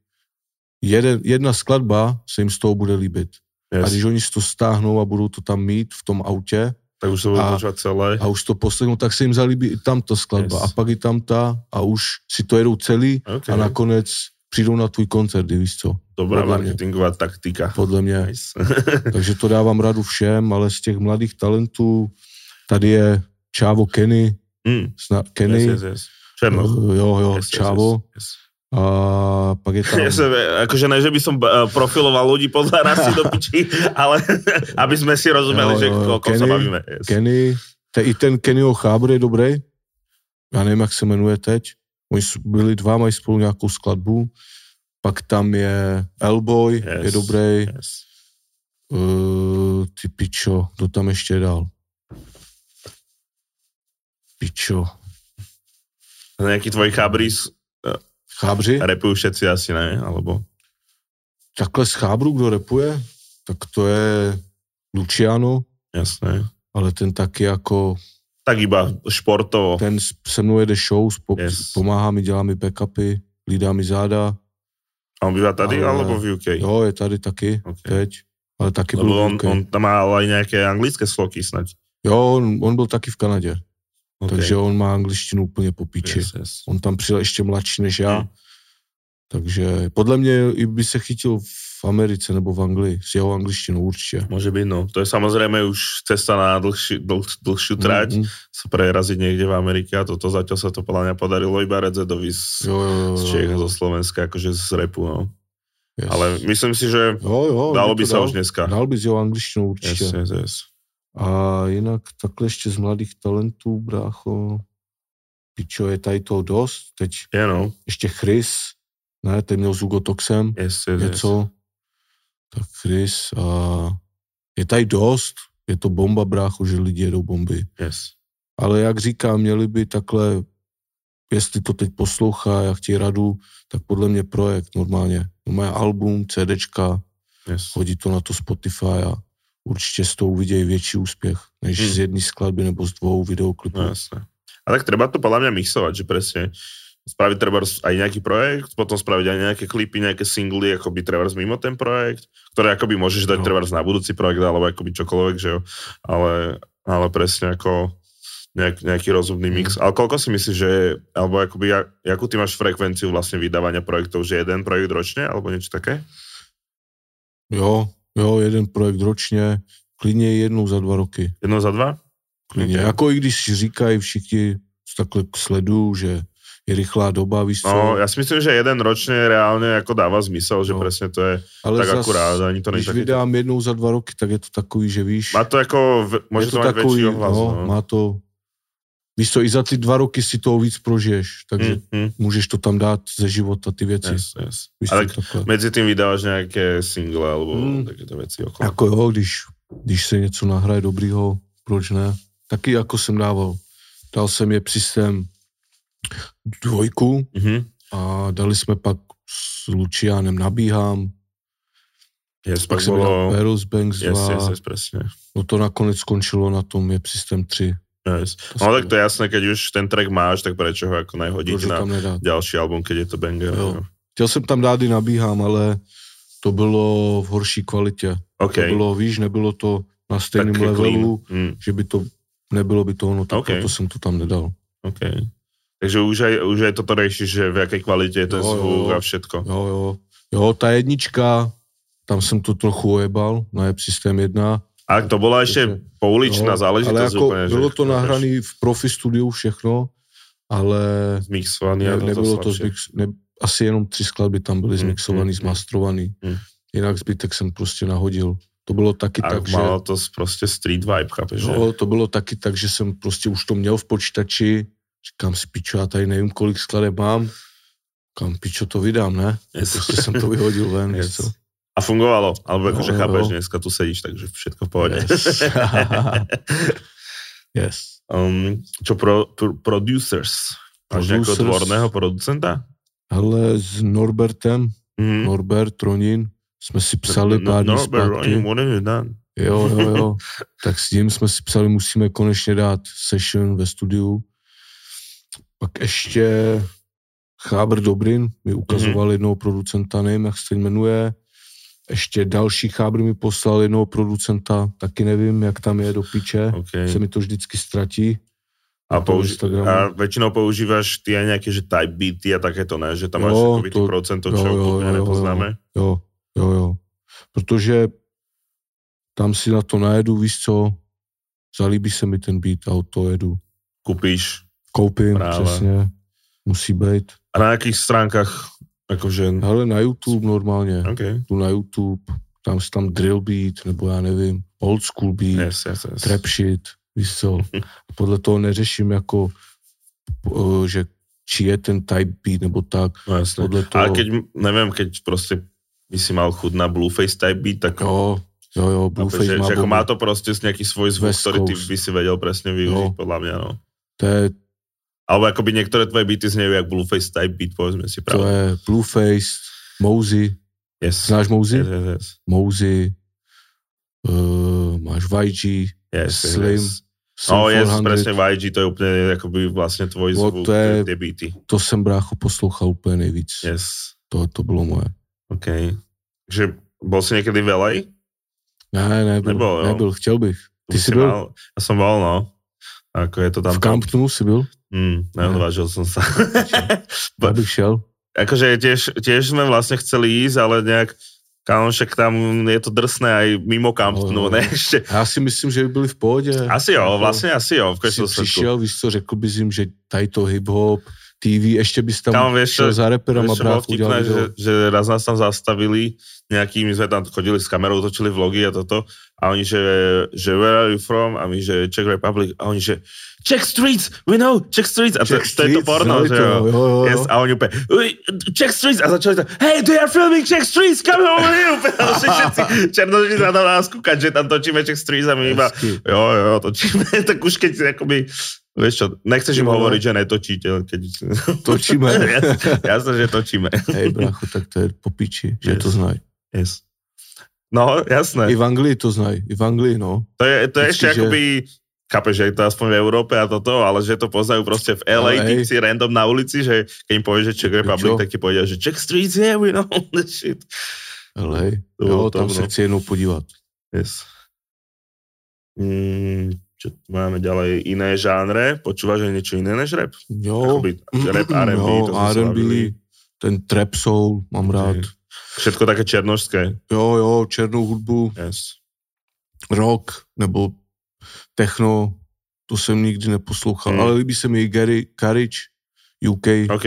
Speaker 2: jeden, jedna skladba se jim z toho bude líbit. A
Speaker 1: Yes.
Speaker 2: když oni si to stáhnou a budou to tam mít v tom autě
Speaker 1: Tak už sa budú
Speaker 2: a-
Speaker 1: počúvať celé.
Speaker 2: a už to poslechnou, tak se jim zalíbí i tam ta
Speaker 1: Yes.
Speaker 2: skladba a pak i tam ta a už si to jedou celý
Speaker 1: Okay.
Speaker 2: a nakonec přijdou na tvůj koncert, víš co,
Speaker 1: Dobrá
Speaker 2: podľa mňa.
Speaker 1: marketingová taktika.
Speaker 2: podle mě.
Speaker 1: Nice.
Speaker 2: Takže to dávám radu všem, ale z těch mladých talentů tady je Čávo Kenny,
Speaker 1: mm.
Speaker 2: sna, Kenny, Eh,
Speaker 1: yes, yes, yes. Černoch.
Speaker 2: jo, jo,
Speaker 1: Yes, yes,
Speaker 2: Čávo,
Speaker 1: yes, yes.
Speaker 2: a pak je tam,
Speaker 1: Ja sa, akože ne, že by som eh, profiloval ľudí podľa rasy do piči, ale aby sme si rozumeli,
Speaker 2: Jo,
Speaker 1: že
Speaker 2: jo, jo,
Speaker 1: o kom sa
Speaker 2: Kenny,
Speaker 1: bavíme. Yes.
Speaker 2: Kenny, te, i ten Kennyho Chábr je dobrý, já nevím, jak se jmenuje teď, oni s- byli dva, mají spolu nějakou skladbu, pak tam je Elboy,
Speaker 1: Yes,
Speaker 2: je dobrý,
Speaker 1: Yes.
Speaker 2: Uh, ty pičo, kdo tam ještě je dál? Pičo.
Speaker 1: Nejakí tvoji chábris
Speaker 2: Chábři?
Speaker 1: repujú všetci asi, ne? Alebo...
Speaker 2: Takhle z chábru, kdo repuje, tak to je Luciano,
Speaker 1: Jasné.
Speaker 2: ale ten taky jako,
Speaker 1: Tak iba športovo.
Speaker 2: ten s- se mnou jede show, spop,
Speaker 1: Yes.
Speaker 2: yes. pomáhá mi, dělá mi backupy, lídá mi záda.
Speaker 1: A on býva tady,
Speaker 2: Ale-
Speaker 1: alebo v UK?
Speaker 2: Jo, je tady taky,
Speaker 1: Okay.
Speaker 2: teď, ale taky byl
Speaker 1: Lebo on,
Speaker 2: on,
Speaker 1: on tam má ale aj nejaké anglické sloky snať.
Speaker 2: Jo, on, on byl taky v Kanadě,
Speaker 1: Okay.
Speaker 2: takže on má angličtinu úplně po píči.
Speaker 1: yes, yes.
Speaker 2: On tam přijel ještě mladší než já.
Speaker 1: Hmm.
Speaker 2: Hmm. Takže podle mě i by se chytil v Americe nebo v Anglii, s jeho angličtinou určitě.
Speaker 1: Môže byť, no. To je samozrejme už cesta na dlhši, dlh, dlhšiu trať,
Speaker 2: Mm, mm.
Speaker 1: sa preraziť niekde v Amerike a toto zatiaľ sa to podľa mňa podarilo iba Redzedovi z,
Speaker 2: Jo, jo, jo.
Speaker 1: z Čech a zo Slovenska, akože z repu, no.
Speaker 2: Yes.
Speaker 1: Ale myslím si, že
Speaker 2: jo, jo,
Speaker 1: dalo
Speaker 2: on
Speaker 1: by
Speaker 2: to
Speaker 1: sa
Speaker 2: dal-
Speaker 1: už dneska.
Speaker 2: Dal by s jeho angličtinou
Speaker 1: Yes,
Speaker 2: určitě.
Speaker 1: yes, yes.
Speaker 2: A jinak takhle ještě z mladých talentů, brácho, pičo, je tady toho dost. Teď
Speaker 1: Je, no.
Speaker 2: ještě Chris, ne, ten měl s Hugo Toxem
Speaker 1: Yes, yes, yes.
Speaker 2: něco. Tak Chris a je tady dost. Je to bomba, brácho, že lidi jedou bomby.
Speaker 1: yes.
Speaker 2: Ale jak říkám, měli by takhle, jestli to teď poslouchá a chtějí radu, tak podle mě projekt normálně. Normálně album, CDčka,
Speaker 1: yes.
Speaker 2: hodí to na to Spotify a určitě s tou uvidějí větší úspěch, než
Speaker 1: Hmm.
Speaker 2: hmm. z jedné skladby nebo z dvou videoklipů.
Speaker 1: No jasné. A tak treba to podľa mňa mixovať, že presne spraviť treba aj nejaký projekt, potom spraviť aj nejaké klipy, nejaké singly, akoby treba mimo ten projekt, ktoré akoby môžeš dať no.
Speaker 2: No.
Speaker 1: treba na budúci projekt, alebo akoby čokoľvek, že jo. Ale, ale presne ako nejak, nejaký rozumný
Speaker 2: Mm.
Speaker 1: mix. Ale koľko si myslíš, že je- alebo akoby, jak- jakú ty máš frekvenciu vlastne vydávania projektov, že jeden projekt ročne, alebo niečo také?
Speaker 2: Jo, jo, jeden projekt ročně, klidně jednou za dva roky.
Speaker 1: Jedno za dva?
Speaker 2: Klidně.
Speaker 1: Ok.
Speaker 2: Jako i když říkají všichni, co takhle sledujú, že je rychlá doba, víš co,
Speaker 1: No, ja si myslím, že jeden ročne reálne ako dáva zmysel, že no.
Speaker 2: No.
Speaker 1: presne to je
Speaker 2: ale
Speaker 1: tak
Speaker 2: zas,
Speaker 1: akurát, ani to nie
Speaker 2: když
Speaker 1: je také
Speaker 2: vydám jednou za dva roky, tak je to takový, že víš,
Speaker 1: Má to jako, v-
Speaker 2: Je
Speaker 1: může to, to mít větší ohlas. No,
Speaker 2: má to Víš co, i za ty dva roky si toho víc prožiješ, takže
Speaker 1: Hm, hm.
Speaker 2: můžeš to tam dát ze života, ty věci.
Speaker 1: Yes, yes.
Speaker 2: Víš
Speaker 1: A
Speaker 2: co,
Speaker 1: tak
Speaker 2: takhle.
Speaker 1: medzi tým vydáváš nějaké single alebo
Speaker 2: Mm.
Speaker 1: mm. takéto věci okolo.
Speaker 2: Jako jo, když, když se něco nahraje dobrýho, proč ne? Taky jako jsem dával. Dal jsem je přistem dvojku
Speaker 1: Mhm.
Speaker 2: a dali jsme pak s Lucianem Nabíhám,
Speaker 1: Yes, pak
Speaker 2: pak
Speaker 1: si
Speaker 2: jsem dal
Speaker 1: bylo...
Speaker 2: Peros Banks 2,
Speaker 1: Yes, yes, yes, presne.
Speaker 2: no to nakonec skončilo na tom je přistem 3.
Speaker 1: Yes.
Speaker 2: jsem-
Speaker 1: No tak to je jasné, keď už ten track máš, tak prečo ho ako
Speaker 2: Proč
Speaker 1: najhodiť
Speaker 2: ho
Speaker 1: na
Speaker 2: tam nedá?
Speaker 1: ďalší album, keď je to banger.
Speaker 2: Jo.
Speaker 1: Jo.
Speaker 2: Chtěl jsem tam dát i Nabíhám, ale to bylo v horší kvalitě.
Speaker 1: OK,
Speaker 2: To bylo, víš, nebylo to na stejném
Speaker 1: taký clean.
Speaker 2: levelu,
Speaker 1: Mm,
Speaker 2: že by to nebylo by to ono, tak
Speaker 1: OK.
Speaker 2: proto jsem to tam nedal.
Speaker 1: OK. Takže už aj, už aj toto riešiš, že v jaké kvalitě je ten
Speaker 2: Jo, jo,
Speaker 1: zvuk
Speaker 2: jo.
Speaker 1: a všetko.
Speaker 2: Jo, jo. Jo, ta jednička, tam jsem to trochu ojebal, na App System 1.
Speaker 1: A to bola ešte
Speaker 2: Takže-
Speaker 1: pouličná
Speaker 2: jo, ale
Speaker 1: záležitosť
Speaker 2: jako
Speaker 1: úplne.
Speaker 2: bylo
Speaker 1: že
Speaker 2: to nahrané v profi studiu všechno, ale
Speaker 1: Zmixovaný.
Speaker 2: ne,
Speaker 1: ale
Speaker 2: nebylo to
Speaker 1: slabšie.
Speaker 2: zmix, ne, asi jenom tři skladby tam byly
Speaker 1: Hmm,
Speaker 2: zmixovaný,
Speaker 1: hmm,
Speaker 2: zmastrovaný.
Speaker 1: hmm.
Speaker 2: Jinak zbytek jsem prostě nahodil. To bylo taky
Speaker 1: A
Speaker 2: tak, že...
Speaker 1: malo to prostě street vibe, chápeš? že-
Speaker 2: No, to bylo taky tak, že jsem prostě už to měl v počítači. Říkám si, pičo, já tady nevím, kolik skladeb mám. Říkám, pičo, to vydám, ne?
Speaker 1: Yes.
Speaker 2: Prostě jsem to vyhodil ven,
Speaker 1: Yes.
Speaker 2: yes. co?
Speaker 1: A fungovalo. Alebo akože
Speaker 2: Jo,
Speaker 1: chápeš,
Speaker 2: jo.
Speaker 1: dneska tu sedíš, takže všetko v pohode.
Speaker 2: Yes. yes.
Speaker 1: Um, čo pro, pro, producers? Máš nějakého
Speaker 2: Producers.
Speaker 1: tvorného producenta?
Speaker 2: Hele, s Norbertem,
Speaker 1: Mm.
Speaker 2: Norbert Ronin, jsme si No, psali
Speaker 1: No,
Speaker 2: pár dní zpátky.
Speaker 1: what have you done?
Speaker 2: Jo, jo, jo. Tak s ním jsme si psali, musíme konečně dát session ve studiu. Pak ještě Chábr Dobrin mi ukazoval
Speaker 1: Mhm.
Speaker 2: mm-hmm. jednoho producenta, nevím, jak se ten jmenuje. Ještě další Chábr mi poslal jednoho producenta, taky nevím, jak tam je do piče.
Speaker 1: Okay.
Speaker 2: Se mi to vždycky ztratí.
Speaker 1: A,
Speaker 2: na tom
Speaker 1: použi-
Speaker 2: Instagramu.
Speaker 1: a väčšinou používáš ty aj nějaké, že type beaty a takéto, ne? Že tam máš
Speaker 2: Jo,
Speaker 1: jo, to,
Speaker 2: to-
Speaker 1: producentov,
Speaker 2: jo,
Speaker 1: čo
Speaker 2: jo, jo,
Speaker 1: úplne
Speaker 2: jo, jo.
Speaker 1: nepoznáme.
Speaker 2: Jo, jo, jo. Protože tam si na to najedu, víš co, zalíbí se mi ten beat a o to jedu.
Speaker 1: Kupíš.
Speaker 2: Koupím,
Speaker 1: Práva.
Speaker 2: Práva. přesně, musí být.
Speaker 1: A na jakých stránkách? Akože...
Speaker 2: Hele, na YouTube normálně,
Speaker 1: OK.
Speaker 2: tu na YouTube, tam si tam drill beat, nebo já nevím, old school beat,
Speaker 1: Yes, yes, yes.
Speaker 2: trap shit, víš co. Podle toho neřeším jako, eh, že či je ten type beat nebo tak,
Speaker 1: No jasne.
Speaker 2: podle
Speaker 1: A
Speaker 2: toho.
Speaker 1: keď, neviem, keď proste by si mal chud na Blueface type beat, tak
Speaker 2: Jo, jo, jo,
Speaker 1: Chápeš,
Speaker 2: Blueface
Speaker 1: No, že,
Speaker 2: má,
Speaker 1: že ako
Speaker 2: bombu.
Speaker 1: má to prostě proste nejaký svoj zvuk,
Speaker 2: West
Speaker 1: ktorý ty
Speaker 2: Coast.
Speaker 1: by si vedel presne využiť,
Speaker 2: Jo.
Speaker 1: podľa mňa, no.
Speaker 2: to je
Speaker 1: Alebo akoby niektoré tvoje beaty znejú jak Blueface type beat, povedzme si
Speaker 2: To
Speaker 1: pravdu.
Speaker 2: je Blueface, Mouzy,
Speaker 1: Yes.
Speaker 2: znáš Mouzy?
Speaker 1: Yes, yes, yes.
Speaker 2: Mouzy, uh, máš YG,
Speaker 1: Yes, yes,
Speaker 2: Slim,
Speaker 1: yes.
Speaker 2: Slim
Speaker 1: No, yes,
Speaker 2: 400.
Speaker 1: presne YG, to je úplne akoby vlastne tvoj
Speaker 2: No,
Speaker 1: zvuk,
Speaker 2: to je-
Speaker 1: tie beaty.
Speaker 2: To jsem brácho poslouchal úplně nejvíc.
Speaker 1: Yes,
Speaker 2: To, to bylo moje.
Speaker 1: OK. Takže bol si niekedy v LA?
Speaker 2: Ne, nebyl,
Speaker 1: Nebyl, jo.
Speaker 2: nebyl, chtěl bych. Ty
Speaker 1: Už
Speaker 2: jsi byl?
Speaker 1: Mal, ja som bol, no. Ako je to tam?
Speaker 2: v Camptonu jsi byl?
Speaker 1: Mm, neodvážil som sa.
Speaker 2: Já bych šel.
Speaker 1: akože tiež, tiež sme vlastne chceli ísť, ale nejak Kámo, však tam je to drsné aj mimo Camptonu,
Speaker 2: No, no.
Speaker 1: ne? Ešte.
Speaker 2: Já si myslím, že by byli v pohodě.
Speaker 1: Asi jo, vlastně
Speaker 2: Jako
Speaker 1: vlastne asi jo, v
Speaker 2: jsi
Speaker 1: konečnom sledku.
Speaker 2: přišel, víš co, řekl bys jim, že tady to hip-hop, TV, ještě bys tam
Speaker 1: Kámo, vieš, čo-
Speaker 2: šel za reperama,
Speaker 1: Vieš, čo bolo
Speaker 2: brácho, udělal
Speaker 1: vtipné, že,
Speaker 2: video.
Speaker 1: že raz nás tam zastavili nejaký, my sme tam chodili s kamerou, točili vlogy a toto a oni, že, že where are you from? A my, že Czech Republic. A oni, že Czech streets, we know, Czech streets. A to,
Speaker 2: Check
Speaker 1: to je to
Speaker 2: Streets,
Speaker 1: porno,
Speaker 2: znali
Speaker 1: že
Speaker 2: to,
Speaker 1: jo.
Speaker 2: jo, jo,
Speaker 1: Yes,
Speaker 2: jo.
Speaker 1: a oni úplně, "Uj, Czech Streets, a začali tam, hey, they are filming Czech Streets, come over here, úplně, že všetci černožní na tam nás kúkať, že tam točíme Czech Streets a my iba,
Speaker 2: Hezky.
Speaker 1: jo, jo, točíme, tak už keď jakoby, vieš čo, nechceš im
Speaker 2: Jo, no.
Speaker 1: hovoriť, že netočíte, keď...
Speaker 2: Točíme.
Speaker 1: Jasné, že točíme.
Speaker 2: Hej, brácho, tak to je po piči, že
Speaker 1: Yes.
Speaker 2: to znají.
Speaker 1: Yes. No, jasné.
Speaker 2: I v Anglii to znají, i v Anglii, no.
Speaker 1: To je, to je
Speaker 2: Vždycky,
Speaker 1: ešte
Speaker 2: že-
Speaker 1: akoby, chápeš, že je to aspoň v Európe a toto, ale že to poznajú proste v LA,
Speaker 2: LA.
Speaker 1: ty si random na ulici, že keď im povieš, že Czech Republic,
Speaker 2: čo?
Speaker 1: tak ti povedia, že Czech Streets, yeah, we know the shit.
Speaker 2: Ale hej,
Speaker 1: To bylo
Speaker 2: jo, tam
Speaker 1: tam,
Speaker 2: se
Speaker 1: no.
Speaker 2: chci jednou podívat.
Speaker 1: Yes. Mm, čo tu máme ďalej? Iné žánre? Počúvaš aj niečo iné než rap?
Speaker 2: Mm-hmm. Jo,
Speaker 1: Akoby rap, R&B,
Speaker 2: jo,
Speaker 1: to sme sa bavili.
Speaker 2: R&B, ten trap soul, mám rád.
Speaker 1: Hej. Všetko také černožské.
Speaker 2: Jo, jo, černou hudbu,
Speaker 1: Yes.
Speaker 2: rock nebo techno, to jsem nikdy neposlouchal,
Speaker 1: Hmm.
Speaker 2: hmm. ale líbí se mi i Gary, Garage, UK,
Speaker 1: OK.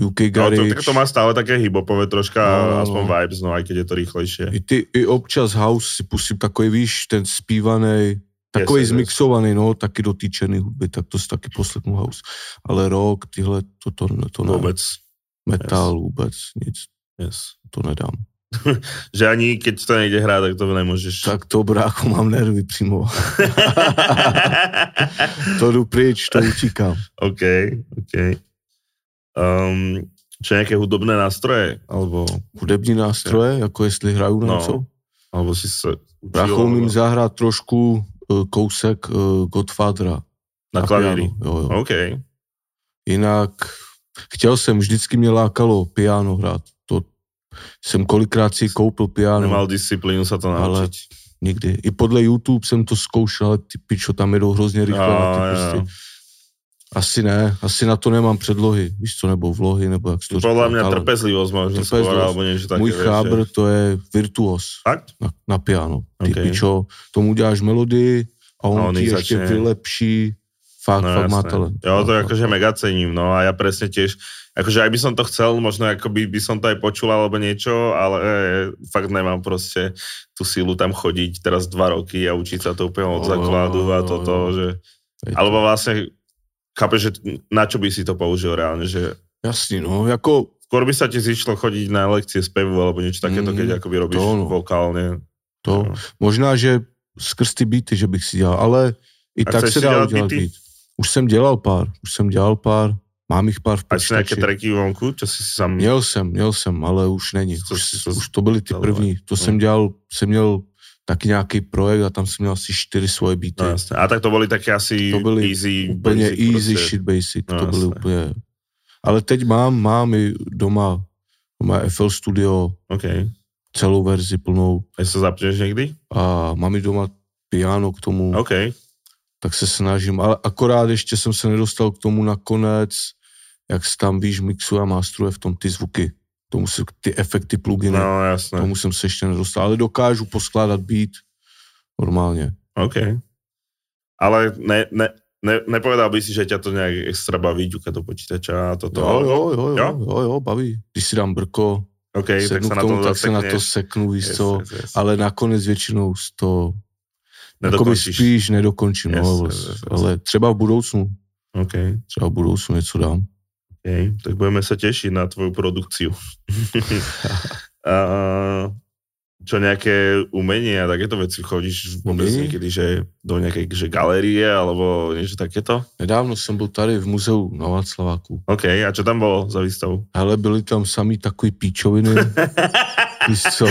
Speaker 2: UK
Speaker 1: No, to,
Speaker 2: Garage.
Speaker 1: tak to má stále také hipopové troška,
Speaker 2: No, no, no.
Speaker 1: aspoň vibes, no aj keď je to rýchlejšie.
Speaker 2: I, ty, I občas house si pustím takový, víš, ten zpívaný, Takový
Speaker 1: Yes,
Speaker 2: yes,
Speaker 1: yes, yes.
Speaker 2: zmixovaný, no, taky dotyčený hudby, tak to si taky poslechnu house. Ale rock, tyhle, to, to, to ne.
Speaker 1: Vôbec.
Speaker 2: Metal yes. vůbec, nic,
Speaker 1: Yes.
Speaker 2: to nedám.
Speaker 1: Že ani keď to nejde hrát, tak to nemůžeš.
Speaker 2: Tak to, brácho, mám nervy přímo. to jdu pryč, to utíkám.
Speaker 1: OK, OK. Um, čo nějaké hudobné nástroje? Alebo,
Speaker 2: Hudební nástroje, jako jestli hraju na
Speaker 1: No.
Speaker 2: no. něco.
Speaker 1: alebo si se učil?
Speaker 2: Brácho,
Speaker 1: alebo-
Speaker 2: umím zahrát trošku eh, kousek eh, Godfathera.
Speaker 1: Na No. klavíri.
Speaker 2: piano, Jo, jo.
Speaker 1: OK.
Speaker 2: Jinak chtěl jsem, vždycky mě lákalo piano hrát. To jsem kolikrát si koupil piano.
Speaker 1: Nemal disciplínu sa to
Speaker 2: Ale
Speaker 1: naučit.
Speaker 2: Nikdy. I podle YouTube jsem to zkoušel, ale ty pičo, tam jedou hrozně rychle. na
Speaker 1: No,
Speaker 2: ty prsty. Asi ne, asi na to nemám předlohy, víš co, nebo vlohy, nebo jak se to
Speaker 1: Podle
Speaker 2: říká,
Speaker 1: mě
Speaker 2: talent.
Speaker 1: trpezlivost možná skôr,
Speaker 2: Trpezlivosť.
Speaker 1: alebo něco také.
Speaker 2: Můj
Speaker 1: vieš,
Speaker 2: chábr
Speaker 1: že-
Speaker 2: to je virtuos
Speaker 1: Fakt?
Speaker 2: na, na piano. Ty
Speaker 1: Ok.
Speaker 2: okay. pičo, tomu děláš melodii a on,
Speaker 1: A on
Speaker 2: a on
Speaker 1: ji
Speaker 2: ti ještě
Speaker 1: začne.
Speaker 2: vylepší. Fakt,
Speaker 1: No
Speaker 2: no, fakt má
Speaker 1: jasné.
Speaker 2: talent.
Speaker 1: Jo, to jako-
Speaker 2: Fakt,
Speaker 1: jakože mega cením, no a já presne tiež, akože aj by som to chcel, možno akoby by som to aj počul alebo niečo, ale e, fakt nemám prostě tu sílu tam chodiť teraz dva roky a učiť sa to úplně od
Speaker 2: Jo,
Speaker 1: základu a
Speaker 2: jo,
Speaker 1: toto,
Speaker 2: jo.
Speaker 1: že,
Speaker 2: fakt.
Speaker 1: alebo vlastne, chápeš, že na čo by si to použil reálne, že
Speaker 2: Jasný, no, jako
Speaker 1: skôr by sa ti zišlo chodiť na lekcie spevu alebo niečo takéto,
Speaker 2: Mm,
Speaker 1: keď akoby robíš
Speaker 2: to ono.
Speaker 1: vokálne.
Speaker 2: to.
Speaker 1: No.
Speaker 2: Možná, že skrz ty beaty, že bych si dělal, ale i
Speaker 1: A
Speaker 2: tak
Speaker 1: chceš
Speaker 2: se
Speaker 1: si
Speaker 2: dá
Speaker 1: dělat
Speaker 2: udělat
Speaker 1: beaty?
Speaker 2: beat. Už jsem dělal pár, už jsem dělal pár, mám jich pár v
Speaker 1: A si
Speaker 2: počítači.
Speaker 1: nejaké tracky vonku, čo si sám...
Speaker 2: Měl jsem, měl jsem, ale už není.
Speaker 1: Co
Speaker 2: Už,
Speaker 1: jsi- co jsi
Speaker 2: už to byly ty
Speaker 1: dělal,
Speaker 2: první. To jsem dělal, jsem měl taky nějaký projekt a tam jsem měl asi čtyři svoje beaty.
Speaker 1: No, jasné. a tak to boli také asi
Speaker 2: To byli
Speaker 1: easy,
Speaker 2: úplně
Speaker 1: basic
Speaker 2: easy
Speaker 1: prostě.
Speaker 2: shit basic,
Speaker 1: No,
Speaker 2: to byly
Speaker 1: jasné.
Speaker 2: úplně... Ale teď mám, mám i doma, doma FL Studio,
Speaker 1: OK.
Speaker 2: celou verzi plnou
Speaker 1: A se zapneš někdy?
Speaker 2: a mám i doma piano k tomu.
Speaker 1: OK.
Speaker 2: tak se snažím, ale akorát ještě jsem se nedostal k tomu nakonec, jak se tam, víš, mixuje a mástruje v tom ty zvuky, tomu se, ty efekty pluginy, no,
Speaker 1: No jasné.
Speaker 2: tomu jsem se ještě nedostal, ale dokážu poskládat beat normálně.
Speaker 1: OK. Ale ne, ne, ne, nepovedal by si, že tě to nějak extra baví, ťuka do počítača a toto.
Speaker 2: Jo, jo, jo,
Speaker 1: Jo?
Speaker 2: jo, jo, jo, baví. Když si dám brko,
Speaker 1: OK,
Speaker 2: okay,
Speaker 1: tak
Speaker 2: sednu
Speaker 1: se
Speaker 2: tak
Speaker 1: na
Speaker 2: k tomu,
Speaker 1: to
Speaker 2: tak se na to seknu, víš co,
Speaker 1: Yes, yes, yes.
Speaker 2: ale nakonec většinou z to jakoby
Speaker 1: Nedokončíš.
Speaker 2: spíš nedokončím,
Speaker 1: Yes,
Speaker 2: no,
Speaker 1: yes, yes, yes.
Speaker 2: ale třeba v budoucnu,
Speaker 1: OK,
Speaker 2: třeba v budoucnu něco dám.
Speaker 1: OK. Tak budeme se těšit na tvoju produkciu. a, čo nějaké umění a takéto věci? Chodíš vůbec
Speaker 2: Umění?
Speaker 1: někdy, že do nějaké že galerie alebo něco takéto?
Speaker 2: Nedávno jsem byl tady v muzeu na Václaváku
Speaker 1: OK, a čo tam bylo za výstavu?
Speaker 2: Ale byly tam samý takový píčoviny, víš co?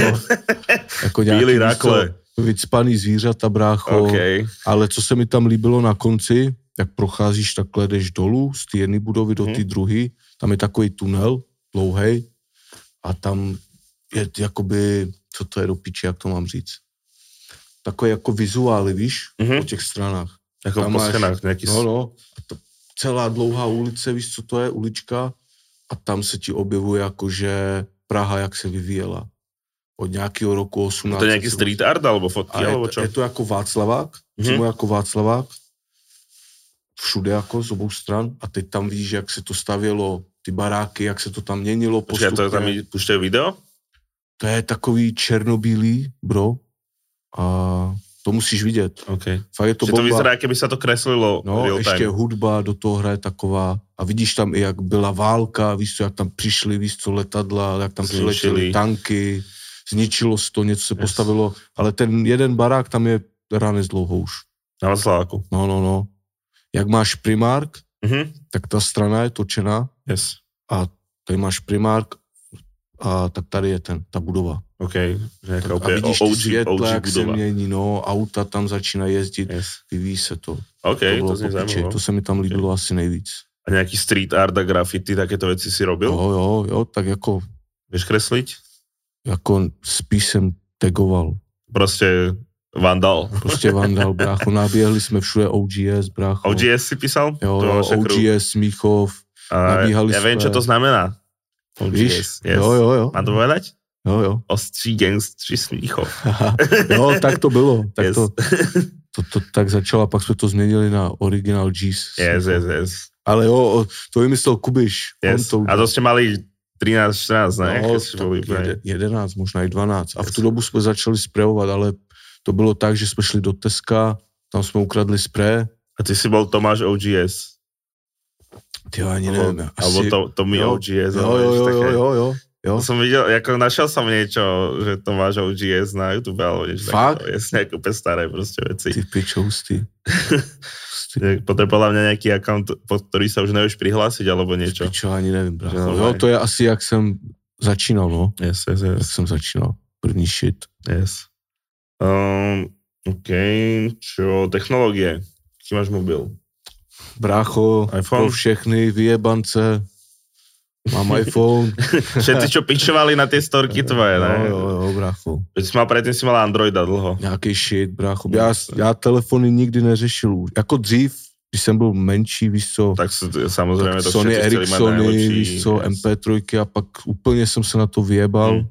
Speaker 2: Jako nějaký,
Speaker 1: Bílý
Speaker 2: víš co,
Speaker 1: rakle.
Speaker 2: Vycpaný zvířata, brácho.
Speaker 1: OK.
Speaker 2: Ale co se mi tam líbilo na konci, jak procházíš takhle, jdeš dolů z té jedné budovy do
Speaker 1: Mhm.
Speaker 2: té druhé, tam je takový tunel, dlouhý, a tam je t- jakoby, co to je do piči, jak to mám říct? Takové jako vizuály, víš,
Speaker 1: Mhm.
Speaker 2: po těch stranách.
Speaker 1: Jako
Speaker 2: Tam
Speaker 1: po
Speaker 2: máš-
Speaker 1: schénách nějaký
Speaker 2: No, no. A to celá dlouhá ulice, víš, co to je, ulička, a tam se ti objevuje jakože Praha, jak se vyvíjela. Od nějakého roku 18.
Speaker 1: No To je nějaký street art, alebo fotky,
Speaker 2: A je,
Speaker 1: alebo
Speaker 2: to-
Speaker 1: čo?
Speaker 2: je to jako Václavák,
Speaker 1: Mhm.
Speaker 2: mm-hmm. přímo jako Václavák. Všude jako z obou stran. A teď tam vidíš, jak se to stavělo, ty baráky, jak se to tam měnilo
Speaker 1: Počkej,
Speaker 2: postupně.
Speaker 1: to tam i puštějí video?
Speaker 2: to je takový černobílý, bro. A to musíš vidět.
Speaker 1: OK.
Speaker 2: Fakt je
Speaker 1: To,
Speaker 2: to
Speaker 1: že to
Speaker 2: bomba.
Speaker 1: vyzerá, keby se to kreslilo
Speaker 2: No,
Speaker 1: real
Speaker 2: ještě
Speaker 1: time.
Speaker 2: hudba do toho hraje taková. A vidíš tam i, jak byla válka, víš co, jak tam přišli, víš co, letadla, jak tam
Speaker 1: Zničili.
Speaker 2: přiletěly tanky, zničilo se to, něco se
Speaker 1: Yes.
Speaker 2: yes. postavilo, ale ten jeden barák tam je ranec dlouho už.
Speaker 1: Na Václaváku.
Speaker 2: No, no, no. Jak máš primárk,
Speaker 1: Mhm.
Speaker 2: tak ta strana je točená
Speaker 1: Yes.
Speaker 2: a tady máš primárk a tak tady je ten, ta budova.
Speaker 1: OK. Že nějaká
Speaker 2: Tak, a
Speaker 1: úplně
Speaker 2: vidíš ty
Speaker 1: OG,
Speaker 2: světla,
Speaker 1: OG
Speaker 2: jak se
Speaker 1: budova.
Speaker 2: mění, no, auta tam začíná jezdit,
Speaker 1: Yes.
Speaker 2: vyvíjí se to.
Speaker 1: OK,
Speaker 2: to
Speaker 1: to, no.
Speaker 2: bylo
Speaker 1: to zní
Speaker 2: po piči,
Speaker 1: zajímavé.
Speaker 2: to se mi tam líbilo asi nejvíc.
Speaker 1: A nějaký street art a graffiti, takéto věci si robil?
Speaker 2: Jo, jo, jo, tak jako,
Speaker 1: Víš kreslit?
Speaker 2: jako spíš jsem tagoval.
Speaker 1: Prostě vandal.
Speaker 2: Prostě vandal, brácho, naběhli jsme všude OGS, brácho.
Speaker 1: OGS si písal?
Speaker 2: jo,
Speaker 1: To
Speaker 2: jo,
Speaker 1: máš takovou-
Speaker 2: OGS, Smíchov,
Speaker 1: A
Speaker 2: nabíhali
Speaker 1: já vím,
Speaker 2: jsme-
Speaker 1: co to znamená. OGS.
Speaker 2: víš?
Speaker 1: Yes.
Speaker 2: Jo, jo, jo,
Speaker 1: Mám to povedať?
Speaker 2: jo, jo.
Speaker 1: Ostří gangstři smíchov.
Speaker 2: jo, No, tak to bylo, tak
Speaker 1: Yes.
Speaker 2: to, to, to, tak začalo, a pak jsme to změnili na original G's.
Speaker 1: Yes, yes, yes.
Speaker 2: Ale jo, o- to vymyslel Kubiš,
Speaker 1: Yes.
Speaker 2: on to
Speaker 1: A to jste mali 13, 14, ne?
Speaker 2: No,
Speaker 1: No, si
Speaker 2: tak
Speaker 1: boli,
Speaker 2: jede-
Speaker 1: úplně-
Speaker 2: 11, možná i 12. A v
Speaker 1: Yes.
Speaker 2: tu dobu jsme začali sprejovat, ale to bylo tak, že jsme šli do Teska, Tam jsme ukradli spray.
Speaker 1: A ty si byl Tomáš OGS.
Speaker 2: Ty jo, ani
Speaker 1: Alebo-
Speaker 2: nevím.
Speaker 1: Alebo to, to mi
Speaker 2: jo.
Speaker 1: OGS.
Speaker 2: jo,
Speaker 1: ale
Speaker 2: jo, jo,
Speaker 1: ešte
Speaker 2: jo,
Speaker 1: také-
Speaker 2: jo, jo, jo.
Speaker 1: To jako som videl, ako našiel som niečo, že to máš OGS na YouTube, alebo niečo
Speaker 2: Fakt?
Speaker 1: takého. Jasne, ako úplne jako staré prostě proste veci.
Speaker 2: Ty pičo, hustý. Hustý.
Speaker 1: Potrebovala mňa nejaký account, pod ktorý sa už nevieš prihlásiť, alebo niečo.
Speaker 2: Pičo, ani nevím, brácho.
Speaker 1: Jo,
Speaker 2: Jo,
Speaker 1: ne.
Speaker 2: to je asi, jak jsem začínal, no.
Speaker 1: Yes, yes,
Speaker 2: Jak
Speaker 1: yes.
Speaker 2: jsem začínal. První shit.
Speaker 1: yes. Um, OK, čo, technológie. Aký máš mobil?
Speaker 2: Brácho,
Speaker 1: iPhone?
Speaker 2: pro všechny, vyjebance. Mám iPhone.
Speaker 1: Všetci, čo pičovali na tie storky tvoje, ne?
Speaker 2: jo, No, jo, jo, brácho.
Speaker 1: Veď si mal, predtým si mal Androida dlho.
Speaker 2: Nějaký shit, brácho. Já, já telefony nikdy neřešil už. Jako dřív, když jsem byl menší, víš co,
Speaker 1: Tak s- samozrejme, to
Speaker 2: Sony
Speaker 1: všetci chceli mať
Speaker 2: Ericssony,
Speaker 1: najlepší.
Speaker 2: víš co,
Speaker 1: yes.
Speaker 2: MP3 a pak úplně jsem se na to vyjebal.
Speaker 1: Hmm.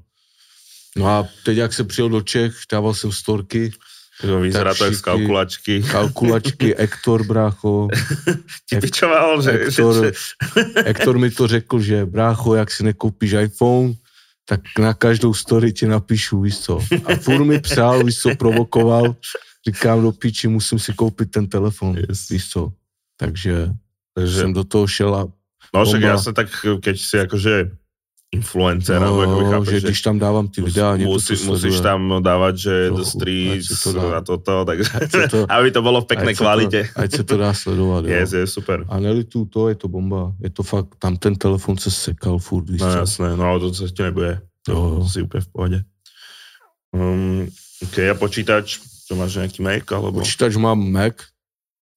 Speaker 2: No a teď, jak jsem přijel do Čech, dával jsem storky,
Speaker 1: Vyzerá to jak z
Speaker 2: všichni-
Speaker 1: kalkulačky.
Speaker 2: kalkulačky, Ektor, brácho.
Speaker 1: Ti pičoval, že, že, že
Speaker 2: Ektor, Ektor mi to řekl, že brácho, jak si nekoupíš iPhone, tak na každou story ti napíšu, víš co. A furt mi psal, víš co, provokoval. Říkám, do piči, musím si koupit ten telefon,
Speaker 1: Yes.
Speaker 2: víš co. Takže
Speaker 1: Takže,
Speaker 2: jsem do toho šel a
Speaker 1: no však
Speaker 2: bomba.
Speaker 1: jasne, tak keď si akože influencer, no, ako
Speaker 2: no,
Speaker 1: chápeš,
Speaker 2: že když tam dávám ty videa, někdo
Speaker 1: musí,
Speaker 2: to
Speaker 1: musíš
Speaker 2: sleduje.
Speaker 1: tam dávať, že
Speaker 2: Trochu,
Speaker 1: The Streets
Speaker 2: ať si to dá.
Speaker 1: a toto, takže
Speaker 2: Ať se to-
Speaker 1: aby to bolo v peknej
Speaker 2: ať se to-
Speaker 1: kvalite.
Speaker 2: Ať se to dá sledovat, jo.
Speaker 1: Yes, yes, super.
Speaker 2: A nelitu to, je to bomba. Je to fakt, tam ten telefon se sekal furt, víš
Speaker 1: No
Speaker 2: co.
Speaker 1: jasné, no ale to sa ti nebude.
Speaker 2: Jo,
Speaker 1: To
Speaker 2: jo.
Speaker 1: si úplne v pohode. Um, OK, a počítač, čo máš nejaký Mac, alebo
Speaker 2: Počítač mám Mac,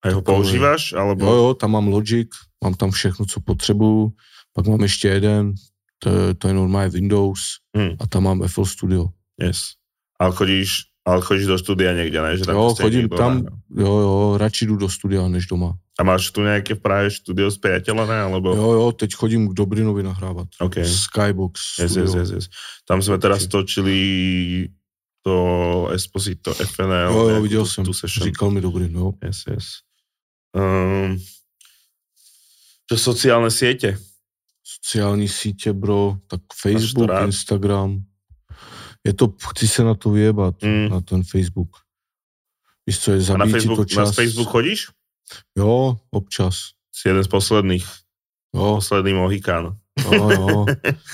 Speaker 1: aj ho
Speaker 2: to-
Speaker 1: používaš, alebo...
Speaker 2: Jo, jo, tam mám Logic, mám tam všechno, co potřebuju, pak mám ještě jeden, to, je- to je normálně Windows
Speaker 1: Hmm.
Speaker 2: a tam mám FL Studio.
Speaker 1: Yes. Ale chodíš, ale chodíš do štúdia niekde, ne? Že tam prostě
Speaker 2: Jo,
Speaker 1: proste je
Speaker 2: chodím
Speaker 1: niekto,
Speaker 2: tam.
Speaker 1: ne?
Speaker 2: Jo, jo, radši jdu do studia než doma.
Speaker 1: A máš tu nejaké práve štúdio spriateľené, alebo...
Speaker 2: Jo, jo, teď chodím k Dobrinovi nahrávat.
Speaker 1: OK.
Speaker 2: Skybox
Speaker 1: Yes,
Speaker 2: studio.
Speaker 1: yes, yes, yes. Tam sme teraz točili to Esposito FNL.
Speaker 2: Jo, jo,
Speaker 1: nejakú
Speaker 2: viděl
Speaker 1: tú-
Speaker 2: jsem,
Speaker 1: tú session.
Speaker 2: říkal mi no. Dobrin, jo.
Speaker 1: Yes, yes. Um, čo sociálne siete?
Speaker 2: Sociální sítě, bro, tak
Speaker 1: to
Speaker 2: Facebook,
Speaker 1: rád?
Speaker 2: Instagram. Je to, chci se na to vyjebat,
Speaker 1: Mm.
Speaker 2: na ten Facebook. Víš co, je
Speaker 1: A na
Speaker 2: zabíjí ti to
Speaker 1: Facebook, na
Speaker 2: čas.
Speaker 1: Facebook chodíš?
Speaker 2: Jo, občas.
Speaker 1: Si jeden z posledných.
Speaker 2: Jo,
Speaker 1: Posledný Mohikán. No,
Speaker 2: Jo, jo. No,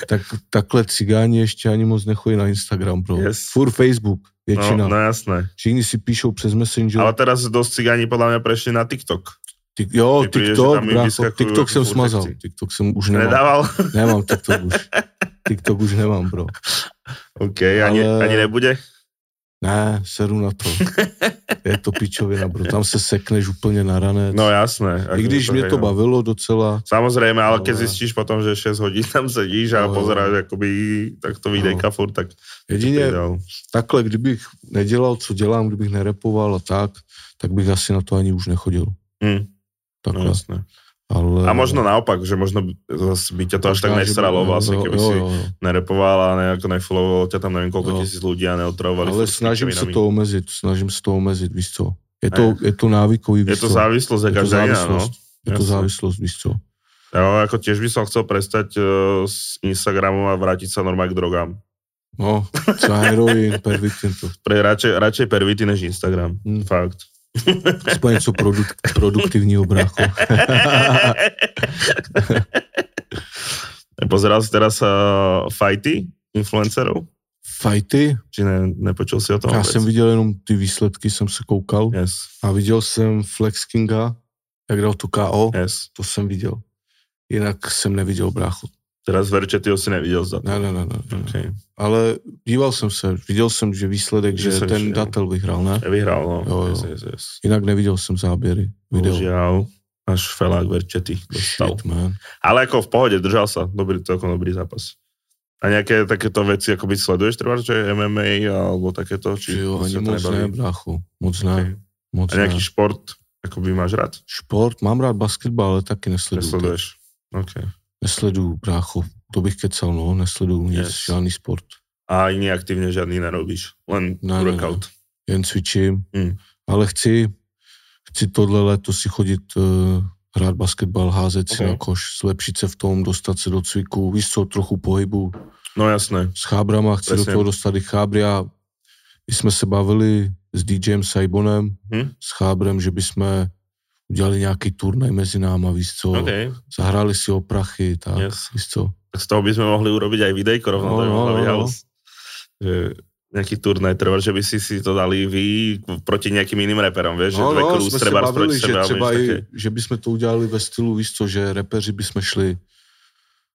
Speaker 2: Tak, takhle cigáni ještě ani moc nechodí na Instagram, bro.
Speaker 1: Yes.
Speaker 2: Fur Facebook,
Speaker 1: No,
Speaker 2: většina.
Speaker 1: no jasné.
Speaker 2: Všichni si píšou přes Messenger.
Speaker 1: Ale teraz dosť cigáni podľa mňa prešli na TikTok.
Speaker 2: Tik, jo,
Speaker 1: Ty přijde, že
Speaker 2: TikTok,
Speaker 1: tam jim
Speaker 2: brácho,
Speaker 1: vyskakují
Speaker 2: TikTok
Speaker 1: ty
Speaker 2: jsem
Speaker 1: furt
Speaker 2: smazal.
Speaker 1: akci.
Speaker 2: TikTok jsem už nemám.
Speaker 1: Nedával?
Speaker 2: Nemám TikTok už. TikTok už nemám, bro.
Speaker 1: OK, ani,
Speaker 2: Ale-
Speaker 1: ani nebude?
Speaker 2: Ne, seru na to. Je to pičovina, bro. Tam se sekneš úplně na ranec.
Speaker 1: No jasné.
Speaker 2: I
Speaker 1: ako
Speaker 2: když mě
Speaker 1: hej,
Speaker 2: to
Speaker 1: no.
Speaker 2: bavilo docela,
Speaker 1: Samozrejme, ale keď
Speaker 2: Ale-
Speaker 1: zistíš potom, že 6 hodín tam sedíš a
Speaker 2: No, jo.
Speaker 1: pozeráš akoby takto videjka furt, tak
Speaker 2: jedině
Speaker 1: ideál.
Speaker 2: takhle, kdybych nedělal, co dělám, kdybych nerepoval a tak, tak bych asi na to ani už nechodil.
Speaker 1: Hm, no,
Speaker 2: Takhle.
Speaker 1: jasné.
Speaker 2: Ale...
Speaker 1: A možno naopak, že možno by, zase by ťa to až tak
Speaker 2: Možná, že by-
Speaker 1: nesralo vlastne,
Speaker 2: jo,
Speaker 1: keby
Speaker 2: jo,
Speaker 1: si
Speaker 2: jo, jo.
Speaker 1: nerepoval a nejako nefollowovalo ťa tam neviem koľko
Speaker 2: Jo.
Speaker 1: tisíc ľudí a neotravovali.
Speaker 2: Ale
Speaker 1: furt s
Speaker 2: snažím se
Speaker 1: pičovinami.
Speaker 2: to omezit, snažím se to omezit, víš co. Je to, je to návykový, víš
Speaker 1: Je to
Speaker 2: co.
Speaker 1: závislosť,
Speaker 2: je
Speaker 1: aká
Speaker 2: to
Speaker 1: žena, no.
Speaker 2: závislost, je to
Speaker 1: Jasné.
Speaker 2: závislost, víš co.
Speaker 1: Jo, jako ako tiež by som chcel prestať uh, s Instagramom a vrátiť sa normálne k drogám.
Speaker 2: No, třeba heroin, pervitin, to.
Speaker 1: Pre, radšej, radšej pervity než Instagram.
Speaker 2: Hm.
Speaker 1: Fakt.
Speaker 2: Aspoň něco produk, produktivního, brácho.
Speaker 1: Pozeral si teraz uh, fighty influencerov?
Speaker 2: Fajty,
Speaker 1: Či ne, nepočul si o tom
Speaker 2: já
Speaker 1: vůbec?
Speaker 2: jsem viděl jenom ty výsledky, jsem se koukal
Speaker 1: Yes,
Speaker 2: a viděl jsem Flex Kinga, jak dal tu KO,
Speaker 1: yes.
Speaker 2: to jsem viděl. Jinak jsem neviděl, brácho.
Speaker 1: Teraz Verče, ty ho si neviděl za to.
Speaker 2: Ne, ne, ne, ne. ne.
Speaker 1: Okay.
Speaker 2: Ale díval jsem se, viděl jsem, že výsledek,
Speaker 1: Že
Speaker 2: že,
Speaker 1: se-
Speaker 2: ten
Speaker 1: že-
Speaker 2: datel vyhrál, ne?
Speaker 1: Vyhrál, no.
Speaker 2: Jo, jo.
Speaker 1: Yes, yes, yes.
Speaker 2: Jinak neviděl jsem záběry, video.
Speaker 1: Bohužiaľ, až felák Verčety dostal.
Speaker 2: Shit, man.
Speaker 1: Ale jako v pohodě, držal sa. Dobrý, celkom dobrý zápas. A nějaké takéto věci, jako by sleduješ třeba, že je MMA, alebo takéto? Či
Speaker 2: Či jo,
Speaker 1: prostě
Speaker 2: ani
Speaker 1: to
Speaker 2: moc
Speaker 1: nebaví?
Speaker 2: ne, bráchu. Moc ne,
Speaker 1: Ok.
Speaker 2: moc
Speaker 1: A
Speaker 2: ne.
Speaker 1: nějaký šport, jako by máš rád?
Speaker 2: Šport, mám rád basketbal, ale taky nesleduju. Nesleduju,
Speaker 1: Nesleduješ? OK.
Speaker 2: nesleduju brácho. To bych kecal, no, nesleduju nic,
Speaker 1: Yes.
Speaker 2: yes. žádný sport.
Speaker 1: A ani aktivně žádný nerobíš? Len
Speaker 2: Ne, ne, ne.
Speaker 1: workout?
Speaker 2: Jen cvičím,
Speaker 1: Hmm.
Speaker 2: ale chci, chci tohle léto si chodit uh, hrát basketbal, házet si
Speaker 1: Ok.
Speaker 2: na koš, zlepšit se v tom, dostat se do cviku, víš co, trochu pohybu,
Speaker 1: No jasné.
Speaker 2: s chábrama, chci
Speaker 1: Přesně.
Speaker 2: do toho dostat i chábry a když jsme se bavili s DJem Saibonem,
Speaker 1: Hm.
Speaker 2: hmm? s Chábrem, že bychom udělali nějaký turnaj mezi náma, víš co,
Speaker 1: OK,
Speaker 2: okay. zahráli si o prachy, tak,
Speaker 1: Yes.
Speaker 2: yes. víš co.
Speaker 1: tak z toho by sme mohli urobiť aj videjko, rovno no, to by mohlo no, byť no. house. Že nejaký turnaj trvá, že by si si to dali vy proti nejakým iným reperom, vieš,
Speaker 2: No,
Speaker 1: že dve kruz treba proti
Speaker 2: že
Speaker 1: sebe. alebo
Speaker 2: třeba
Speaker 1: niečo
Speaker 2: i,
Speaker 1: také.
Speaker 2: že bychom to udělali ve stylu, víš co, že repeři bychom šli,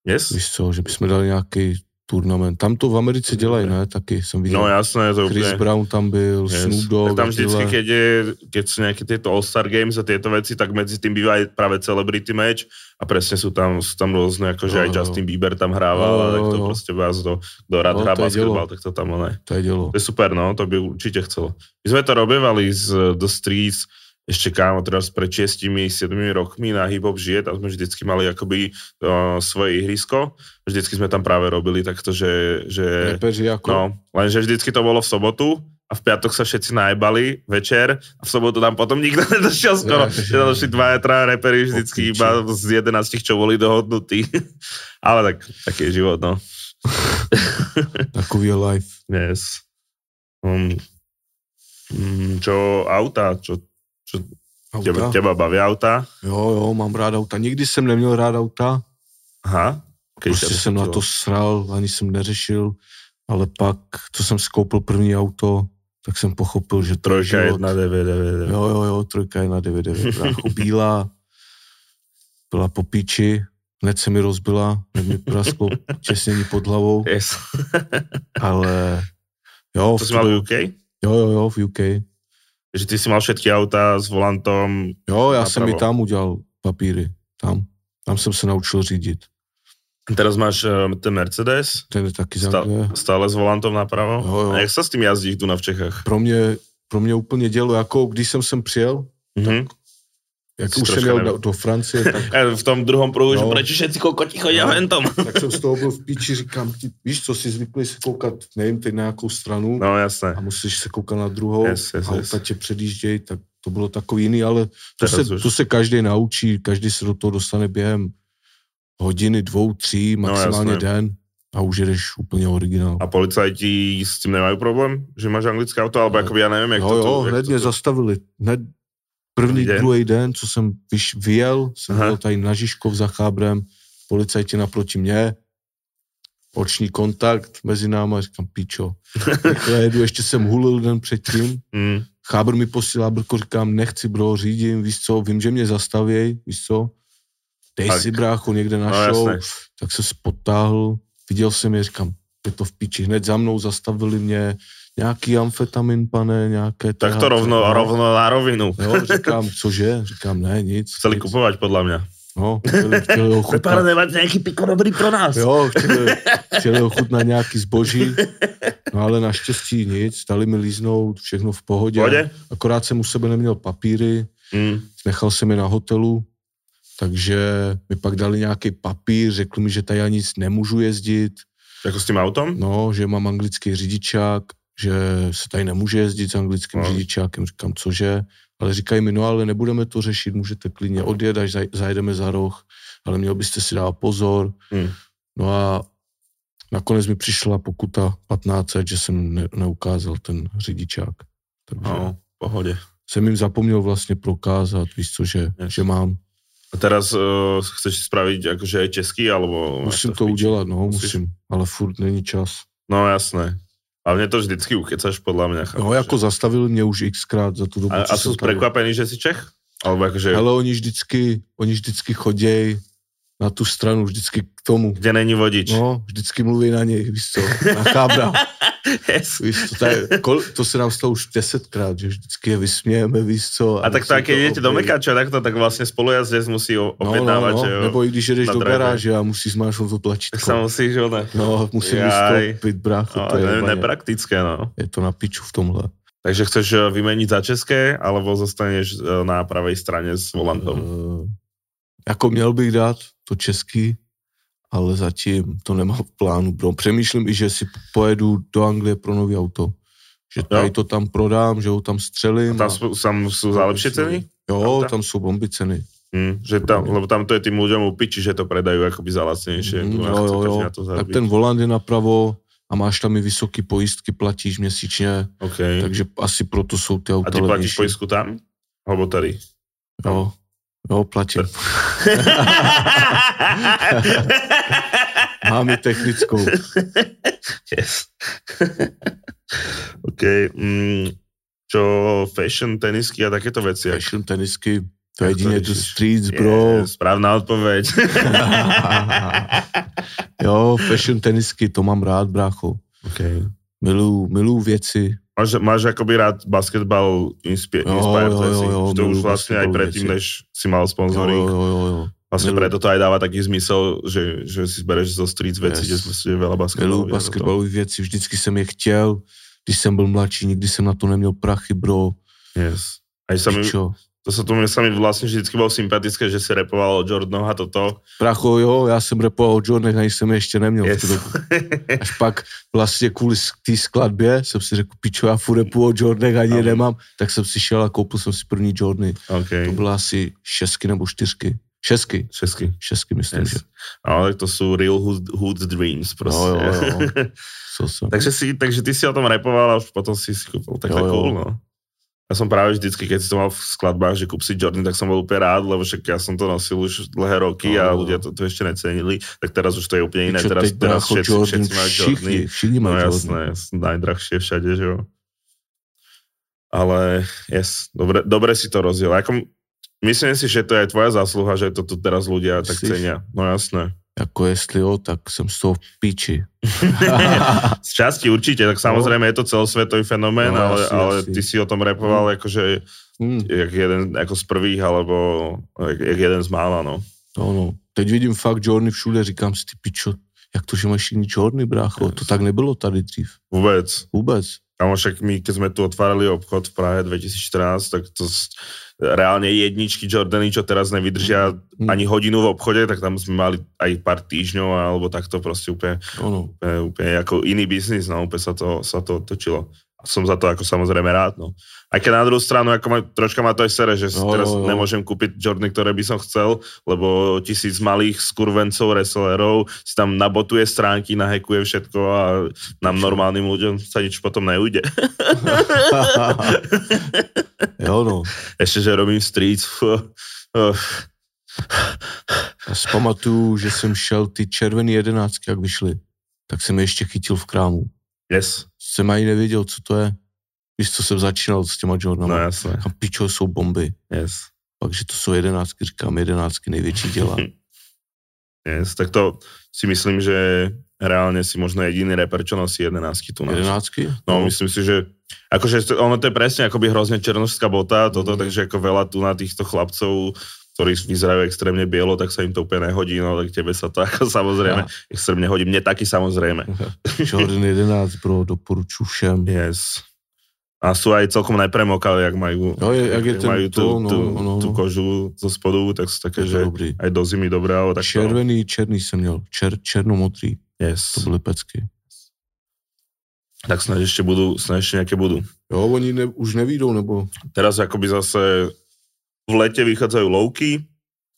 Speaker 1: Yes?
Speaker 2: víš co, že bychom dali nějaký turnament. Tam to v Americe dělají, ne, taky jsem viděl.
Speaker 1: No jasné, to
Speaker 2: Chris
Speaker 1: úplne.
Speaker 2: Brown tam byl, yes.
Speaker 1: Yes.
Speaker 2: Snoop Dogg,
Speaker 1: Tak tam vždycky,
Speaker 2: tyhle.
Speaker 1: keď, je, keď sú nejaké tieto All-Star Games a tieto veci, tak medzi tým býva aj práve celebrity match a presne sú tam, sú tam rôzne, akože
Speaker 2: Jo,
Speaker 1: aj
Speaker 2: jo.
Speaker 1: Justin Bieber tam hrával a
Speaker 2: Jo, jo,
Speaker 1: tak to
Speaker 2: jo.
Speaker 1: proste vás do, do rád
Speaker 2: No,
Speaker 1: hrá
Speaker 2: to je dielo.
Speaker 1: basketbal, tak to tam ono je.
Speaker 2: to je dělo.
Speaker 1: To je super, no, to by určite chcelo. My sme to robievali z The Streets ešte kámo, teraz pred 6-7 rokmi na Hip Hop žije, tam sme vždycky mali akoby uh, svoje ihrisko. Vždycky sme tam práve robili takto, že, že
Speaker 2: Repeři jako,
Speaker 1: No, lenže vždycky to bolo v sobotu a v piatok sa všetci najbali večer a v sobotu tam potom nikto nedošiel skoro.
Speaker 2: Ja, že-
Speaker 1: Ja, došli dva tra repery vždycky
Speaker 2: Opiči.
Speaker 1: iba z 11, čo boli dohodnutí. Ale tak, taký je život, no.
Speaker 2: takový je live.
Speaker 1: Yes. Um, mm, čo auta, čo teba,
Speaker 2: Auta.
Speaker 1: teba baví auta?
Speaker 2: Jo, jo, mám rád auta. Nikdy jsem neměl rád auta,
Speaker 1: Aha. Keď ťa
Speaker 2: prostě
Speaker 1: to
Speaker 2: jsem na
Speaker 1: chytilo.
Speaker 2: to sral, ani jsem neřešil, ale pak, co jsem skoupil první auto, tak jsem pochopil, že to je
Speaker 1: Trojka,
Speaker 2: život.
Speaker 1: jedna, DVD, DVD.
Speaker 2: Jo, jo, jo, trojka je na 99, brácho, bílá, byla po píči, hned se mi rozbila, hned mi prasklo těsnění pod hlavou,
Speaker 1: Yes.
Speaker 2: ale jo,
Speaker 1: To
Speaker 2: v
Speaker 1: si
Speaker 2: tu-
Speaker 1: mal v UK?
Speaker 2: jo, jo, jo, v UK.
Speaker 1: Že ty si mal všetky auta s volantom.
Speaker 2: Jo, já
Speaker 1: Napravo.
Speaker 2: jsem i tam udělal papíry, tam. Tam jsem se naučil řídit.
Speaker 1: Teraz máš um, ten Mercedes.
Speaker 2: Ten je taky
Speaker 1: Sta-
Speaker 2: za Eh. mě.
Speaker 1: Stále s volantom napravo?
Speaker 2: Jo, jo.
Speaker 1: A jak sa s tým jazdí tu na v Čechách?
Speaker 2: Pro mě, pro mě úplně dělo, jako když jsem sem přijel,
Speaker 1: Mhm. Si
Speaker 2: jak už jsem
Speaker 1: troška
Speaker 2: jel
Speaker 1: ne-
Speaker 2: do, do Francie, tak,
Speaker 1: E, V tom druhom pruhu, že
Speaker 2: No.
Speaker 1: prečo všetci kokoti chodia
Speaker 2: No.
Speaker 1: ventom?
Speaker 2: tak jsem z toho byl v píči, říkám, ty, víš co, jsi zvyklý se koukat, nevím, teď na nějakou stranu,
Speaker 1: No jasné.
Speaker 2: a musíš se koukat na druhou
Speaker 1: Yes, yes,
Speaker 2: a
Speaker 1: yes.
Speaker 2: yes. tě předjíždějí, tak to bylo takový jiný, ale to
Speaker 1: Teraz
Speaker 2: se,
Speaker 1: už.
Speaker 2: to se každý naučí, každý se do toho dostane během hodiny, dvou, tří, maximálně
Speaker 1: jasné.
Speaker 2: no, den a už jedeš úplně originál.
Speaker 1: A policajti s tým nemajú problém? Že máš anglické auto? Alebo
Speaker 2: No.
Speaker 1: akoby ja neviem, jak
Speaker 2: jo,
Speaker 1: to tu...
Speaker 2: jo,
Speaker 1: jak
Speaker 2: hned
Speaker 1: to
Speaker 2: mě
Speaker 1: tu-
Speaker 2: zastavili, hned první,
Speaker 1: Den.
Speaker 2: den. druhý den, co jsem vyš, vyjel, jsem
Speaker 1: Aha.
Speaker 2: byl tady na Žižkov za chábrem, policajti naproti mě, oční kontakt mezi náma, říkám, pičo, rychle jedu, ještě jsem hulil den předtím,
Speaker 1: Mm.
Speaker 2: Chábr mi posílá brko, říkám, nechci bro, řídím, víš co, vím, že mě zastavěj, víš co, dej
Speaker 1: Tak.
Speaker 2: tak. si brácho někde na
Speaker 1: No
Speaker 2: no, show,
Speaker 1: jasné.
Speaker 2: tak se spotáhl, viděl jsem je, říkám, je to v píči, hned za mnou zastavili mě, nějaký amfetamin, pane, nějaké...
Speaker 1: Tak to
Speaker 2: THC,
Speaker 1: rovno,
Speaker 2: no.
Speaker 1: rovno na rovinu.
Speaker 2: Jo, říkám, cože? Říkám, ne, nic.
Speaker 1: Chceli
Speaker 2: nic.
Speaker 1: kupovať podľa mňa.
Speaker 2: No, chtěli, chtěli ochutnat.
Speaker 1: Prepárané mať nejaký piko dobrý pro nás.
Speaker 2: Jo, chtěli, chtěli ochutnat nějaký zboží, no ale naštěstí nic, dali mi líznout, všechno v pohodě.
Speaker 1: Pohodě?
Speaker 2: Akorát jsem u sebe neměl papíry,
Speaker 1: Mm.
Speaker 2: nechal jsem je na hotelu, takže mi pak dali nějaký papír, řekli mi, že tady já nic nemůžu jezdit,
Speaker 1: Ako Jako s tým autom?
Speaker 2: no, že mám anglický řidičák, že se tady nemůže jezdit s anglickým
Speaker 1: No.
Speaker 2: no. řidičákem, říkám, cože, ale říkají mi, no ale nebudeme to řešit, můžete
Speaker 1: No.
Speaker 2: klidně odjet, až zaj- zajedeme za roh, ale měl byste si dát pozor.
Speaker 1: Hmm.
Speaker 2: No a nakonec mi přišla pokuta 15, že jsem ne- neukázal ten řidičák. Takže
Speaker 1: No, v pohode.
Speaker 2: jsem jim zapomněl vlastně prokázat, víš co, že,
Speaker 1: Jasně.
Speaker 2: že mám
Speaker 1: A teraz uh, chceš spraviť akože aj český, alebo... máš
Speaker 2: Musím to
Speaker 1: v piči?
Speaker 2: udělat, no,
Speaker 1: Musíš.
Speaker 2: musím, ale furt není čas.
Speaker 1: No jasné. A mne to vždycky ukecaš, podľa mňa. chápeš,
Speaker 2: No, jako zastavili mě už xkrát za tu dobu,
Speaker 1: A, a
Speaker 2: co
Speaker 1: sú
Speaker 2: jsem tady.
Speaker 1: prekvapení, že si Čech? Alebo akože, Hello.
Speaker 2: Ale oni vždycky, oni vždycky choděj na tu stranu, vždycky k tomu.
Speaker 1: kde není vodič? No.
Speaker 2: No, vždycky mluví na něj, víš co, na chábra.
Speaker 1: Yes.
Speaker 2: Víš co, to, je, kol, to se nám stalo už desetkrát, že vždycky je vysmějeme, víš co.
Speaker 1: A tak to,
Speaker 2: musím
Speaker 1: aj keď idete do
Speaker 2: obejít.
Speaker 1: Mekáča, tak to tak vlastne spolujazdec musí o- objednávať,
Speaker 2: no,
Speaker 1: že
Speaker 2: no,
Speaker 1: jo?
Speaker 2: no, nebo i když jedeš
Speaker 1: na
Speaker 2: do
Speaker 1: drive.
Speaker 2: garáže a musíš zmášnout to
Speaker 1: Tak sa
Speaker 2: tlačítko.
Speaker 1: musíš, že ne.
Speaker 2: No, musím
Speaker 1: Jaj.
Speaker 2: vystoupit, brácho,
Speaker 1: No,
Speaker 2: to je,
Speaker 1: ne,
Speaker 2: jebaně.
Speaker 1: nepraktické, no.
Speaker 2: je to na piču v tomhle.
Speaker 1: Takže chceš eh, vymeniť za české, alebo zostaneš eh, na pravej strane s volantom?
Speaker 2: Eh, Jako měl bych dát to český, ale zatím to nemám v plánu. Bro. Přemýšlím i, že si pojedu do Anglie pro nový auto. Že tady to tam prodám, že ho tam střelím.
Speaker 1: Tam sú, tam sú za lepšie ceny?
Speaker 2: Jo,
Speaker 1: Auta?
Speaker 2: tam jsou bomby ceny.
Speaker 1: Hm, že tam, lebo tam to je tým ľuďom upiči, že to predajú akoby za lacnejšie.
Speaker 2: Mm,
Speaker 1: No, a
Speaker 2: jo, jo,
Speaker 1: chcete si
Speaker 2: jo.
Speaker 1: na to
Speaker 2: Tak
Speaker 1: zarobiť.
Speaker 2: ten volant je napravo a máš tam i vysoký pojistky, platíš měsíčně,
Speaker 1: OK.
Speaker 2: takže asi proto jsou ty
Speaker 1: Mhm. A
Speaker 2: auta
Speaker 1: ty platíš
Speaker 2: levnější.
Speaker 1: pojistku tam? Alebo tady?
Speaker 2: Jo, jo, platím. Mám i technickou.
Speaker 1: yes. OK. Mm, čo fashion, tenisky a takéto veci. ak-
Speaker 2: Fashion tenisky, to
Speaker 1: Jak
Speaker 2: je
Speaker 1: to
Speaker 2: jedině do
Speaker 1: řešíš?
Speaker 2: streets, bro.
Speaker 1: Je, správna odpoveď.
Speaker 2: jo, fashion tenisky, to mám rád, brácho.
Speaker 1: okay.
Speaker 2: Miluju, miluju věci.
Speaker 1: Máš, máš akoby rád basketbal inspi-
Speaker 2: Jo,
Speaker 1: inspired
Speaker 2: jo,
Speaker 1: jo,
Speaker 2: jo,
Speaker 1: jo,
Speaker 2: jo,
Speaker 1: to už
Speaker 2: miluju
Speaker 1: vlastne aj
Speaker 2: basketbalovú
Speaker 1: predtím,
Speaker 2: veci.
Speaker 1: než si mal
Speaker 2: Jo, jo,
Speaker 1: sponzoring.
Speaker 2: jo, jo.
Speaker 1: Vlastne
Speaker 2: miluju.
Speaker 1: preto to aj dáva taký zmysel, že, že si bereš zo street veci, yes.
Speaker 2: Yes.
Speaker 1: kde je veľa
Speaker 2: Miluju
Speaker 1: basketbalu.
Speaker 2: basketbalové věci, vždycky jsem je chtěl. Když jsem byl mladší, nikdy jsem na to neměl prachy, bro.
Speaker 1: Yes. Aj sa mi,
Speaker 2: Čo?
Speaker 1: to sa to mi, sa mi vlastne vždycky bolo sympatické, že si repoval o Jordanoch a toto.
Speaker 2: Pracho, jo, já jsem repoval o Johnech, ani jsem je ještě neměl. Yes.
Speaker 1: Yes.
Speaker 2: Dobu. Až pak vlastně kvůli s- té skladbě jsem si řekl, pičo, já furt repuju o Johnech, ani je
Speaker 1: Ano.
Speaker 2: nemám. Tak jsem si šel a koupil jsem si první Jordany.
Speaker 1: OK.
Speaker 2: To byla asi šestky nebo čtyřky. Šestky.
Speaker 1: Česky.
Speaker 2: Šestky, myslím, yes.
Speaker 1: Yes.
Speaker 2: že.
Speaker 1: Ale to sú real hood, hood dreams proste.
Speaker 2: Jo, jo, jo. Co jsem?
Speaker 1: takže, si, takže ty si o tom repoval a už potom si si kúpil. Tak to
Speaker 2: Jo,
Speaker 1: je
Speaker 2: jo.
Speaker 1: cool, no. Ja som práve vždycky, keď si to mal v skladbách, že kúp si Jordan, tak som bol úplne rád, lebo však ja som to nosil už dlhé roky a
Speaker 2: Jo, jo.
Speaker 1: ľudia to, to ešte necenili, tak teraz už to je úplne iné.
Speaker 2: Pičo,
Speaker 1: Teraz,
Speaker 2: teď,
Speaker 1: teraz
Speaker 2: brácho,
Speaker 1: všetci,
Speaker 2: Jordan,
Speaker 1: všetci majú Jordany.
Speaker 2: všichni, všichni
Speaker 1: No
Speaker 2: mají Jordany.
Speaker 1: jasné, najdrahšie všade, že jo. Ale yes, dobre, dobre si to rozdiel. Ako, myslím si, že to je aj tvoja zásluha, že to tu teraz ľudia tak
Speaker 2: Myslíš?
Speaker 1: cenia. No jasné.
Speaker 2: Jako jestli jo, tak jsem z toho v píči.
Speaker 1: Z časti určite, tak samozrejme je to celosvetový fenomén,
Speaker 2: No, Mhm.
Speaker 1: ale,
Speaker 2: asi,
Speaker 1: ale
Speaker 2: asi.
Speaker 1: ty si o tom repoval akože
Speaker 2: hmm.
Speaker 1: jak jeden ako z prvých, alebo jak, jak jeden z mála, no.
Speaker 2: No, no. Teď vidím fakt Jorny všude, říkám si, ty pičo, jak to, že máš jiný Jorny, brácho? To tak nebylo tady dřív.
Speaker 1: Vôbec.
Speaker 2: Vůbec.
Speaker 1: Kamo, však my, keď sme tu otvárali obchod v Prahe 2014, tak to s- reálne jedničky Jordany, čo teraz nevydržia
Speaker 2: Mm.
Speaker 1: ani hodinu v obchode, tak tam sme mali aj pár týždňov alebo takto prostě eh, proste úplne,
Speaker 2: No, no.
Speaker 1: úplne, úplne ako iný biznis, no úplne sa to, sa to točilo. A som za to ako samozrejme rád, no. Aj keď na druhú stranu, ako ma, troška ma to aj sere, že si
Speaker 2: Jo,
Speaker 1: teraz
Speaker 2: jo, jo.
Speaker 1: nemôžem kúpiť Jordany, ktoré by som chcel, lebo tisíc malých skurvencov, wrestlerov si tam nabotuje stránky, nahekuje všetko a nám normálnym ľuďom sa nič potom neujde.
Speaker 2: jo, no.
Speaker 1: Ešte, že robím street. Fú, uh,
Speaker 2: Já si pamatuju, že jsem šel ty červený jedenáctky, jak vyšly, tak jsem je ještě chytil v krámu.
Speaker 1: yes,
Speaker 2: Jsem ani nevěděl, co to je. Víš, co jsem začínal s těma
Speaker 1: no,
Speaker 2: Jordanama.
Speaker 1: jasné.
Speaker 2: Kam pičo jsou bomby.
Speaker 1: Yes,
Speaker 2: Pak, že to jsou jedenáctky, říkám, jedenáctky největší děla.
Speaker 1: yes. Tak to si myslím, že reálne si možno jediný reper, čo nosí jedenáctky tu nás.
Speaker 2: Jedenáctky?
Speaker 1: No, myslím si, že akože to- ono to je presne akoby hrozne černošská bota a toto,
Speaker 2: Mhm.
Speaker 1: takže ako veľa tu na týchto chlapcov ktorí vyzerajú extrémne bielo, tak sa im to úplne nehodí, no tak tebe sa to ako samozrejme extrémne hodí. Mne taky samozrejme.
Speaker 2: Jordan 11, bro, doporučuji všem.
Speaker 1: Yes. A sú aj celkom nepremokavé, jak majú,
Speaker 2: Jo, No, je- jak je ten
Speaker 1: majú tú,
Speaker 2: to, no,
Speaker 1: tú,
Speaker 2: no,
Speaker 1: tú
Speaker 2: no.
Speaker 1: kožu zo spodu, tak sú také,
Speaker 2: Je to
Speaker 1: že
Speaker 2: dobrý.
Speaker 1: aj do zimy dobré, ale tak to...
Speaker 2: Červený, černý jsem měl, čer, černomodrý,
Speaker 1: Yes.
Speaker 2: to byly pecky.
Speaker 1: Tak snad ešte budú, snad ešte nejaké budú.
Speaker 2: Jo, oni ne, už nevídou, nebo?
Speaker 1: Teraz akoby zase v lete vychádzajú lowky,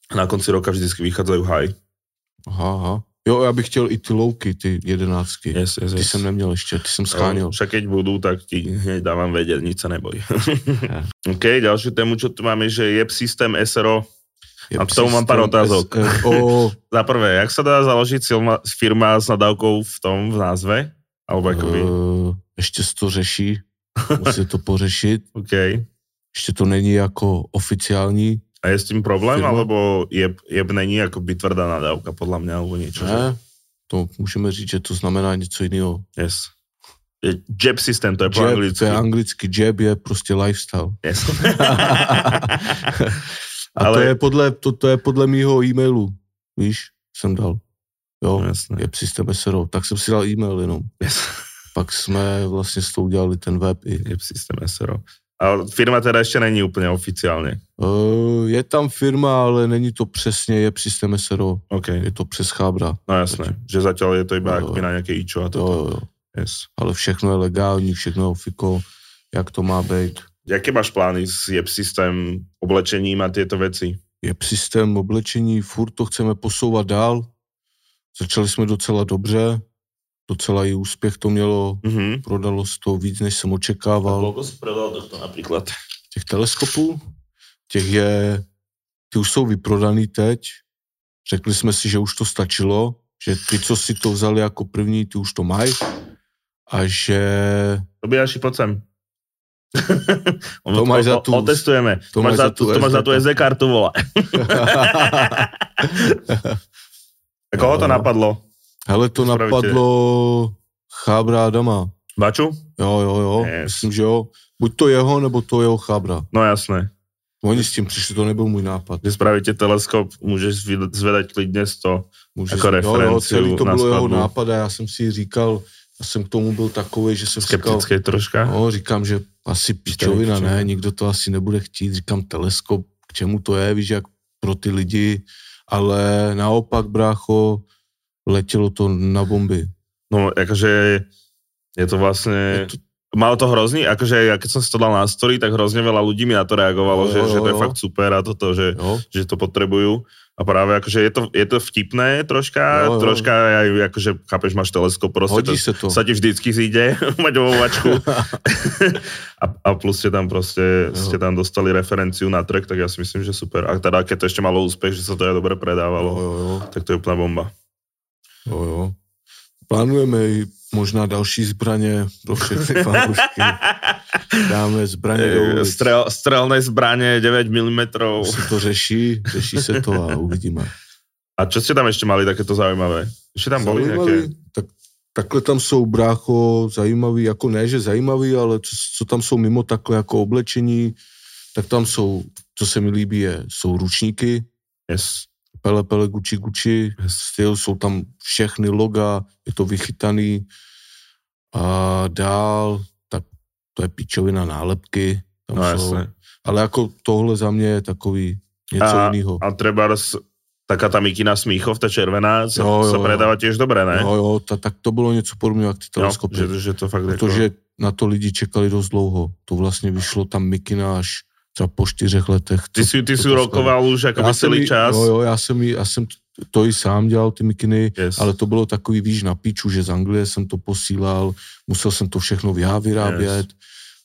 Speaker 1: a na konci roka vždycky vychádzajú high.
Speaker 2: Aha, aha. Jo, já bych chtěl i ty louky, ty jedenáctky.
Speaker 1: Yes, yes,
Speaker 2: Ty
Speaker 1: yes.
Speaker 2: jsem neměl ještě, ty jsem schánil.
Speaker 1: Však keď budú, tak ti hneď dávam vedieť, nič sa neboj.
Speaker 2: Ja.
Speaker 1: OK, ďalšiu tému, čo tu máme, že je systém SRO.
Speaker 2: Je
Speaker 1: A k tomu mám
Speaker 2: systém
Speaker 1: pár otázok.
Speaker 2: SRO.
Speaker 1: Za prvé, jak sa dá založiť silma, firma s nadávkou v tom, v názve? Alebo akoby, uh,
Speaker 2: Eh, ještě se to řeší, musí to pořešit.
Speaker 1: OK.
Speaker 2: Ještě to není jako oficiální.
Speaker 1: A je s tým problém,
Speaker 2: Firma?
Speaker 1: firma? alebo je, je není akoby tvrdá nadávka, podľa mňa, alebo niečo. že?
Speaker 2: Ne? To můžeme říct, že to znamená něco jiného.
Speaker 1: Yes. Je Jab systém, to je po
Speaker 2: Jab, to
Speaker 1: anglicky.
Speaker 2: je anglicky, jab je prostě lifestyle.
Speaker 1: Yes.
Speaker 2: A Ale... to,
Speaker 1: Ale-
Speaker 2: je podle, to, to je podle mýho e-mailu, víš, jsem dal. Jo,
Speaker 1: Jasné.
Speaker 2: je systém SRO. Tak jsem si dal e-mail jenom.
Speaker 1: Yes.
Speaker 2: Pak jsme vlastně s tou udělali ten web i
Speaker 1: Jab systém SRO. Ale firma teda ešte není úplne oficiálne.
Speaker 2: Eh, Je tam firma, ale není to přesně, je přes MSRO,
Speaker 1: OK.
Speaker 2: je to přes Chábra.
Speaker 1: No jasné, že zatiaľ je to iba
Speaker 2: Jo,
Speaker 1: akoby
Speaker 2: jo.
Speaker 1: na nejaké ičo a
Speaker 2: Jo,
Speaker 1: toto.
Speaker 2: jo, jo.
Speaker 1: Yes.
Speaker 2: Ale všechno je legální, všechno je ofiko, jak to má být.
Speaker 1: Jaké máš plány s jeb systém, oblečením a tieto veci?
Speaker 2: Je systém oblečení, furt to chceme posouvat dál. Začali jsme docela dobře, Docela i úspěch to mělo,
Speaker 1: Mhm.
Speaker 2: prodalo se to víc, než jsem
Speaker 1: A
Speaker 2: očekával.
Speaker 1: koľko si predal tohto napríklad?
Speaker 2: těch teleskopů, těch je, ty už jsou vyprodaný teď. Řekli jsme si, že už to stačilo, že ty, co si to vzali jako první, ty už to mají a že
Speaker 1: Tobiáši, poď sem.
Speaker 2: To máš za tú-
Speaker 1: Otestujeme. To máš za, tú, to máš za tú SD kartu, vole. A Koho to
Speaker 2: No.
Speaker 1: napadlo?
Speaker 2: hele, to
Speaker 1: Spravíte.
Speaker 2: napadlo chábra Adama.
Speaker 1: Baču?
Speaker 2: Jo, jo, jo,
Speaker 1: Yes.
Speaker 2: myslím, že jo. Buď to jeho, nebo to jeho chábra.
Speaker 1: No jasné.
Speaker 2: Oni s tím přišli, to nebyl můj nápad.
Speaker 1: Že spravíte teleskop, můžeš zved- zvedať klidne 100.
Speaker 2: Může
Speaker 1: Jako
Speaker 2: jo, jo,
Speaker 1: referenci
Speaker 2: celý to
Speaker 1: na
Speaker 2: bylo jeho
Speaker 1: skladbu.
Speaker 2: nápad a já jsem si říkal, já jsem k tomu byl takový, že jsem říkal,
Speaker 1: Skeptické troška.
Speaker 2: No, říkám, že asi pičovina,
Speaker 1: čemu?
Speaker 2: ne, nikdo to asi nebude chtít, říkám teleskop, k čemu to je, víš, jak pro ty lidi, ale naopak, brácho, letělo to na bomby.
Speaker 1: No, akože je to vlastne...
Speaker 2: Je to-
Speaker 1: Malo to hrozný, akože ja keď som si to dal na story, tak hrozne veľa ľudí mi na to reagovalo,
Speaker 2: Jo,
Speaker 1: že,
Speaker 2: jo,
Speaker 1: že to je
Speaker 2: jo.
Speaker 1: fakt super a toto, že
Speaker 2: Jo?
Speaker 1: že to potrebujú. A práve akože je to, je to vtipné troška,
Speaker 2: Jo,
Speaker 1: no,
Speaker 2: jo.
Speaker 1: troška aj akože, chápeš, máš teleskop proste,
Speaker 2: Hodí
Speaker 1: Prostě to,
Speaker 2: se to.
Speaker 1: sa ti vždycky zíde mať ovovačku. a, a plus ste tam proste,
Speaker 2: Jo.
Speaker 1: ste tam dostali referenciu na track, tak ja si myslím, že super. A teda, keď to ešte malo úspech, že sa to aj dobre
Speaker 2: Jo,
Speaker 1: predávalo,
Speaker 2: jo, jo,
Speaker 1: tak to je úplná bomba.
Speaker 2: jo, jo. Plánujeme i možná další zbraně pro všechny fanoušky. Dáme zbraně do
Speaker 1: Eh,
Speaker 2: ulic.
Speaker 1: Strel, strelné zbranie 9 mm.
Speaker 2: Se to řeší, řeší se to a uvidíme.
Speaker 1: A čo ste tam ešte mali takéto zaujímavé? Ešte tam boli nejaké...
Speaker 2: Zajímavý, tak, takhle tam jsou brácho zajímavý, jako ne, že zajímavý, ale co, co tam jsou mimo takhle jako oblečení, tak tam jsou, co se mi líbí, je, jsou ručníky,
Speaker 1: Yes.
Speaker 2: Pele Pele Gucci Gucci, styl, jsou tam všechny loga, je to vychytaný a dál, tak to je pičovina nálepky, tam
Speaker 1: No
Speaker 2: jsou,
Speaker 1: jasné.
Speaker 2: ale jako tohle za mě je takový něco
Speaker 1: A-
Speaker 2: jiného.
Speaker 1: A treba taká tá mikina Smíchov, tá červená, sa,
Speaker 2: Jo, jo,
Speaker 1: sa
Speaker 2: jo.
Speaker 1: predáva tiež dobre, ne?
Speaker 2: Jo, jo, ta, tak to bylo něco podobného, jak ty
Speaker 1: jo
Speaker 2: teleskopy.
Speaker 1: že, že to fakt
Speaker 2: Protože na to lidi čekali dost dlouho. To vlastně vyšlo tam mikina až třeba po čtyřech letech.
Speaker 1: Ty si, ty
Speaker 2: to
Speaker 1: si
Speaker 2: to
Speaker 1: rokoval už jako
Speaker 2: jsem
Speaker 1: celý
Speaker 2: jí-
Speaker 1: čas.
Speaker 2: Jo, jo, já jsem, jí- já jsem to i sám dělal, ty mikiny,
Speaker 1: Yes.
Speaker 2: ale to bylo takový, víš, na píču, že z Anglie jsem to posílal, musel jsem to všechno já vyrábět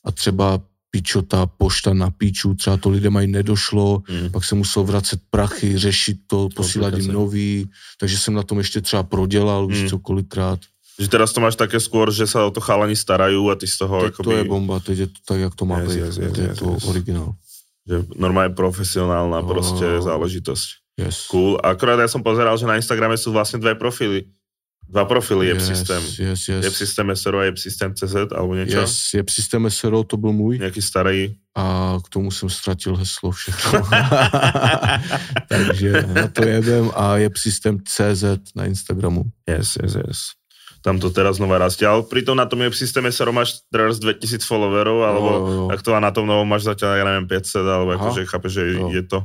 Speaker 2: a třeba píčota, pošta na píču, třeba to lidem ani nedošlo,
Speaker 1: Mm.
Speaker 2: pak jsem musel vracet prachy, řešit to, posílat jim
Speaker 1: Komplikace.
Speaker 2: nový, takže jsem na tom ještě třeba prodělal, víš,
Speaker 1: Mm.
Speaker 2: co kolikrát.
Speaker 1: Že teraz to máš také skôr, že sa o to chalani starajú a ty z toho
Speaker 2: Teď to
Speaker 1: akoby,
Speaker 2: je bomba, teď je to tak, jak to má
Speaker 1: jako Yes,
Speaker 2: být,
Speaker 1: yes, yes,
Speaker 2: to je
Speaker 1: yes,
Speaker 2: to
Speaker 1: yes.
Speaker 2: originál.
Speaker 1: že normálne profesionálna
Speaker 2: Jo,
Speaker 1: proste
Speaker 2: jo, jo.
Speaker 1: záležitosť.
Speaker 2: Yes.
Speaker 1: Cool. Akorát ja som pozeral, že na Instagrame sú vlastne dve profily. Dva profily
Speaker 2: yes,
Speaker 1: yes. systém.
Speaker 2: Yes, yes.
Speaker 1: Yes. systém SRO a systém CZ alebo niečo. Yes.
Speaker 2: Yes, Jeb systém SRO, to byl můj
Speaker 1: Nejaký starý.
Speaker 2: a k tomu jsem ztratil heslo všechno. Takže na to jebem a Jeb systém CZ na Instagramu.
Speaker 1: Yes, yes, yes. Tam to teraz znova rastie. Ale pritom na tom web systéme sa máš teraz 2000 followerov, alebo
Speaker 2: Jo, jo, jo.
Speaker 1: tak to a na tom novom máš zatiaľ, ja neviem, 500, alebo
Speaker 2: No. Aha. No.
Speaker 1: akože chápeš, že
Speaker 2: Jo.
Speaker 1: je to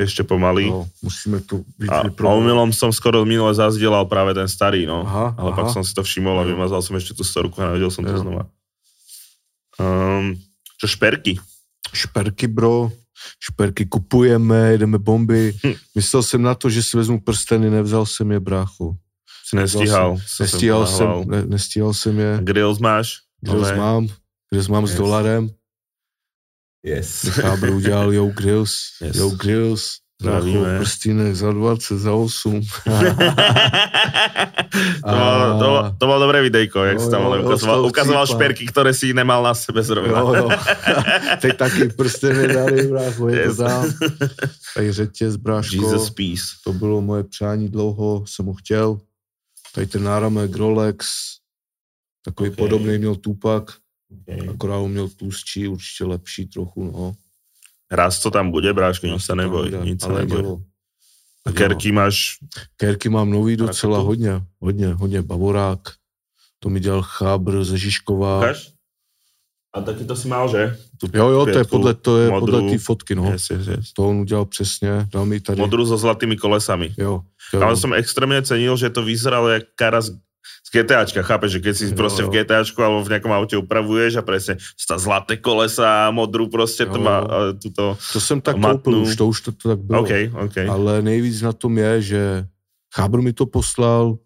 Speaker 1: ešte pomaly.
Speaker 2: Jo, musíme to být
Speaker 1: A, a
Speaker 2: vypromovat.
Speaker 1: omylom som skoro minule zazdielal práve ten starý, no.
Speaker 2: Aha,
Speaker 1: Ale
Speaker 2: aha.
Speaker 1: pak som si to všimol a
Speaker 2: Jo.
Speaker 1: vymazal som ešte tú storku a nevedel som to
Speaker 2: Jo.
Speaker 1: znova. Um, čo šperky?
Speaker 2: Šperky, bro. Šperky kupujeme, jedeme bomby.
Speaker 1: Hm.
Speaker 2: Myslel jsem na to, že si vezmu prsteny, nevzal jsem je, bráchu.
Speaker 1: Si nestíhal. si sa
Speaker 2: Nestíhal jsem,
Speaker 1: ponáhľal.
Speaker 2: ne, nestíhal jsem je.
Speaker 1: Grills máš? No
Speaker 2: Grills
Speaker 1: Nové?
Speaker 2: mám, Grills mám s
Speaker 1: Yes.
Speaker 2: dolarem.
Speaker 1: Yes.
Speaker 2: Chábr udělal Yo Grills,
Speaker 1: Yes.
Speaker 2: Yo Grills,
Speaker 1: Zdravíme.
Speaker 2: Zdravíme. prstínek za 20, za 8.
Speaker 1: to, bolo, to, bolo, to bolo dobré videjko, jak
Speaker 2: Jo,
Speaker 1: si tam
Speaker 2: jo,
Speaker 1: ale
Speaker 2: jo,
Speaker 1: ukazoval,
Speaker 2: z toho
Speaker 1: ukazoval
Speaker 2: cípa.
Speaker 1: šperky, ktoré si nemal na sebe
Speaker 2: jo,
Speaker 1: zrobené.
Speaker 2: jo. Teď taky prsteny dali, brácho, je
Speaker 1: Yes.
Speaker 2: to tam. Tady řetěz, bráško,
Speaker 1: Jesus peace.
Speaker 2: to bylo moje přání dlouho, jsem ho chtěl. Tady ten náramek Rolex, takový
Speaker 1: Ok.
Speaker 2: okay. podobný měl Tupak,
Speaker 1: Okay.
Speaker 2: akorát ho měl tlustší, určitě lepší trochu, no.
Speaker 1: Raz to tam bude, brášku, nic sa neboj.
Speaker 2: Tam,
Speaker 1: Nic sa
Speaker 2: ale
Speaker 1: neboj.
Speaker 2: dělo.
Speaker 1: A kerky máš,
Speaker 2: Kerky mám nový
Speaker 1: to
Speaker 2: docela
Speaker 1: tu?
Speaker 2: hodně, hodně, hodně bavorák. To mi dělal chábr ze Žižkova.
Speaker 1: ukáž? A taky to si mal, že? Tu
Speaker 2: Jo, jo, to je
Speaker 1: pětku,
Speaker 2: podle, to je
Speaker 1: modrou.
Speaker 2: podle té fotky, no.
Speaker 1: Yes, yes, yes.
Speaker 2: To on udělal přesně, dal mi ji tady.
Speaker 1: Modrú so zlatými kolesami.
Speaker 2: Jo, jo.
Speaker 1: Ale som extrémne cenil, že to vyzeralo jak kara z z GTAčka, chápeš, že keď si
Speaker 2: Jo,
Speaker 1: proste
Speaker 2: jo.
Speaker 1: v GTAčku alebo v nejakom aute upravuješ a presne sú tam zlaté kolesa, modrú proste to
Speaker 2: Jo,
Speaker 1: má
Speaker 2: jo.
Speaker 1: e, túto...
Speaker 2: To jsem tak
Speaker 1: matnu.
Speaker 2: koupil už, to už to, to tak bylo.
Speaker 1: OK, OK.
Speaker 2: Ale nejvíc na tom je, že chábr mi to poslal,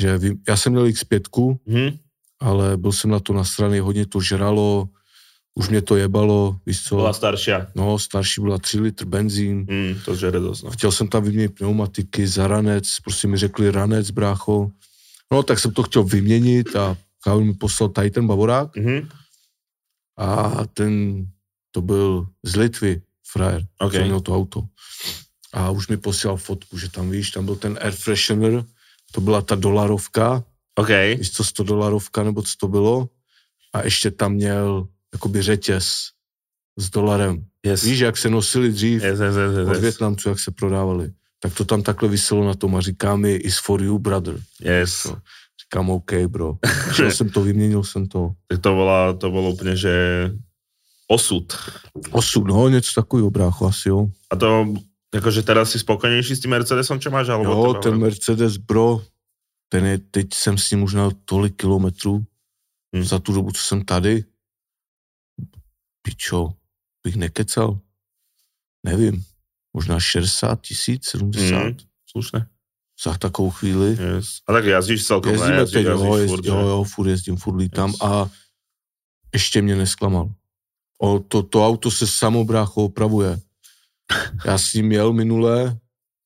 Speaker 2: že vím, já jsem měl X5,
Speaker 1: Hm?
Speaker 2: ale byl jsem na to nasraný, hodně to žralo, už mě to jebalo, víš co.
Speaker 1: Bola staršia.
Speaker 2: No, starší byla 3 litr benzín,
Speaker 1: Hm, to žere dosť. No.
Speaker 2: chtěl jsem tam vyměnit pneumatiky za ranec, prostě mi řekli ranec, brácho. No, tak jsem to chtěl vyměnit a kámo mi poslal tady ten bavorák
Speaker 1: Mhm.
Speaker 2: a ten, to byl z Litvy, frajer,
Speaker 1: OK.
Speaker 2: co měl to auto. A už mi posílal fotku, že tam víš, tam byl ten air freshener, to byla ta dolarovka,
Speaker 1: OK.
Speaker 2: víš co, 100 dolarovka nebo co to bylo. A ještě tam měl jakoby řetěz s dolarem.
Speaker 1: Yes.
Speaker 2: Víš, jak se nosili dřív,
Speaker 1: Yes, yes, yes,
Speaker 2: od
Speaker 1: yes, yes.
Speaker 2: Větnamců, jak se prodávali, tak to tam takhle vyselo na tom a říká mi, is for you, brother.
Speaker 1: yes.
Speaker 2: Říkám, OK, bro. Šel jsem to, vyměnil jsem to.
Speaker 1: Tak to, bola, to bolo úplne, že osud.
Speaker 2: Osud, no, něco takového, brácho, asi jo.
Speaker 1: A to, akože teraz si spokojnejší s tým Mercedesom, čo máš? Alebo
Speaker 2: Jo,
Speaker 1: to,
Speaker 2: ten Mercedes, bro, ten je, teď jsem s ním už na tolik kilometrů
Speaker 1: Hmm.
Speaker 2: hmm. za tu dobu, co jsem tady. Pičo, bych nekecal. Nevím, možná 60 tisíc, 70
Speaker 1: Mhm.
Speaker 2: hmm.
Speaker 1: Slušné.
Speaker 2: za takovou chvíli.
Speaker 1: Yes. A tak jazdíš celkom,
Speaker 2: Jezdíme
Speaker 1: ne? Jazdíš,
Speaker 2: teď,
Speaker 1: jazdíš
Speaker 2: jo,
Speaker 1: furt,
Speaker 2: jezdí,
Speaker 1: že?
Speaker 2: jo, jo, furt jezdím, furt lítám
Speaker 1: Yes.
Speaker 2: yes. a ještě mě nesklamal. O, to, to auto se samo brácho opravuje. Já s ním jel minule,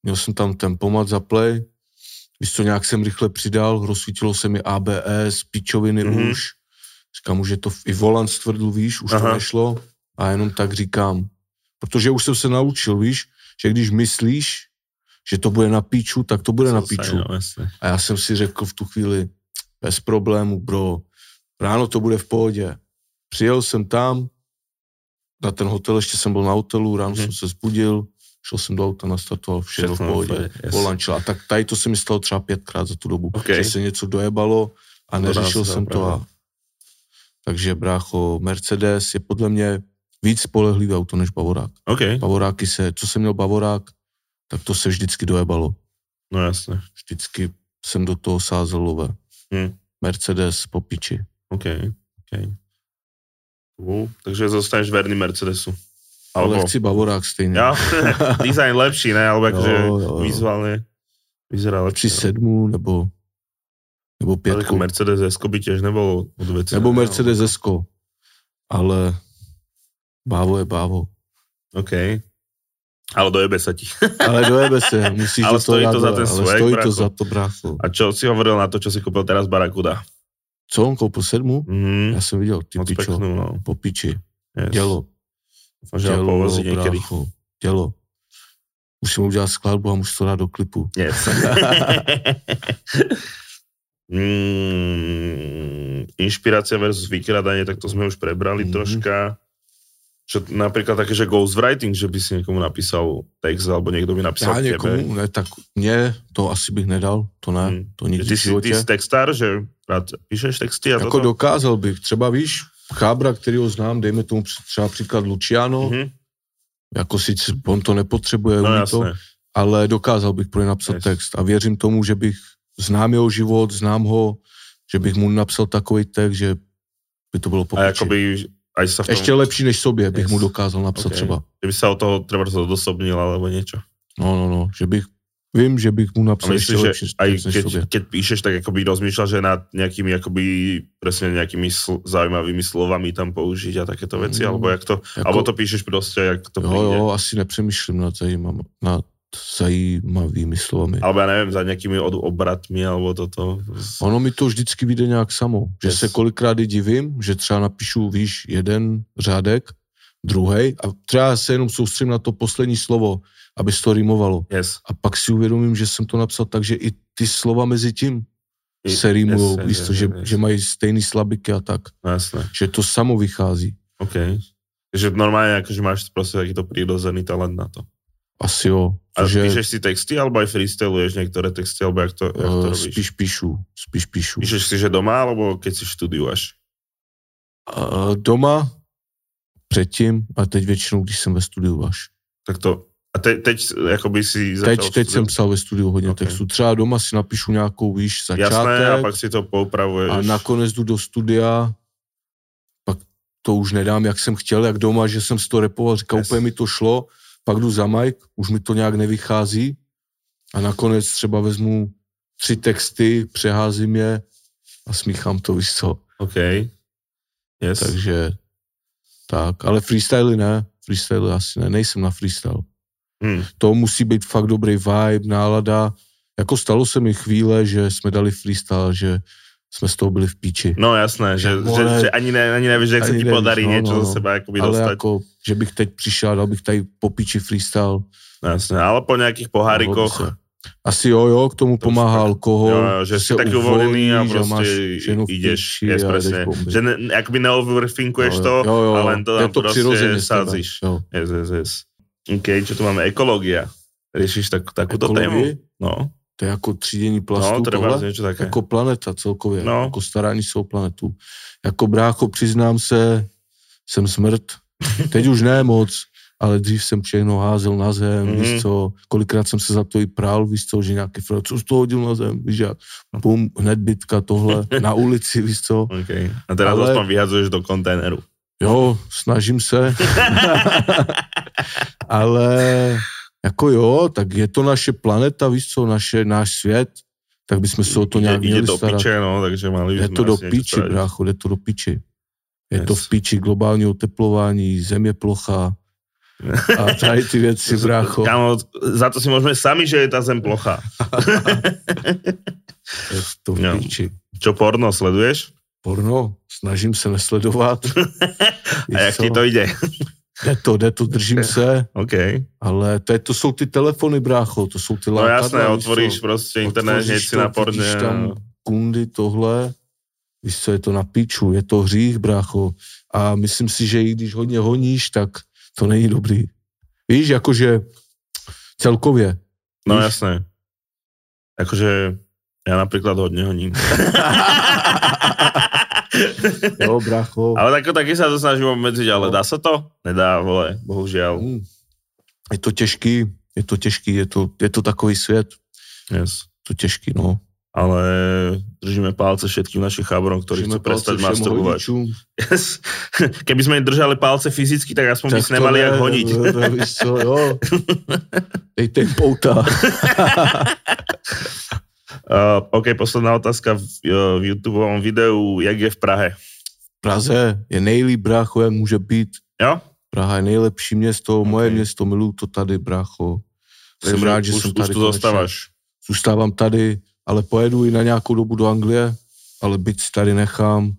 Speaker 2: měl jsem tam tempomat za play, víš co, nějak jsem rychle přidal, rozsvítilo se mi ABS, pičoviny
Speaker 1: Mhm.
Speaker 2: mm-hmm. už, říkám už je to, v- i volant stvrdl, víš, už Aha.
Speaker 1: Aha.
Speaker 2: to nešlo a jenom tak říkám, protože už jsem se naučil, víš, že když myslíš, že to bude na píču, tak to bude na
Speaker 1: Zase,
Speaker 2: píču.
Speaker 1: jo, jasne.
Speaker 2: A já jsem si řekl v tu chvíli, bez problému, bro, ráno to bude v pohodě. Přijel jsem tam, na ten hotel, ještě jsem byl na hotelu, ráno
Speaker 1: Mhm.
Speaker 2: jsem se zbudil, šel jsem do auta, nastartoval,
Speaker 1: Všechno
Speaker 2: všechno v
Speaker 1: v
Speaker 2: pohodě.
Speaker 1: pohodě, yes.
Speaker 2: Volančila. A tak tady to se mi stalo třeba pětkrát za tu dobu,
Speaker 1: Okay.
Speaker 2: že se něco dojebalo a
Speaker 1: To dá
Speaker 2: neřešil
Speaker 1: se
Speaker 2: jsem to.
Speaker 1: opravdu.
Speaker 2: A... Takže brácho, Mercedes je podle mě víc spolehlivý auto než Bavorák.
Speaker 1: OK,
Speaker 2: Bavoráky se, co jsem měl Bavorák, tak to se vždycky dojebalo
Speaker 1: no jasne.
Speaker 2: vždycky jsem do toho sázel love.
Speaker 1: Hmm.
Speaker 2: Mercedes po piči.
Speaker 1: OK, OK. Uh, takže zostaneš verný Mercedesu.
Speaker 2: Ale
Speaker 1: Alebo...
Speaker 2: chci Bavorák stejně.
Speaker 1: Ja? Design lepší, ne? Alebo akože
Speaker 2: Jo, jo, jo.
Speaker 1: vizuálne vyzerá
Speaker 2: Při
Speaker 1: lepšie. no.
Speaker 2: sedmu nebo, nebo
Speaker 1: Ale ako
Speaker 2: pětku.
Speaker 1: jako Mercedes S by tiež nebol od veci.
Speaker 2: Nebo
Speaker 1: ne?
Speaker 2: Mercedes Esko. Ale bávo je bávo.
Speaker 1: OK. Ale dojebe sa ti.
Speaker 2: Ale dojebe se, musíš
Speaker 1: Ale
Speaker 2: do toho
Speaker 1: stojí to
Speaker 2: dát
Speaker 1: za
Speaker 2: dole,
Speaker 1: ten
Speaker 2: ale
Speaker 1: swag,
Speaker 2: stojí
Speaker 1: brácho.
Speaker 2: to za to, brácho.
Speaker 1: A čo si hovoril na to, čo si kúpil teraz Barakuda?
Speaker 2: Co on koupil sedmu?
Speaker 1: Mhm.
Speaker 2: Já jsem viděl, ty
Speaker 1: Moc
Speaker 2: pičo,
Speaker 1: peknú, no.
Speaker 2: po piči.
Speaker 1: Yes.
Speaker 2: Dělo,
Speaker 1: Dúfam, že ho
Speaker 2: dělo,
Speaker 1: povozí niekedy.
Speaker 2: brácho, dělo. Musím udělat skladbu a musím to dát do klipu.
Speaker 1: Yes. mm, inšpirácia versus vykradanie, tak to sme už prebrali
Speaker 2: Mhm.
Speaker 1: mm-hmm. troška. Čo napríklad také, že ghostwriting, že by si niekomu napísal text, alebo niekto by napísal tebe.
Speaker 2: Já někomu, ne, tak mě to asi bych nedal, to ne,
Speaker 1: Hmm.
Speaker 2: hmm. to
Speaker 1: Že
Speaker 2: nikdy
Speaker 1: Ty
Speaker 2: v
Speaker 1: si ty
Speaker 2: životě.
Speaker 1: si textár, že rád píšeš texty a
Speaker 2: Jako
Speaker 1: toto?
Speaker 2: dokázal bych, třeba víš, Chábra, kterýho znám, dejme tomu při- třeba příklad Luciano, mm-hmm.
Speaker 1: Mhm.
Speaker 2: jako sice on to nepotřebuje,
Speaker 1: No
Speaker 2: umí to,
Speaker 1: jasné.
Speaker 2: ale dokázal bych pro ně napsat
Speaker 1: Yes.
Speaker 2: yes. text a věřím tomu, že bych, znám jeho život, znám ho, že bych mu napsal takový text, že by to bylo
Speaker 1: A
Speaker 2: pokud.
Speaker 1: akoby aj sa v tom,
Speaker 2: Ještě lepší než sobě bych
Speaker 1: Yes.
Speaker 2: yes. mu dokázal napsat
Speaker 1: Okay.
Speaker 2: okay. třeba.
Speaker 1: že by sa od toho treba odosobnil alebo niečo.
Speaker 2: No, no, no, že bych, vím, že bych mu
Speaker 1: A
Speaker 2: napsal ještě
Speaker 1: myslíš, že
Speaker 2: lepší
Speaker 1: aj
Speaker 2: text než
Speaker 1: keď,
Speaker 2: sobě.
Speaker 1: keď píšeš, tak akoby rozmýšľaš, že nad nejakými, akoby, presne nejakými sl- zaujímavými slovami tam použiť a takéto veci, mm.
Speaker 2: Mm.
Speaker 1: alebo jak to, jako...
Speaker 2: Jako-
Speaker 1: alebo to píšeš proste, jak to
Speaker 2: Jo,
Speaker 1: príde.
Speaker 2: jo, asi nepřemýšlím nad, zajímav, nad zajímavými slovami.
Speaker 1: Alebo ja neviem, za nejakými od obratmi, alebo toto. Z-
Speaker 2: Ono mi to vždycky vyjde nějak samo. Že
Speaker 1: Yes.
Speaker 2: yes. se kolikrát i divím, že třeba napíšu, víš, jeden řádek, druhý a třeba se jenom soustředím na to poslední slovo, aby se to rimovalo.
Speaker 1: Yes.
Speaker 2: A pak si uvědomím, že jsem to napsal tak, že i ty slova mezi tím se rimujou,
Speaker 1: yes,
Speaker 2: víš
Speaker 1: yes,
Speaker 2: to, že,
Speaker 1: yes, yes.
Speaker 2: že mají stejný slabiky a tak.
Speaker 1: No, jasné,
Speaker 2: Že to samo vychází.
Speaker 1: OK. Takže normálne, akože máš proste takýto prírodzený talent na to.
Speaker 2: Asi jo.
Speaker 1: A že...
Speaker 2: že,
Speaker 1: píšeš si texty, alebo aj freestyluješ niektoré texty, alebo jak to, jak to
Speaker 2: eh,
Speaker 1: robíš?
Speaker 2: spíš píšu, spíš píšu.
Speaker 1: Píšeš si, že doma, alebo keď si štúdiuješ?
Speaker 2: Eh, doma předtím a teď většinou, když jsem ve studiu až.
Speaker 1: Tak to... A te, teď akoby si začal...
Speaker 2: Teď, teď
Speaker 1: štúdiovať?
Speaker 2: jsem psal ve studiu hodně
Speaker 1: Ok.
Speaker 2: okay. textů. Třeba doma si napíšu nějakou, víš, začátek
Speaker 1: Jasné, a
Speaker 2: a,
Speaker 1: pak si to poupravuješ.
Speaker 2: a nakonec jdu do studia, pak to už nedám, jak jsem chtěl, jak doma, že jsem si to repoval, říkal,
Speaker 1: Yes.
Speaker 2: yes. úplně mi to šlo, pak jdu za Mike, už mi to nějak nevychází a nakonec třeba vezmu tři texty, přeházím je a smíchám to, víš co.
Speaker 1: OK. Yes.
Speaker 2: Takže tak, ale freestyle ne, freestyle asi ne, nejsem na freestyle.
Speaker 1: Hmm.
Speaker 2: To musí být fakt dobrý vibe, nálada. Jako stalo se mi chvíle, že jsme dali freestyle, že jsme z toho byli v píči.
Speaker 1: No jasné, že,
Speaker 2: Vole.
Speaker 1: že, že ani, ne, ani nevíš, jak se
Speaker 2: Ani
Speaker 1: ti
Speaker 2: nevíš,
Speaker 1: podarí
Speaker 2: no,
Speaker 1: něco
Speaker 2: no,
Speaker 1: no,
Speaker 2: no.
Speaker 1: ze sebe jakoby
Speaker 2: Ale
Speaker 1: dostať.
Speaker 2: jako, že bych teď přišel a dal bych tady po píči freestyle.
Speaker 1: No, jasné, ale po nějakých pohárikoch.
Speaker 2: Hodně se. Asi jo, jo, k tomu pomáhá alkohol.
Speaker 1: Jo, jo, že
Speaker 2: že
Speaker 1: jsi
Speaker 2: se
Speaker 1: taky uvolněný a
Speaker 2: uvolníš, že
Speaker 1: prostě
Speaker 2: máš ženu v
Speaker 1: ideš,
Speaker 2: píči
Speaker 1: yes,
Speaker 2: a jdeš
Speaker 1: presne.
Speaker 2: bomby.
Speaker 1: Že ne, akoby neoverfinkuješ
Speaker 2: Jo,
Speaker 1: to,
Speaker 2: jo, jo,
Speaker 1: ale len to tam
Speaker 2: je to
Speaker 1: prostě
Speaker 2: přirozeně s tebou,
Speaker 1: sázíš.
Speaker 2: jo.
Speaker 1: Yes, yes, yes. OK, čo tu máme? Ekologia. Riešiš tak, takúto
Speaker 2: Ekologii?
Speaker 1: tému? No,
Speaker 2: Jako To je jako třídění plastu,
Speaker 1: Jako no
Speaker 2: no,
Speaker 1: treba
Speaker 2: tohle?
Speaker 1: niečo také.
Speaker 2: Jako planeta celkově,
Speaker 1: No.
Speaker 2: no. jako starání se o planetu. Jako brácho, přiznám se, jsem smrt. Teď už ne moc, ale dřív jsem všechno házel na zem,
Speaker 1: Mhm.
Speaker 2: mm-hmm. víš co, kolikrát jsem se za to i prál, víš co, že nějaký frak, co jsi to hodil na zem, víš jak,
Speaker 1: No.
Speaker 2: bum, hned bitka tohle, na ulici, víš co.
Speaker 1: OK. A teraz
Speaker 2: Ale-
Speaker 1: aspoň vyhadzuješ do kontajneru.
Speaker 2: Jo, snažím se. Ale jako jo, tak je to naše planeta, víš co, naše, náš svět, tak bychom se o to nějak
Speaker 1: Ide, ide
Speaker 2: měli
Speaker 1: do
Speaker 2: starat.
Speaker 1: piče, no, takže mali by
Speaker 2: Je
Speaker 1: sme
Speaker 2: to do
Speaker 1: asi niečo
Speaker 2: piči,
Speaker 1: spraviť.
Speaker 2: brácho, je to do piči. Je to
Speaker 1: Yes.
Speaker 2: v piči globální oteplování, země plocha a tady ty věci, brácho.
Speaker 1: Kámo, za to si môžeme sami, že je tá zem plocha.
Speaker 2: Je to
Speaker 1: Jo.
Speaker 2: v piči.
Speaker 1: Čo porno sleduješ?
Speaker 2: Porno, snažím se nesledovat.
Speaker 1: A
Speaker 2: Víš
Speaker 1: jak
Speaker 2: co?
Speaker 1: ti to ide?
Speaker 2: Jde to, jde to, držím se,
Speaker 1: OK.
Speaker 2: ale to, je, to jsou ty telefony, brácho, to jsou ty
Speaker 1: No
Speaker 2: lákadla,
Speaker 1: jasné,
Speaker 2: víš co?
Speaker 1: otvoríš prostě internet, hneď
Speaker 2: Otvoříš
Speaker 1: si
Speaker 2: to,
Speaker 1: na porně.
Speaker 2: vidíš tam kundy, tohle, víš co, je to na piču, je to hřích, brácho. A myslím si, že i když hodně honíš, tak to není dobrý. Víš, jakože celkově.
Speaker 1: No
Speaker 2: víš?
Speaker 1: jasné. Akože ja napríklad hodne honím.
Speaker 2: Jo, brácho.
Speaker 1: ale tako taky sa to snažím obmedziť, ale dá sa to? Nedá, vole, bohužiaľ.
Speaker 2: Hm. Je to těžký, je to těžký, je to, je to takový svět,
Speaker 1: Yes.
Speaker 2: to těžký, no.
Speaker 1: Ale držíme palce všetkým našim chábrom, ktorí chcú
Speaker 2: Držíme
Speaker 1: prestať
Speaker 2: palce všem
Speaker 1: masturbovať.
Speaker 2: rodičům.
Speaker 1: Yes. Keby sme im držali palce fyzicky, tak aspoň by
Speaker 2: Tak
Speaker 1: sme nemali
Speaker 2: to
Speaker 1: jak
Speaker 2: ne,
Speaker 1: honiť.
Speaker 2: no, no, Víš co, jo. Dejte jim pouta.
Speaker 1: Uh, OK, posledná otázka v, uh, v YouTubeovom videu, jak je v Prahe.
Speaker 2: Praze je nejlíp, brácho, jak může být.
Speaker 1: Jo?
Speaker 2: Praha je nejlepší město, okay. moje
Speaker 1: Ok.
Speaker 2: město, miluju to tady, brácho. Jsem rád, že
Speaker 1: už,
Speaker 2: jsem
Speaker 1: už
Speaker 2: tady.
Speaker 1: tu
Speaker 2: konečně.
Speaker 1: zostávaš.
Speaker 2: Zůstávám tady, ale pojedu i na nějakou dobu do Anglie, ale byt si tady nechám.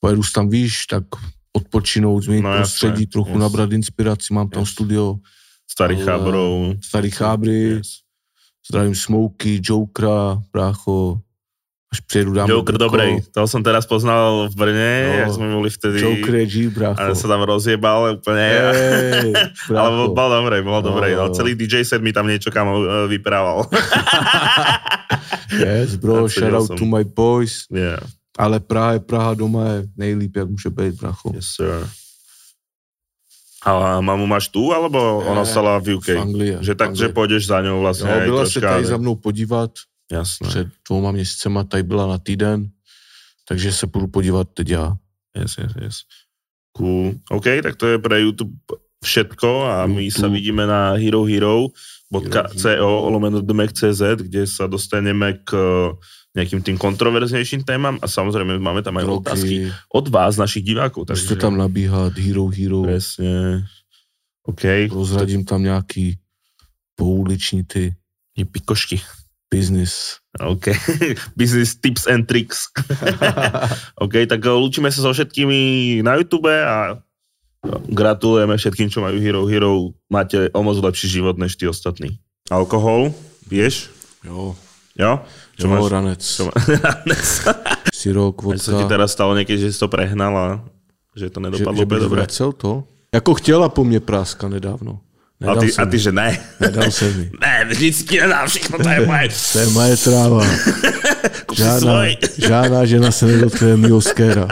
Speaker 2: Pojedu si tam výš, tak odpočinout, změnit
Speaker 1: No
Speaker 2: no,
Speaker 1: jasné,
Speaker 2: prostředí, trochu
Speaker 1: yes.
Speaker 2: yes. nabrat inspiraci, mám tam
Speaker 1: Yes.
Speaker 2: studio,
Speaker 1: Starých
Speaker 2: Ale-
Speaker 1: chábrov.
Speaker 2: starý chábry, yes.
Speaker 1: Yes.
Speaker 2: zdravím Smoky, Jokera, brácho, až přijedu dám
Speaker 1: Joker
Speaker 2: brko.
Speaker 1: dobrej, to som teraz poznal v Brne,
Speaker 2: jako No.
Speaker 1: jak sme boli vtedy.
Speaker 2: Joker je jako- G, brácho.
Speaker 1: a sa tam rozjebal úplne.
Speaker 2: Ej,
Speaker 1: Ale
Speaker 2: brácho.
Speaker 1: bol, bol dobrý, bol
Speaker 2: No,
Speaker 1: dobrý. No,
Speaker 2: no.
Speaker 1: celý DJ set mi tam niečo kam eh, vyprával.
Speaker 2: Yes,
Speaker 1: Necenil
Speaker 2: bro, shout out
Speaker 1: jsem.
Speaker 2: to my boys.
Speaker 1: yeah,
Speaker 2: Ale Praha je Praha, doma je nejlíp, jak může být, bracho.
Speaker 1: yes sir. A mamu máš tu, alebo ona
Speaker 2: Ne,
Speaker 1: stala v
Speaker 2: V
Speaker 1: UK?
Speaker 2: Anglii.
Speaker 1: Že tak,
Speaker 2: v
Speaker 1: že
Speaker 2: Anglii.
Speaker 1: půjdeš za ňou vlastně
Speaker 2: jo,
Speaker 1: aj
Speaker 2: byla se
Speaker 1: troška.
Speaker 2: tady
Speaker 1: ne?
Speaker 2: za mnou podívat
Speaker 1: Jasné.
Speaker 2: před dvouma měsícema, tady byla na týden, takže se půjdu podívat teď já.
Speaker 1: Yes, yes, yes. Cool. OK, tak to je pre YouTube všetko a my
Speaker 2: YouTube.
Speaker 1: sa vidíme na herohero.co lomeno dmek.cz, kde sa dostaneme k eh, nejakým tým kontroverznejším témam a samozrejme máme tam aj otázky
Speaker 2: Drogy,
Speaker 1: od vás, našich divákov.
Speaker 2: prostě tam nabíhat, Hero Hero, yes.
Speaker 1: Presne. OK.
Speaker 2: rozradím tam nějaký pouliční ty
Speaker 1: Ty Pikošky.
Speaker 2: business.
Speaker 1: OK. Business tips and tricks. OK, tak eh, lúčime sa so všetkými na YouTube a eh, gratulujeme všetkým, čo majú Hero Hero. Máte o moc lepší život než tí ostatní. Alkohol, vieš?
Speaker 2: Jo,
Speaker 1: Jo? Čo
Speaker 2: jo
Speaker 1: máš?
Speaker 2: ranec,
Speaker 1: Čo má...
Speaker 2: sirok,
Speaker 1: Až sa ti
Speaker 2: vodka.
Speaker 1: teraz stalo niekedy, že si to prehnal a že to
Speaker 2: Že,
Speaker 1: nedopadlo
Speaker 2: že
Speaker 1: úplne
Speaker 2: bych
Speaker 1: dobre.
Speaker 2: vracel to? Jako chtěla po mně práska nedávno.
Speaker 1: A
Speaker 2: Nedal
Speaker 1: ty, a
Speaker 2: jsem
Speaker 1: ty,
Speaker 2: jí.
Speaker 1: že ne.
Speaker 2: Nedal jsem ji.
Speaker 1: Ne, vždycky nedám všechno, to je moje.
Speaker 2: To je moje tráva.
Speaker 1: Kup si
Speaker 2: Žádná,
Speaker 1: svoj.
Speaker 2: žádná žena se nedotkne mýho skéra.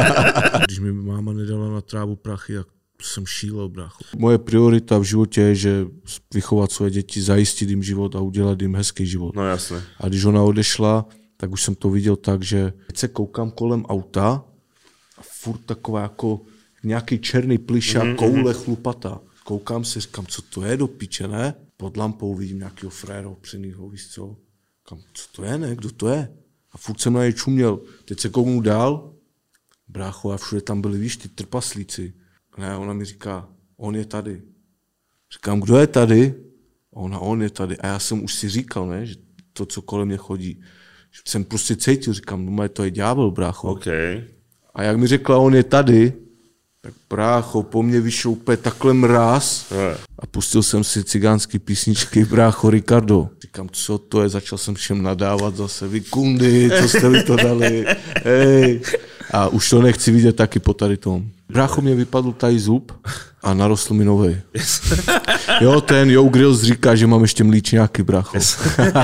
Speaker 2: Když mi máma nedala na trávu prachy, tak jsem šílel, brácho. Moje priorita v životě je, že vychovat své děti, zajistit jim život a udělat jim hezký život.
Speaker 1: No jasné.
Speaker 2: A když ona odešla, tak už jsem to viděl tak, že teď se koukám kolem auta a furt taková jako nějaký černý plišák, mm-hmm. koule chlupata. Koukám se, říkám, co to je do piče, ne? Pod lampou vidím nějakého fréra opřenýho, víš co? Kam, co to je, ne? Kdo to je? A furt jsem na něj čuměl. Teď se kouknu dál. Brácho, a všude tam byli, víš, ty trpaslíci. Ne, ona mi říká, on je tady. Říkám, kdo je tady? A ona, on je tady. A já jsem už si říkal, ne, že to, co kolem mě chodí. Že Jsem prostě cítil, říkám, no to je ďábel, brácho.
Speaker 1: OK.
Speaker 2: A jak mi řekla, on je tady, tak brácho, po mně vyšoupe takhle mráz.
Speaker 1: Eh,
Speaker 2: A pustil jsem si cigánský písničky brácho Ricardo. Říkám, co to je, začal jsem všem nadávat zase, vy kundy, co jste mi to dali, hej. A už to nechci vidět taky po tady tom. Brácho mě vypadl tady zub a narostl mi novej. Jo, ten Joe Grills říká, že mám ještě mlíčňáky, brácho.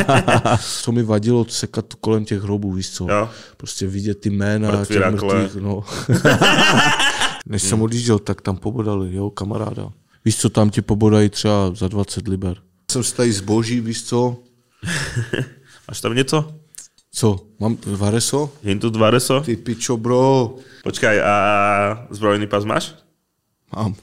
Speaker 2: co mi vadilo, sekat kolem těch hrobů, víš co?
Speaker 1: Jo.
Speaker 2: Prostě vidět ty jména
Speaker 1: Mrtví
Speaker 2: těch
Speaker 1: rakle.
Speaker 2: mrtvých, no. Než jsem odjížděl, tak tam pobodali, jo, kamaráda. Víš co, tam ti pobodají třeba za 20 liber. Jsem si tady zboží, víš co?
Speaker 1: Máš tam něco?
Speaker 2: Co, mám vareso?
Speaker 1: Hintu dvareso?
Speaker 2: Ty pičo, bro.
Speaker 1: Počkaj, a zbrojný pas máš?
Speaker 2: Mám.